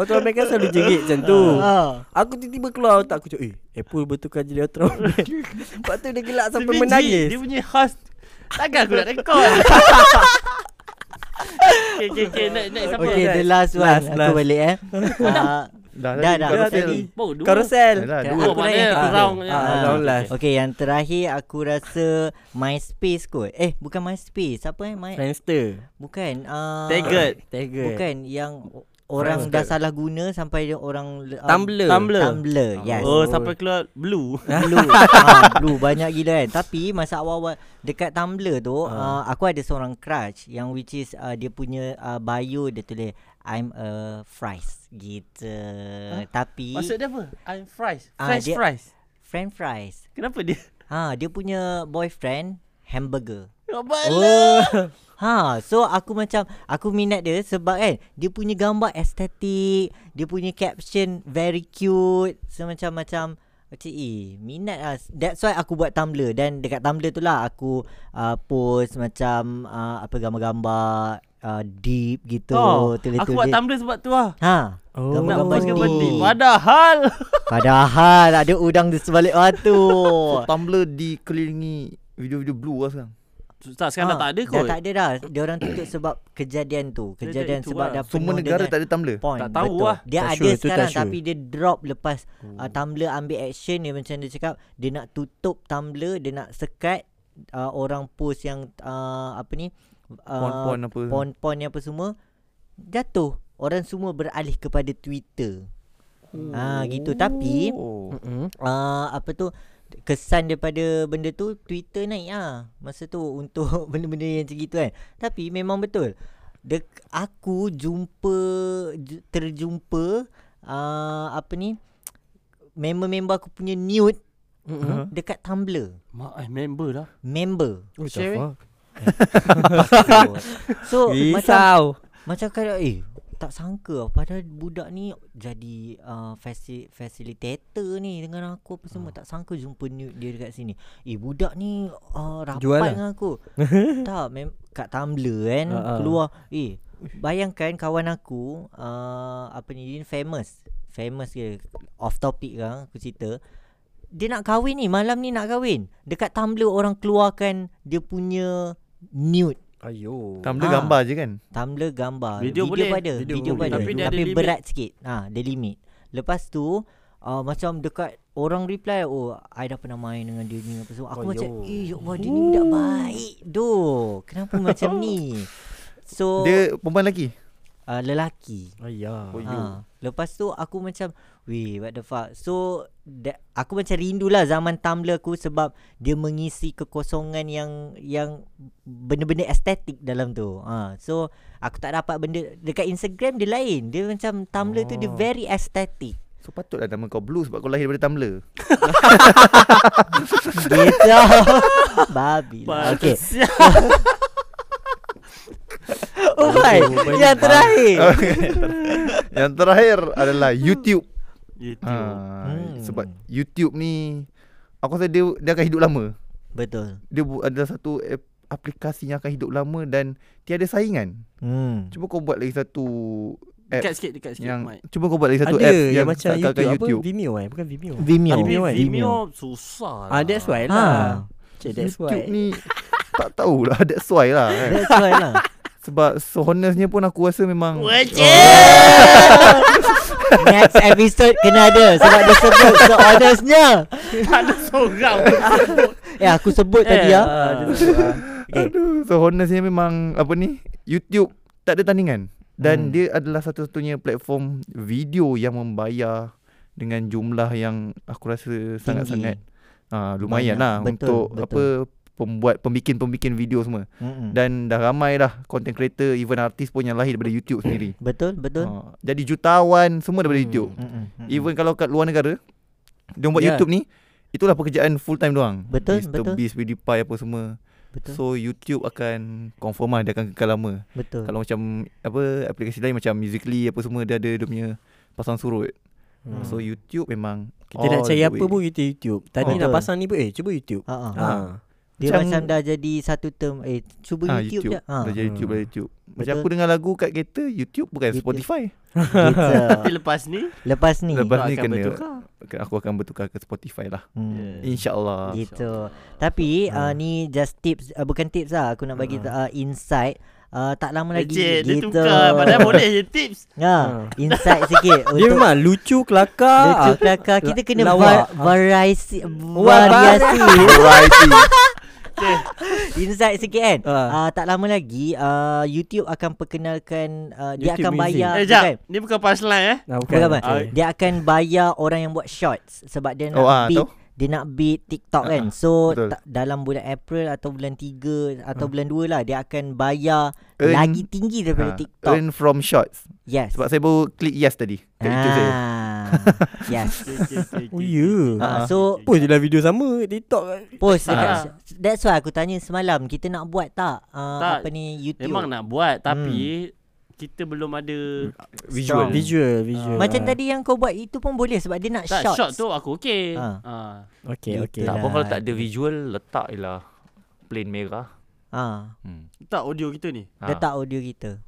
Speaker 1: Ultraman kan selalu jerit macam tu.
Speaker 2: Ha
Speaker 1: Aku tiba-tiba keluar otak aku cakap, eh, Apple betulkan jadi
Speaker 3: [laughs]
Speaker 1: Ultraman. Lepas tu dia gelak sampai
Speaker 3: Biji, Dia
Speaker 1: menangis.
Speaker 3: punya khas Takkan aku nak rekod [laughs] Okay okay okay Next next siapa
Speaker 2: Okay the last one
Speaker 1: Last,
Speaker 2: Aku
Speaker 1: last.
Speaker 2: balik
Speaker 1: [laughs]
Speaker 2: eh Ah,
Speaker 4: Dah
Speaker 2: Dah dah
Speaker 1: Dah
Speaker 2: tadi
Speaker 1: tadi.
Speaker 3: Oh dua
Speaker 1: Karusel.
Speaker 4: Yalah,
Speaker 3: Dua
Speaker 2: Aku
Speaker 3: maknanya
Speaker 2: naik
Speaker 3: tu
Speaker 1: ah,
Speaker 3: round
Speaker 1: ah,
Speaker 3: je.
Speaker 1: ah, round last.
Speaker 2: Okay yang terakhir aku rasa MySpace kot Eh bukan MySpace Apa eh My
Speaker 1: Friendster.
Speaker 2: Bukan uh,
Speaker 3: Taggart.
Speaker 1: Tiger.
Speaker 2: Bukan yang o- Orang dah salah guna Sampai dia orang um,
Speaker 1: Tumblr.
Speaker 3: Tumblr.
Speaker 2: Tumblr Yes
Speaker 3: Oh sampai keluar blue
Speaker 1: Ah. [laughs]
Speaker 2: Blue ha, Blue banyak gila kan Tapi masa awal-awal Dekat Tumblr tu uh, Aku ada seorang crush Yang which is uh, Dia punya uh, bio Dia tulis I'm a fries Gitu Tapi
Speaker 3: Maksud dia apa? I'm fries
Speaker 2: Ah,
Speaker 3: French
Speaker 2: dia-
Speaker 3: fries
Speaker 2: French fries
Speaker 3: Kenapa dia?
Speaker 2: Ha, Dia punya boyfriend Hamburger
Speaker 3: Abang lah.
Speaker 2: Oh. Ha, so aku macam aku minat dia sebab kan dia punya gambar estetik, dia punya caption very cute. So macam macam macam eh minat lah That's why aku buat Tumblr Dan dekat Tumblr tu lah Aku uh, post macam uh, Apa gambar-gambar uh, Deep gitu
Speaker 3: Oh,
Speaker 2: tulis-tulis.
Speaker 3: Aku buat Tumblr sebab tu lah
Speaker 2: Ha
Speaker 1: Oh.
Speaker 3: Nak
Speaker 2: Gambar-gambar
Speaker 3: post ke benda
Speaker 2: deep
Speaker 3: Padahal
Speaker 2: Padahal ada udang di sebalik batu
Speaker 4: So Tumblr dikelilingi video-video blue lah sekarang
Speaker 3: Tak sekarang ha, dah tak ada kot
Speaker 2: Dah tak ada dah. Dia orang tutup sebab kejadian tu.
Speaker 3: Dia- dia
Speaker 2: Kejadian
Speaker 3: itu
Speaker 2: sebab
Speaker 3: lah.
Speaker 2: dah
Speaker 4: Semua
Speaker 2: penuh
Speaker 4: negara
Speaker 2: dengan
Speaker 4: tak ada tumbler.
Speaker 2: point.
Speaker 3: Tak tahu
Speaker 2: Betul.
Speaker 3: lah.
Speaker 1: Tak
Speaker 2: Dia tak ada
Speaker 1: sure,
Speaker 2: sure,
Speaker 1: itu tak sure.
Speaker 2: sekarang
Speaker 1: Oh.
Speaker 2: tapi dia drop lepas uh, Tumblr ambil action dia macam dia cakap dia nak tutup Tumblr, dia nak sekat uh, orang post yang uh, apa ni uh,
Speaker 4: Pon-pon apa.
Speaker 2: pon-pon yang apa semua jatuh. Orang semua beralih kepada Twitter.
Speaker 3: Oh.
Speaker 2: Ah gitu tapi
Speaker 4: Oh.
Speaker 1: Mm-mm.
Speaker 2: uh, apa tu kesan daripada benda tu Twitter naik ah masa tu untuk [laughs] benda-benda yang macam gitu kan. Tapi memang betul. Dek, aku jumpa ju- terjumpa uh, apa ni member-member aku punya nude mm-hmm,
Speaker 1: Mm-mm.
Speaker 2: dekat Tumblr.
Speaker 3: Mak eh member lah
Speaker 2: Member.
Speaker 1: What the
Speaker 2: [laughs]
Speaker 1: fuck?
Speaker 2: So macam
Speaker 1: Risau
Speaker 2: macam kalau eh tak sangka lah, padahal budak ni jadi uh, faci- facilitator ni dengan aku apa semua
Speaker 1: Ah.
Speaker 2: tak sangka jumpa nude dia dekat sini. Eh budak ni uh, rapat
Speaker 1: Jual
Speaker 2: Jual
Speaker 1: lah.
Speaker 2: dengan
Speaker 1: [laughs]
Speaker 2: aku. tak mem kat Tumblr kan
Speaker 1: Ah, ah.
Speaker 2: uh-uh. keluar eh bayangkan kawan aku uh, apa ni dia famous. Famous dia off topic kan aku cerita. Dia nak kahwin ni malam ni nak kahwin. Dekat Tumblr orang keluarkan dia punya nude
Speaker 1: Ayo
Speaker 4: Tumbler
Speaker 2: Ah.
Speaker 4: gambar je kan?
Speaker 2: Tumblr gambar
Speaker 3: Video
Speaker 2: Video, video
Speaker 3: boleh.
Speaker 2: pun ada
Speaker 1: Video
Speaker 2: Video, video pun
Speaker 1: boleh.
Speaker 2: ada
Speaker 1: Tapi
Speaker 2: Tapi,
Speaker 3: dia ada
Speaker 2: tapi
Speaker 3: limit.
Speaker 2: berat sikit ha, Dia limit Lepas tu uh, Macam dekat Orang reply Oh I dah pernah main dengan dia ni apa semua. Aku
Speaker 1: Oh,
Speaker 2: macam
Speaker 1: yo.
Speaker 2: Eh ya Allah dia ni budak baik Doh Kenapa macam ni So dia,
Speaker 4: Dia perempuan lelaki?
Speaker 2: uh, Lelaki
Speaker 1: Ayah
Speaker 4: Oh, yo.
Speaker 2: ha. Lepas tu aku macam Weh what the fuck So da- Aku macam rindulah zaman Tumblr aku Sebab dia mengisi kekosongan yang Yang benda-benda estetik dalam tu ha. So aku tak dapat benda Dekat Instagram dia lain Dia macam Tumblr tu dia
Speaker 4: Oh.
Speaker 2: very estetik
Speaker 4: So patutlah nama kau Blue sebab kau lahir daripada Tumblr.
Speaker 2: Gitu [laughs] Babi lah
Speaker 3: [laughs]
Speaker 2: Okay Umai Yang terakhir
Speaker 4: Yang terakhir adalah YouTube.
Speaker 3: YouTube
Speaker 4: Ha,
Speaker 2: Hmm.
Speaker 4: Sebab YouTube ni aku rasa dia dia akan hidup lama.
Speaker 2: Betul
Speaker 4: Dia bu- adalah satu ap- aplikasi yang akan hidup lama dan tiada saingan.
Speaker 2: Hmm
Speaker 4: Cuba kau buat lagi satu app
Speaker 3: Dekat sikit dekat sikit
Speaker 4: yang
Speaker 3: Mike.
Speaker 4: cuba kau buat lagi satu
Speaker 1: Ada
Speaker 4: app
Speaker 1: yang,
Speaker 4: yang
Speaker 1: macam
Speaker 4: tak
Speaker 1: YouTube,
Speaker 4: akan
Speaker 1: YouTube apa Vimeo eh Bukan Vimeo
Speaker 2: Vimeo
Speaker 1: Ah, Vimeo kan
Speaker 3: Vimeo susah
Speaker 1: Ah
Speaker 3: lah.
Speaker 1: that's why
Speaker 2: Ha.
Speaker 1: lah Cik that's why
Speaker 4: YouTube ni tak tahulah [laughs] that's why lah kan.
Speaker 2: That's why lah [laughs]
Speaker 4: Sebab so honestnya pun aku rasa memang
Speaker 2: Next episode kena ada Sebab dia sebut So honestnya
Speaker 3: [laughs] Tak ada seorang pun sebut.
Speaker 2: Eh aku sebut tadi ya
Speaker 3: ah, dia sebut, ah.
Speaker 2: eh.
Speaker 4: Aduh, so honestnya memang apa ni YouTube tak ada tandingan
Speaker 2: Hmm.
Speaker 4: dan dia adalah satu-satunya platform video yang membayar dengan jumlah yang aku rasa sangat-sangat uh,
Speaker 2: Banyak.
Speaker 4: lumayan lah
Speaker 2: Betul,
Speaker 4: untuk
Speaker 2: betul.
Speaker 4: apa pembuat pembikin-pembikin video semua
Speaker 2: Mm-mm.
Speaker 4: dan dah ramai dah content creator even artis pun yang lahir daripada YouTube sendiri.
Speaker 2: Betul betul Hmm.
Speaker 4: Uh, jadi jutawan semua daripada YouTube.
Speaker 3: Oh.
Speaker 2: Mm-mm, mm-mm.
Speaker 4: Even kalau kat luar negara dia buat
Speaker 1: Yeah.
Speaker 4: YouTube ni itulah pekerjaan full time doang.
Speaker 2: Ya. Betul,
Speaker 4: Mr.
Speaker 2: betul.
Speaker 4: Beast, PewDiePie apa semua.
Speaker 2: Betul
Speaker 4: So YouTube akan confirm lah dia akan kekal lama.
Speaker 2: betul
Speaker 4: Kalau macam apa aplikasi lain macam Musical.ly apa semua dia ada dia punya pasang surut.
Speaker 1: Hmm.
Speaker 4: So oh, ya, YouTube memang
Speaker 1: Kita nak
Speaker 4: all
Speaker 1: cari
Speaker 4: the
Speaker 1: apa
Speaker 4: way.
Speaker 1: pun kita YouTube Tadi
Speaker 2: Oh.
Speaker 1: nak
Speaker 2: Betul.
Speaker 1: pasang ni pun Eh cuba YouTube
Speaker 2: Ha, ha.
Speaker 1: Ha
Speaker 2: Dia
Speaker 4: Macam-
Speaker 2: macam, dah jadi satu term Eh cuba
Speaker 4: Ah,
Speaker 2: YouTube, je ha.
Speaker 4: Dah jadi YouTube, dah YouTube. Macam
Speaker 2: Betul.
Speaker 4: aku dengar lagu kat kereta, YouTube bukan
Speaker 2: YouTube.
Speaker 4: Spotify.
Speaker 3: Tapi
Speaker 2: Gitu.
Speaker 3: lepas ni
Speaker 2: Lepas ni
Speaker 4: Lepas
Speaker 3: kau
Speaker 4: ni
Speaker 3: akan
Speaker 4: kena
Speaker 3: bertukar.
Speaker 4: aku akan bertukar ke Spotify lah.
Speaker 2: hmm.
Speaker 4: Insyaallah.
Speaker 2: Gitu Tapi uh, ni just tips uh, Bukan tips lah Aku nak bagi uh, insight uh, Tak lama lagi
Speaker 3: Cik dia
Speaker 2: Gitu
Speaker 3: tukar
Speaker 2: [laughs]
Speaker 3: Padahal boleh je tips
Speaker 2: ha. Insight sikit
Speaker 1: Dia
Speaker 2: untuk-
Speaker 1: memang lucu kelakar
Speaker 2: Lucu
Speaker 1: ah.
Speaker 2: kelakar Kita
Speaker 1: la-
Speaker 2: kena
Speaker 1: lawak.
Speaker 2: var- variasi
Speaker 1: Wah, [laughs]
Speaker 2: [laughs] Variasi
Speaker 4: Variety.
Speaker 2: Insight sikit kan
Speaker 1: Ah.
Speaker 2: uh, Tak lama lagi uh, YouTube akan perkenalkan uh, Dia
Speaker 1: YouTube
Speaker 2: akan
Speaker 1: Music.
Speaker 2: bayar
Speaker 3: Eh jap Ni bukan punchline eh
Speaker 1: Ah,
Speaker 2: Bukan, bukan.
Speaker 1: Okey.
Speaker 2: Dia akan bayar orang yang buat shorts Sebab dia nak
Speaker 4: Oh, ah,
Speaker 2: beat
Speaker 4: tahu.
Speaker 2: Dia nak beat TikTok kan So
Speaker 4: betul.
Speaker 2: ta- dalam bulan April Atau bulan 3 Atau
Speaker 3: Ah.
Speaker 2: bulan 2 lah Dia akan bayar
Speaker 4: Earn-
Speaker 2: Lagi tinggi daripada
Speaker 4: Ha,
Speaker 2: TikTok
Speaker 4: Earn from shots.
Speaker 2: Yes
Speaker 4: Sebab saya baru klik yes tadi. Kat YouTube saya.
Speaker 2: ah. [laughs]
Speaker 4: [laughs]
Speaker 2: Yes
Speaker 1: Oh ya
Speaker 2: Ah, So
Speaker 1: Apa je lah video sama TikTok kan
Speaker 2: Post
Speaker 3: Ah.
Speaker 2: dekat That's why aku tanya semalam Kita nak buat tak, uh,
Speaker 3: Tak.
Speaker 2: Apa ni YouTube
Speaker 3: Memang nak buat Tapi Kita belum ada
Speaker 4: Visual.
Speaker 2: Strong.
Speaker 1: Visual visual
Speaker 2: Macam
Speaker 1: ah.
Speaker 2: tadi yang kau buat Itu pun boleh Sebab dia nak
Speaker 3: Tak
Speaker 2: shots
Speaker 3: shot tu aku okay
Speaker 2: Ah.
Speaker 3: Ah.
Speaker 1: Okay okay
Speaker 5: Tak
Speaker 2: Yelah.
Speaker 5: pun kalau tak ada visual letak je lah plane merah.
Speaker 2: ha,
Speaker 5: Hmm.
Speaker 3: Tak audio kita ni
Speaker 4: Ah.
Speaker 5: Ha.
Speaker 2: Letak audio kita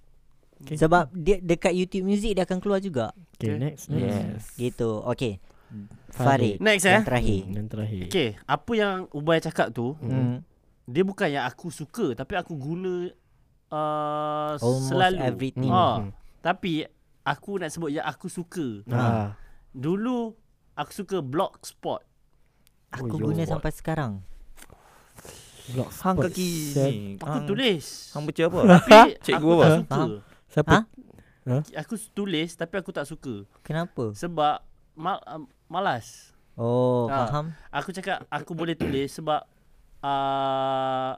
Speaker 1: Okay.
Speaker 2: okay. Sebab dia, dekat YouTube Music Dia akan keluar juga
Speaker 1: Okay next next.
Speaker 5: Yes.
Speaker 2: Gitu Okay
Speaker 1: Farid.
Speaker 2: Farid
Speaker 3: Next
Speaker 2: Yang
Speaker 3: eh
Speaker 2: terakhir
Speaker 1: Yang terakhir
Speaker 3: Okay Apa yang Ubay cakap tu
Speaker 2: hmm.
Speaker 3: dia bukan yang aku suka tapi aku guna uh,
Speaker 2: Almost
Speaker 3: selalu
Speaker 2: everything.
Speaker 1: Oh.
Speaker 3: ha. tapi aku nak sebut yang aku suka
Speaker 1: Ah.
Speaker 2: Ha.
Speaker 3: dulu aku suka blogspot
Speaker 1: Oh,
Speaker 2: Aku
Speaker 1: yo.
Speaker 2: guna sampai sekarang.
Speaker 1: Blok
Speaker 4: Hang
Speaker 1: spot.
Speaker 4: kaki
Speaker 1: Sial.
Speaker 4: ni.
Speaker 3: aku
Speaker 4: Hang-
Speaker 3: tulis
Speaker 4: Hang baca apa? [laughs]
Speaker 3: tapi
Speaker 4: Cikgu
Speaker 3: aku
Speaker 4: apa?
Speaker 3: tak suka
Speaker 1: Siapa?
Speaker 2: Ha?
Speaker 3: aku tulis tapi aku tak suka
Speaker 2: Kenapa?
Speaker 3: sebab ma- um, malas
Speaker 2: Oh,
Speaker 3: Ha.
Speaker 2: faham.
Speaker 3: Aku cakap aku boleh tulis sebab uh,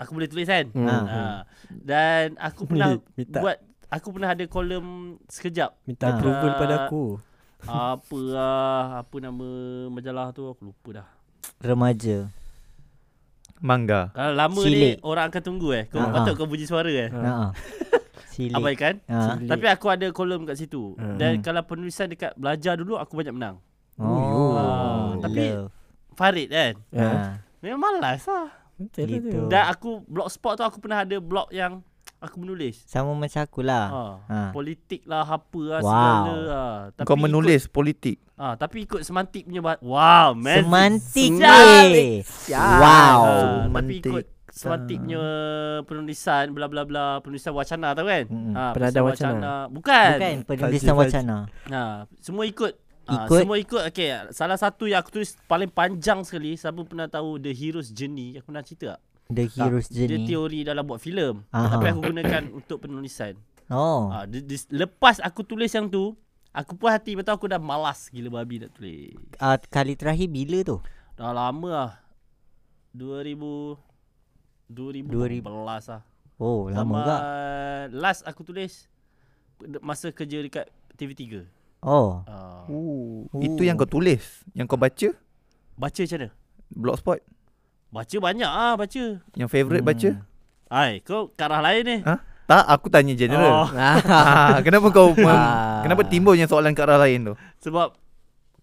Speaker 3: aku boleh tulis kan.
Speaker 1: Hmm.
Speaker 3: Hmm.
Speaker 2: Ah.
Speaker 3: Uh, dan aku pernah
Speaker 1: Minta.
Speaker 3: buat aku pernah ada kolom sekejap.
Speaker 1: Minta
Speaker 2: Ah.
Speaker 1: approval pada aku.
Speaker 3: apa lah apa nama majalah tu aku lupa dah.
Speaker 2: Remaja.
Speaker 4: Mangga.
Speaker 3: Kalau lama
Speaker 2: Silik.
Speaker 3: ni orang akan tunggu eh. Kau
Speaker 2: Ah.
Speaker 3: patut kau bunyi suara eh.
Speaker 2: Ha.
Speaker 3: [laughs]
Speaker 2: Ha. Silik.
Speaker 3: Abaikan.
Speaker 2: Ha.
Speaker 1: Silik.
Speaker 3: Tapi aku ada kolom kat situ.
Speaker 1: Ah.
Speaker 3: Dan kalau penulisan dekat belajar dulu aku banyak menang.
Speaker 2: Oh,
Speaker 3: Ah, tapi-
Speaker 2: love.
Speaker 3: Farid kan.
Speaker 1: Ha.
Speaker 2: Ha.
Speaker 3: Memang malas lah.
Speaker 1: Betul lah
Speaker 2: Gitu.
Speaker 1: tu.
Speaker 3: Dan aku blogspot tu aku pernah ada blog yang aku menulis.
Speaker 2: Sama macam akulah.
Speaker 3: Ha.
Speaker 2: Ha.
Speaker 3: politik lah apa lah
Speaker 2: Wow.
Speaker 3: wow. segala lah. Tapi
Speaker 4: Kau menulis politik.
Speaker 3: ikut, ah, tapi ikut semantik punya bah- wow man
Speaker 2: Semantik
Speaker 3: Semantik.
Speaker 2: weh. Wow.
Speaker 3: Ah, tapi
Speaker 4: Semantik.
Speaker 3: ikut semantik punya penulisan bla bla bla penulisan wacana tau kan
Speaker 2: Mm-mm.
Speaker 3: ah,
Speaker 1: Peradaan
Speaker 3: penulisan
Speaker 1: wacana.
Speaker 3: bukan,
Speaker 2: Bukan penulisan
Speaker 1: Falsifat.
Speaker 2: wacana.
Speaker 3: Nah, semua ikut Ah,
Speaker 2: Ikut.
Speaker 3: semua ikut okay, Salah satu yang aku tulis Paling panjang sekali Siapa pernah tahu The Hero's Journey Aku nak cerita tak?
Speaker 2: The Hero's
Speaker 3: Dia
Speaker 2: Journey.
Speaker 3: teori dalam buat filem
Speaker 2: Aha.
Speaker 3: Tapi aku gunakan [coughs] Untuk penulisan
Speaker 2: Oh.
Speaker 3: Ah, di, di, lepas aku tulis yang tu, aku puas hati betul aku dah malas gila babi nak tulis.
Speaker 2: Ah, kali terakhir bila tu?
Speaker 3: Dah lama lah. 2000 2014 lah.
Speaker 2: Oh, lama
Speaker 3: Sama
Speaker 2: juga.
Speaker 3: Last aku tulis de- masa kerja dekat TV3.
Speaker 2: Oh.
Speaker 3: Ah,
Speaker 4: Itu yang kau tulis, yang kau baca,
Speaker 3: baca macam mana?
Speaker 4: blogspot,
Speaker 3: Baca banyak ah baca.
Speaker 4: yang favorite baca.
Speaker 3: Ai, kau kat arah lain ni.
Speaker 4: Ha? Tak, aku tanya
Speaker 3: Oh,
Speaker 4: [laughs] general. Ah, kenapa kau mem-
Speaker 1: Ah.
Speaker 4: kenapa timbulnya soalan ke arah lain tu?
Speaker 3: sebab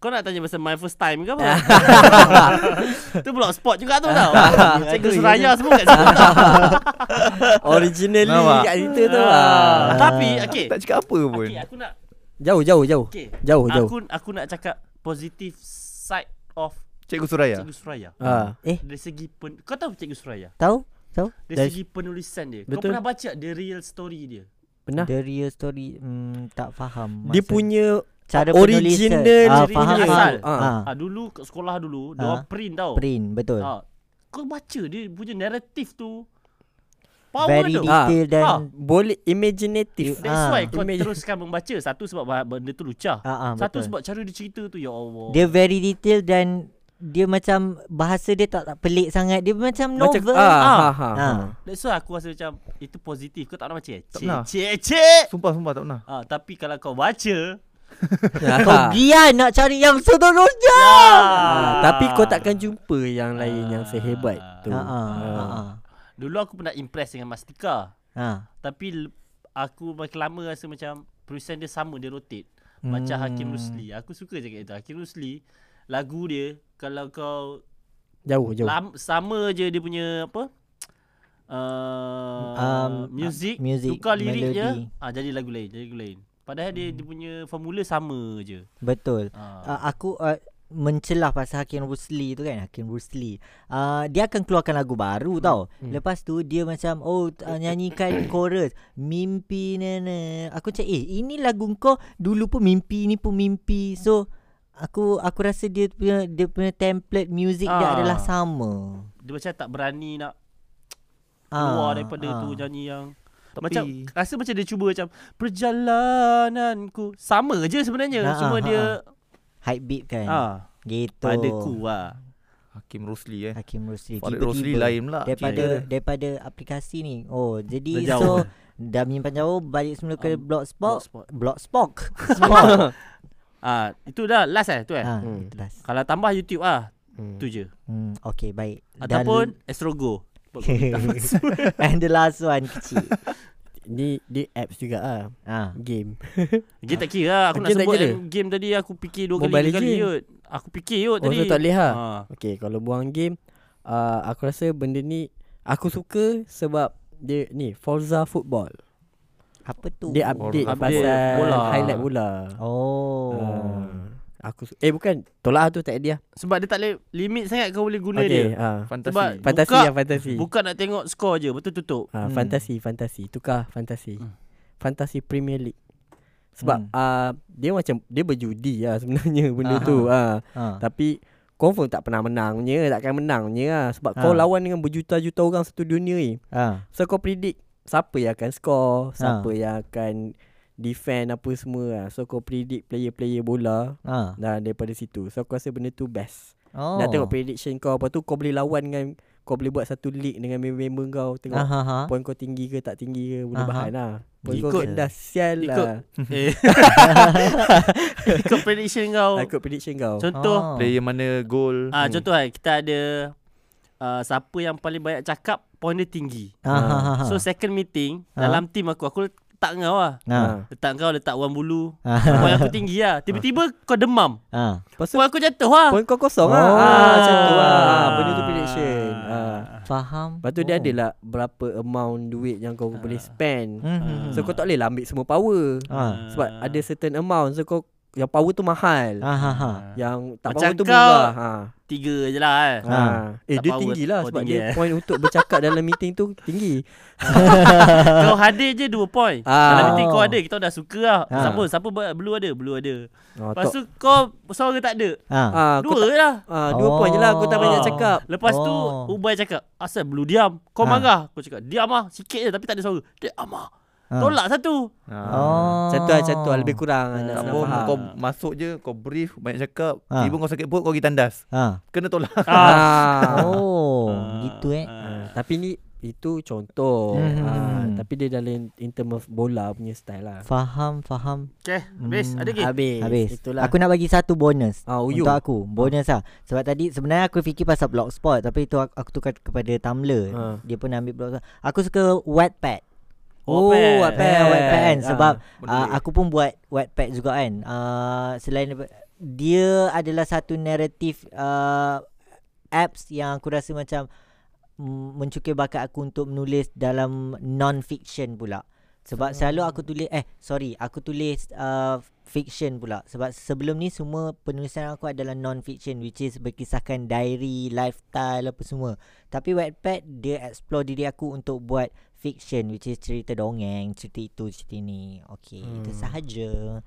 Speaker 3: kau nak tanya pasal my first time ke apa? tu blog spot juga tu tau. Cikgu Suraya semua kat situ.
Speaker 1: Originally
Speaker 4: Nampak?
Speaker 1: kat situ tu.
Speaker 3: Ah,
Speaker 1: ah.
Speaker 3: Tapi okey.
Speaker 4: Tak cakap apa pun.
Speaker 3: Okey, aku nak
Speaker 1: Jauh jauh jauh.
Speaker 3: okey.
Speaker 1: Jauh Oh, jauh.
Speaker 3: Aku aku nak cakap positive side of
Speaker 4: Cikgu Suraya.
Speaker 3: Cikgu Suraya.
Speaker 1: Ah.
Speaker 3: Dari segi pen, kau tahu Cikgu Suraya?
Speaker 2: Tahu?
Speaker 3: Dari
Speaker 1: Dari-
Speaker 3: segi penulisan dia. Kau
Speaker 1: Betul.
Speaker 3: pernah baca the real story dia?
Speaker 1: Pernah.
Speaker 2: The real story hmm, tak faham.
Speaker 1: Dia
Speaker 2: maksud-
Speaker 1: punya
Speaker 2: cara
Speaker 1: original
Speaker 2: penulisan. Ah,
Speaker 1: cerita
Speaker 2: faham
Speaker 3: dia.
Speaker 2: asal.
Speaker 3: Asal.
Speaker 2: Ah,
Speaker 1: Ah.
Speaker 3: Ha, dulu kat sekolah dulu,
Speaker 2: Ah.
Speaker 3: ha? dia print tau.
Speaker 2: print betul.
Speaker 3: Ha. Kau baca dia punya naratif tu.
Speaker 2: Very
Speaker 3: Power tu.
Speaker 1: Ah.
Speaker 2: detail dan
Speaker 3: Ah.
Speaker 1: Boleh imaginative.
Speaker 3: That's
Speaker 2: ah.
Speaker 3: why kau
Speaker 1: Imagine-
Speaker 3: teruskan membaca. Satu sebab bah- benda tu lucah.
Speaker 2: ah, ah,
Speaker 3: Satu
Speaker 2: betul.
Speaker 3: sebab cara dia cerita tu ya Allah.
Speaker 2: Dia very detail dan dia macam bahasa dia tak, tak pelik sangat. Dia macam novel.
Speaker 1: Macam ah, ha, ha,
Speaker 2: Ah.
Speaker 1: ha.
Speaker 3: That's why aku rasa macam itu positif. Kau tak pernah baca eh?
Speaker 4: Tak
Speaker 3: Cik,
Speaker 4: pernah.
Speaker 3: cik, cik.
Speaker 4: Sumpah sumpah tak pernah.
Speaker 3: Ha, tapi kalau kau baca
Speaker 2: Ah.
Speaker 1: [laughs]
Speaker 2: [laughs] Kau gian nak cari yang seterusnya.
Speaker 3: ya.
Speaker 1: Ah, tapi kau takkan jumpa yang lain yang sehebat tu.
Speaker 2: Ha ah. Ha ah.
Speaker 3: Dulu aku pernah impress dengan Mastika
Speaker 2: Ha.
Speaker 3: Tapi l- aku makin lama rasa macam Perusahaan dia sama, dia rotate Macam Hakim Rusli Aku suka cakap itu Hakim Rusli Lagu dia Kalau kau
Speaker 1: Jauh jauh.
Speaker 3: lam, Sama je dia punya apa uh,
Speaker 2: Um,
Speaker 3: um, Music,
Speaker 2: music,
Speaker 3: Tukar lirik
Speaker 2: melody.
Speaker 3: je ah, Jadi lagu lain jadi lagu lain Padahal dia, dia punya formula sama je
Speaker 2: Betul.
Speaker 3: ah.
Speaker 2: Uh, aku uh, mencelah pasal Hakim Rusli tu kan Hakim Rusli uh, Dia akan keluarkan lagu
Speaker 3: Hmm,
Speaker 2: baru tau Lepas tu dia macam Oh t- uh,
Speaker 3: [coughs]
Speaker 2: nyanyikan chorus Mimpi nene Aku macam eh ini lagu kau Dulu pun mimpi ni pun mimpi So Aku aku rasa dia punya dia punya template music dia
Speaker 3: Ah.
Speaker 2: adalah sama.
Speaker 3: Dia macam tak berani nak
Speaker 2: Ah,
Speaker 3: keluar daripada
Speaker 2: ah.
Speaker 3: tu nyanyi yang
Speaker 4: Tapi
Speaker 3: macam rasa macam dia cuba macam perjalananku sama je sebenarnya
Speaker 2: Ha,
Speaker 3: nah, cuma
Speaker 2: ha,
Speaker 3: dia
Speaker 2: Hype beat kan.
Speaker 3: ah
Speaker 2: Gitu.
Speaker 3: padaku ah
Speaker 4: Hakim Rosli eh.
Speaker 2: Hakim Rosli tiba-tiba
Speaker 4: Farid Rosli lain pula.
Speaker 2: daripada
Speaker 4: cerita dia.
Speaker 2: daripada aplikasi ni. Oh, jadi
Speaker 3: Dah
Speaker 2: so
Speaker 3: [laughs] jauh.
Speaker 2: dah menyimpan jauh balik semula ke
Speaker 3: Um,
Speaker 2: blogspot.
Speaker 3: Blogspot.
Speaker 2: Blogspot.
Speaker 3: ah itu dah last eh tu eh
Speaker 2: ha,
Speaker 1: Hmm.
Speaker 2: itu last.
Speaker 3: kalau tambah YouTube ah tu je
Speaker 2: Hmm, okay, baik. Dan-
Speaker 3: ataupun Astrogo
Speaker 2: [laughs] And the last one kecil.
Speaker 1: Ni di apps juga ah.
Speaker 2: ha.
Speaker 1: Game.
Speaker 3: Game tak kira lah. Aku nak
Speaker 1: Game tak
Speaker 3: sebut
Speaker 1: kira?
Speaker 3: eh, game tadi Aku fikir dua
Speaker 1: Mobile
Speaker 3: kali tiga kali
Speaker 1: Legend.
Speaker 3: yut Aku fikir yut
Speaker 1: Oh,
Speaker 3: tadi
Speaker 1: tu tak boleh ha.
Speaker 3: Ah.
Speaker 1: Okay kalau buang game uh, Aku rasa benda ni Aku suka sebab Dia ni Forza Football
Speaker 2: Apa tu?
Speaker 1: Dia update
Speaker 4: Forza
Speaker 1: pasal
Speaker 3: Bola.
Speaker 1: Highlight bola
Speaker 2: Oh.
Speaker 1: uh, Aku su- Eh bukan Tolak lah tu tak dia
Speaker 3: Sebab dia tak boleh Limit sangat kau boleh guna
Speaker 1: Okay
Speaker 3: dia
Speaker 1: ha.
Speaker 3: Sebab-
Speaker 4: Fantasi
Speaker 1: Fantasi
Speaker 3: Buka-
Speaker 1: lah fantasi
Speaker 3: Bukan nak tengok skor je Betul tutup
Speaker 1: ha,
Speaker 2: Hmm.
Speaker 1: Fantasi Fantasi Tukar fantasi
Speaker 3: Hmm.
Speaker 1: Fantasi Premier League Sebab
Speaker 2: Hmm.
Speaker 1: ah, Dia macam Dia berjudi lah sebenarnya Benda
Speaker 2: Aha.
Speaker 1: tu ha.
Speaker 2: Ha.
Speaker 1: Tapi Confirm tak pernah menang punya Takkan menang punya lah Sebab
Speaker 2: Ha.
Speaker 1: kau lawan dengan berjuta-juta orang Satu dunia ni
Speaker 2: Ha.
Speaker 1: So kau predict Siapa yang akan score Siapa yang akan Defend apa semua lah. So kau predict player-player bola
Speaker 2: Ha.
Speaker 1: Dan daripada situ So aku rasa benda tu best oh.
Speaker 2: Oh.
Speaker 1: Nak tengok prediction kau Lepas tu kau boleh lawan dengan Kau boleh buat satu league Dengan member-member kau Tengok
Speaker 2: Ha ha ha.
Speaker 1: Point kau tinggi ke tak tinggi ke Boleh
Speaker 2: Aha.
Speaker 1: bahan lah Point kau
Speaker 3: Ikut.
Speaker 1: rendah Sial
Speaker 3: Ikut.
Speaker 1: lah
Speaker 3: Eh. Ikut prediction [laughs] kau
Speaker 1: Ikut prediction kau
Speaker 3: Contoh
Speaker 2: Oh.
Speaker 4: Player mana Goal
Speaker 3: ah
Speaker 1: Hmm.
Speaker 3: Contoh kan Kita ada ah, Siapa yang paling banyak cakap Point dia tinggi
Speaker 2: Ha ha ha.
Speaker 3: So second meeting
Speaker 2: Ha.
Speaker 3: Dalam team aku Aku letak kau lah
Speaker 2: ha.
Speaker 1: Ah.
Speaker 3: Letak kau Letak wan
Speaker 1: [laughs]
Speaker 3: bulu
Speaker 2: Ha.
Speaker 3: Point aku tinggi lah Tiba-tiba kau demam
Speaker 2: Ha.
Speaker 1: Lepas tu
Speaker 3: Point aku jatuh lah
Speaker 1: Point kau kosong lah
Speaker 2: Oh.
Speaker 1: ah, Macam tu lah Ah, Benda tu prediction ah.
Speaker 2: Faham. Oh.
Speaker 1: Lepas tu dia adalah Berapa amount duit Yang kau boleh spend
Speaker 2: Hmm.
Speaker 1: So kau tak boleh lah ambil semua power
Speaker 2: Ha.
Speaker 1: Ah. Sebab
Speaker 3: Ah.
Speaker 1: ada certain amount So kau Yang power tu mahal
Speaker 2: Ha ha ha.
Speaker 1: Yang tak
Speaker 3: Macam
Speaker 1: power tu
Speaker 3: kau-
Speaker 1: murah ha.
Speaker 3: Tiga je lah
Speaker 1: [laughs]
Speaker 3: eh.
Speaker 1: Ha. Eh
Speaker 3: Tak
Speaker 1: dia
Speaker 3: power,
Speaker 1: tinggi lah
Speaker 3: power
Speaker 1: Sebab
Speaker 3: tinggi,
Speaker 1: dia
Speaker 3: eh.
Speaker 1: point untuk bercakap dalam meeting tu Tinggi
Speaker 3: Kau hadir je dua point
Speaker 1: Ah.
Speaker 3: Dalam meeting kau ada Kita dah suka lah
Speaker 2: Ah.
Speaker 3: Siapa Siapa buat- blue ada Blue ada
Speaker 1: oh,
Speaker 3: Lepas tu kau Suara tak ada
Speaker 2: Ha.
Speaker 1: ah,
Speaker 3: Dua
Speaker 1: kau tak,
Speaker 3: je lah
Speaker 1: ah, Dua point je lah Kau tak banyak
Speaker 3: Ah.
Speaker 1: cakap
Speaker 3: Lepas tu
Speaker 2: Oh.
Speaker 3: Ubay cakap Asal blue diam
Speaker 2: Ah.
Speaker 3: Kau marah Kau cakap diam lah Sikit je tapi tak ada suara Diam lah
Speaker 1: Ah.
Speaker 2: Ha.
Speaker 3: Tolak satu
Speaker 2: Oh.
Speaker 1: Macam tu lah Macam tu lah Lebih kurang
Speaker 3: Ah.
Speaker 1: Nak
Speaker 4: Tak
Speaker 1: senang
Speaker 4: apa
Speaker 1: faham [laughs]
Speaker 4: Kau masuk je Kau brief Banyak cakap
Speaker 2: Ah.
Speaker 4: Tiba kau sakit perut Kau pergi tandas
Speaker 2: Ha.
Speaker 4: Kena tolak
Speaker 1: [laughs]
Speaker 3: ah.
Speaker 1: Ah.
Speaker 2: Oh,
Speaker 3: Ah.
Speaker 2: gitu eh.
Speaker 1: Ah, Tapi ni Itu contoh
Speaker 2: Hmm.
Speaker 1: Ah, Tapi dia dalam In term of bola punya style lah
Speaker 2: Faham, faham.
Speaker 3: Okay Habis
Speaker 2: Hmm.
Speaker 3: ada lagi
Speaker 1: Habis
Speaker 2: Habis.
Speaker 1: Itulah
Speaker 2: Aku nak bagi satu bonus.
Speaker 1: Ah,
Speaker 2: Oh,
Speaker 1: Uyu.
Speaker 2: untuk aku Bonus lah Sebab tadi Sebenarnya aku fikir pasal blogspot Tapi tu aku, aku tukar kepada Tumblr
Speaker 1: Ha.
Speaker 2: Dia pun ambil blogspot Aku suka Wattpad
Speaker 1: Oh,
Speaker 3: Wattpad.
Speaker 1: Wattpad.
Speaker 2: Eh, Wattpad kan
Speaker 1: Ah,
Speaker 2: Sebab
Speaker 4: boleh.
Speaker 2: uh, Aku pun buat Wattpad juga kan uh, Selain daripada- Dia adalah satu naratif uh, Apps yang aku rasa macam mm, Mencukir bakat aku untuk menulis Dalam non-fiction pula sebab selalu aku tulis Eh sorry Aku tulis uh, Fiction pula Sebab sebelum ni Semua penulisan aku adalah Non-fiction Which is berkisahkan Diary Lifestyle Apa semua Tapi Wattpad Dia explore diri aku Untuk buat Fiction Which is cerita dongeng Cerita itu Cerita ni Okay hmm. Itu sahaja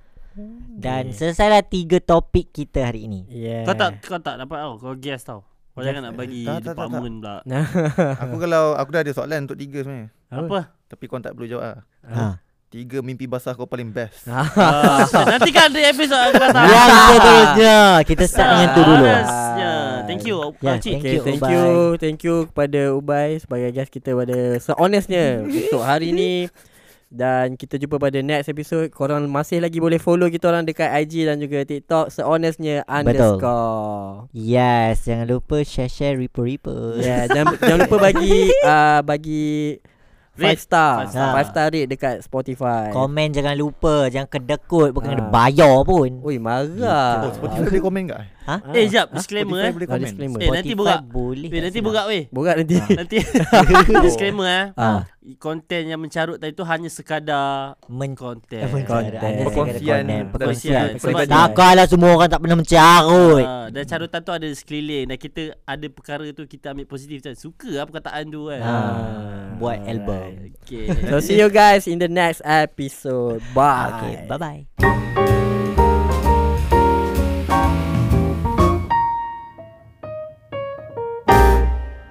Speaker 2: Dan selesailah Tiga topik kita hari ini
Speaker 1: Yeah
Speaker 3: Kau tak
Speaker 2: Eh.
Speaker 3: Kau tak dapat tau Kau guess tau Kau jangan nak bagi
Speaker 4: Tak, tak, tak,
Speaker 3: Department pula
Speaker 4: Aku kalau Aku dah ada soalan Untuk tiga sebenarnya
Speaker 3: Apa
Speaker 4: Tapi kau tak perlu jawab lah
Speaker 2: ha.
Speaker 4: Tiga mimpi basah kau paling best
Speaker 3: Ah, Nanti kan ada episod Aku kata
Speaker 2: Yang seterusnya Kita start dengan tu dulu
Speaker 3: Honestnya. Ya, Thank you
Speaker 2: Yeah,
Speaker 3: Pakcik
Speaker 2: thank
Speaker 1: Okay,
Speaker 2: you,
Speaker 1: thank
Speaker 2: Ubai.
Speaker 1: you, thank you kepada Ubai sebagai guest kita pada sehonestnya untuk hari ni dan kita jumpa pada next episode. Korang masih lagi boleh follow kita orang dekat IG dan juga TikTok sehonestnya underscore.
Speaker 2: Yes Jangan lupa share-share Reaper-reaper
Speaker 1: Yeah, dan Ya, jangan lupa
Speaker 2: [laughs]
Speaker 1: bagi uh, bagi five
Speaker 3: Rate.
Speaker 1: star,
Speaker 3: Five star.
Speaker 1: five star rate dekat Spotify.
Speaker 2: Komen jangan lupa Jangan kedekut Bukan
Speaker 1: Ah.
Speaker 2: kena bayar pun
Speaker 1: Oi, marah.
Speaker 4: Oh Spotify boleh komen kat
Speaker 3: Eh jap Disclaimer
Speaker 4: Spotify
Speaker 3: eh
Speaker 4: boleh
Speaker 1: Ah,
Speaker 4: komen
Speaker 1: disclaimer.
Speaker 3: Eh nanti
Speaker 2: Spotify
Speaker 3: borak
Speaker 2: boleh
Speaker 3: Weh
Speaker 2: tak
Speaker 3: nanti
Speaker 2: silap?
Speaker 3: borak
Speaker 2: [laughs]
Speaker 3: weh
Speaker 1: Borak nanti.
Speaker 3: Nanti Disclaimer eh
Speaker 2: Ah.
Speaker 3: Konten yang mencarut tadi tu Hanya sekadar
Speaker 2: Men-
Speaker 3: Konten
Speaker 1: Konten.
Speaker 2: Anda segala
Speaker 4: Perkongsian dan
Speaker 2: Perkongsian
Speaker 3: sebab-
Speaker 2: Takkanlah semua orang tak pernah mencarut
Speaker 3: Ah, Dan carutan tu ada di sekeliling Dan kita ada perkara tu Kita ambil positif macam Suka lah perkataan tu kan
Speaker 2: Ah, Buat album
Speaker 3: Okay
Speaker 1: So see you guys in the next episode. Bye.
Speaker 2: Okay bye bye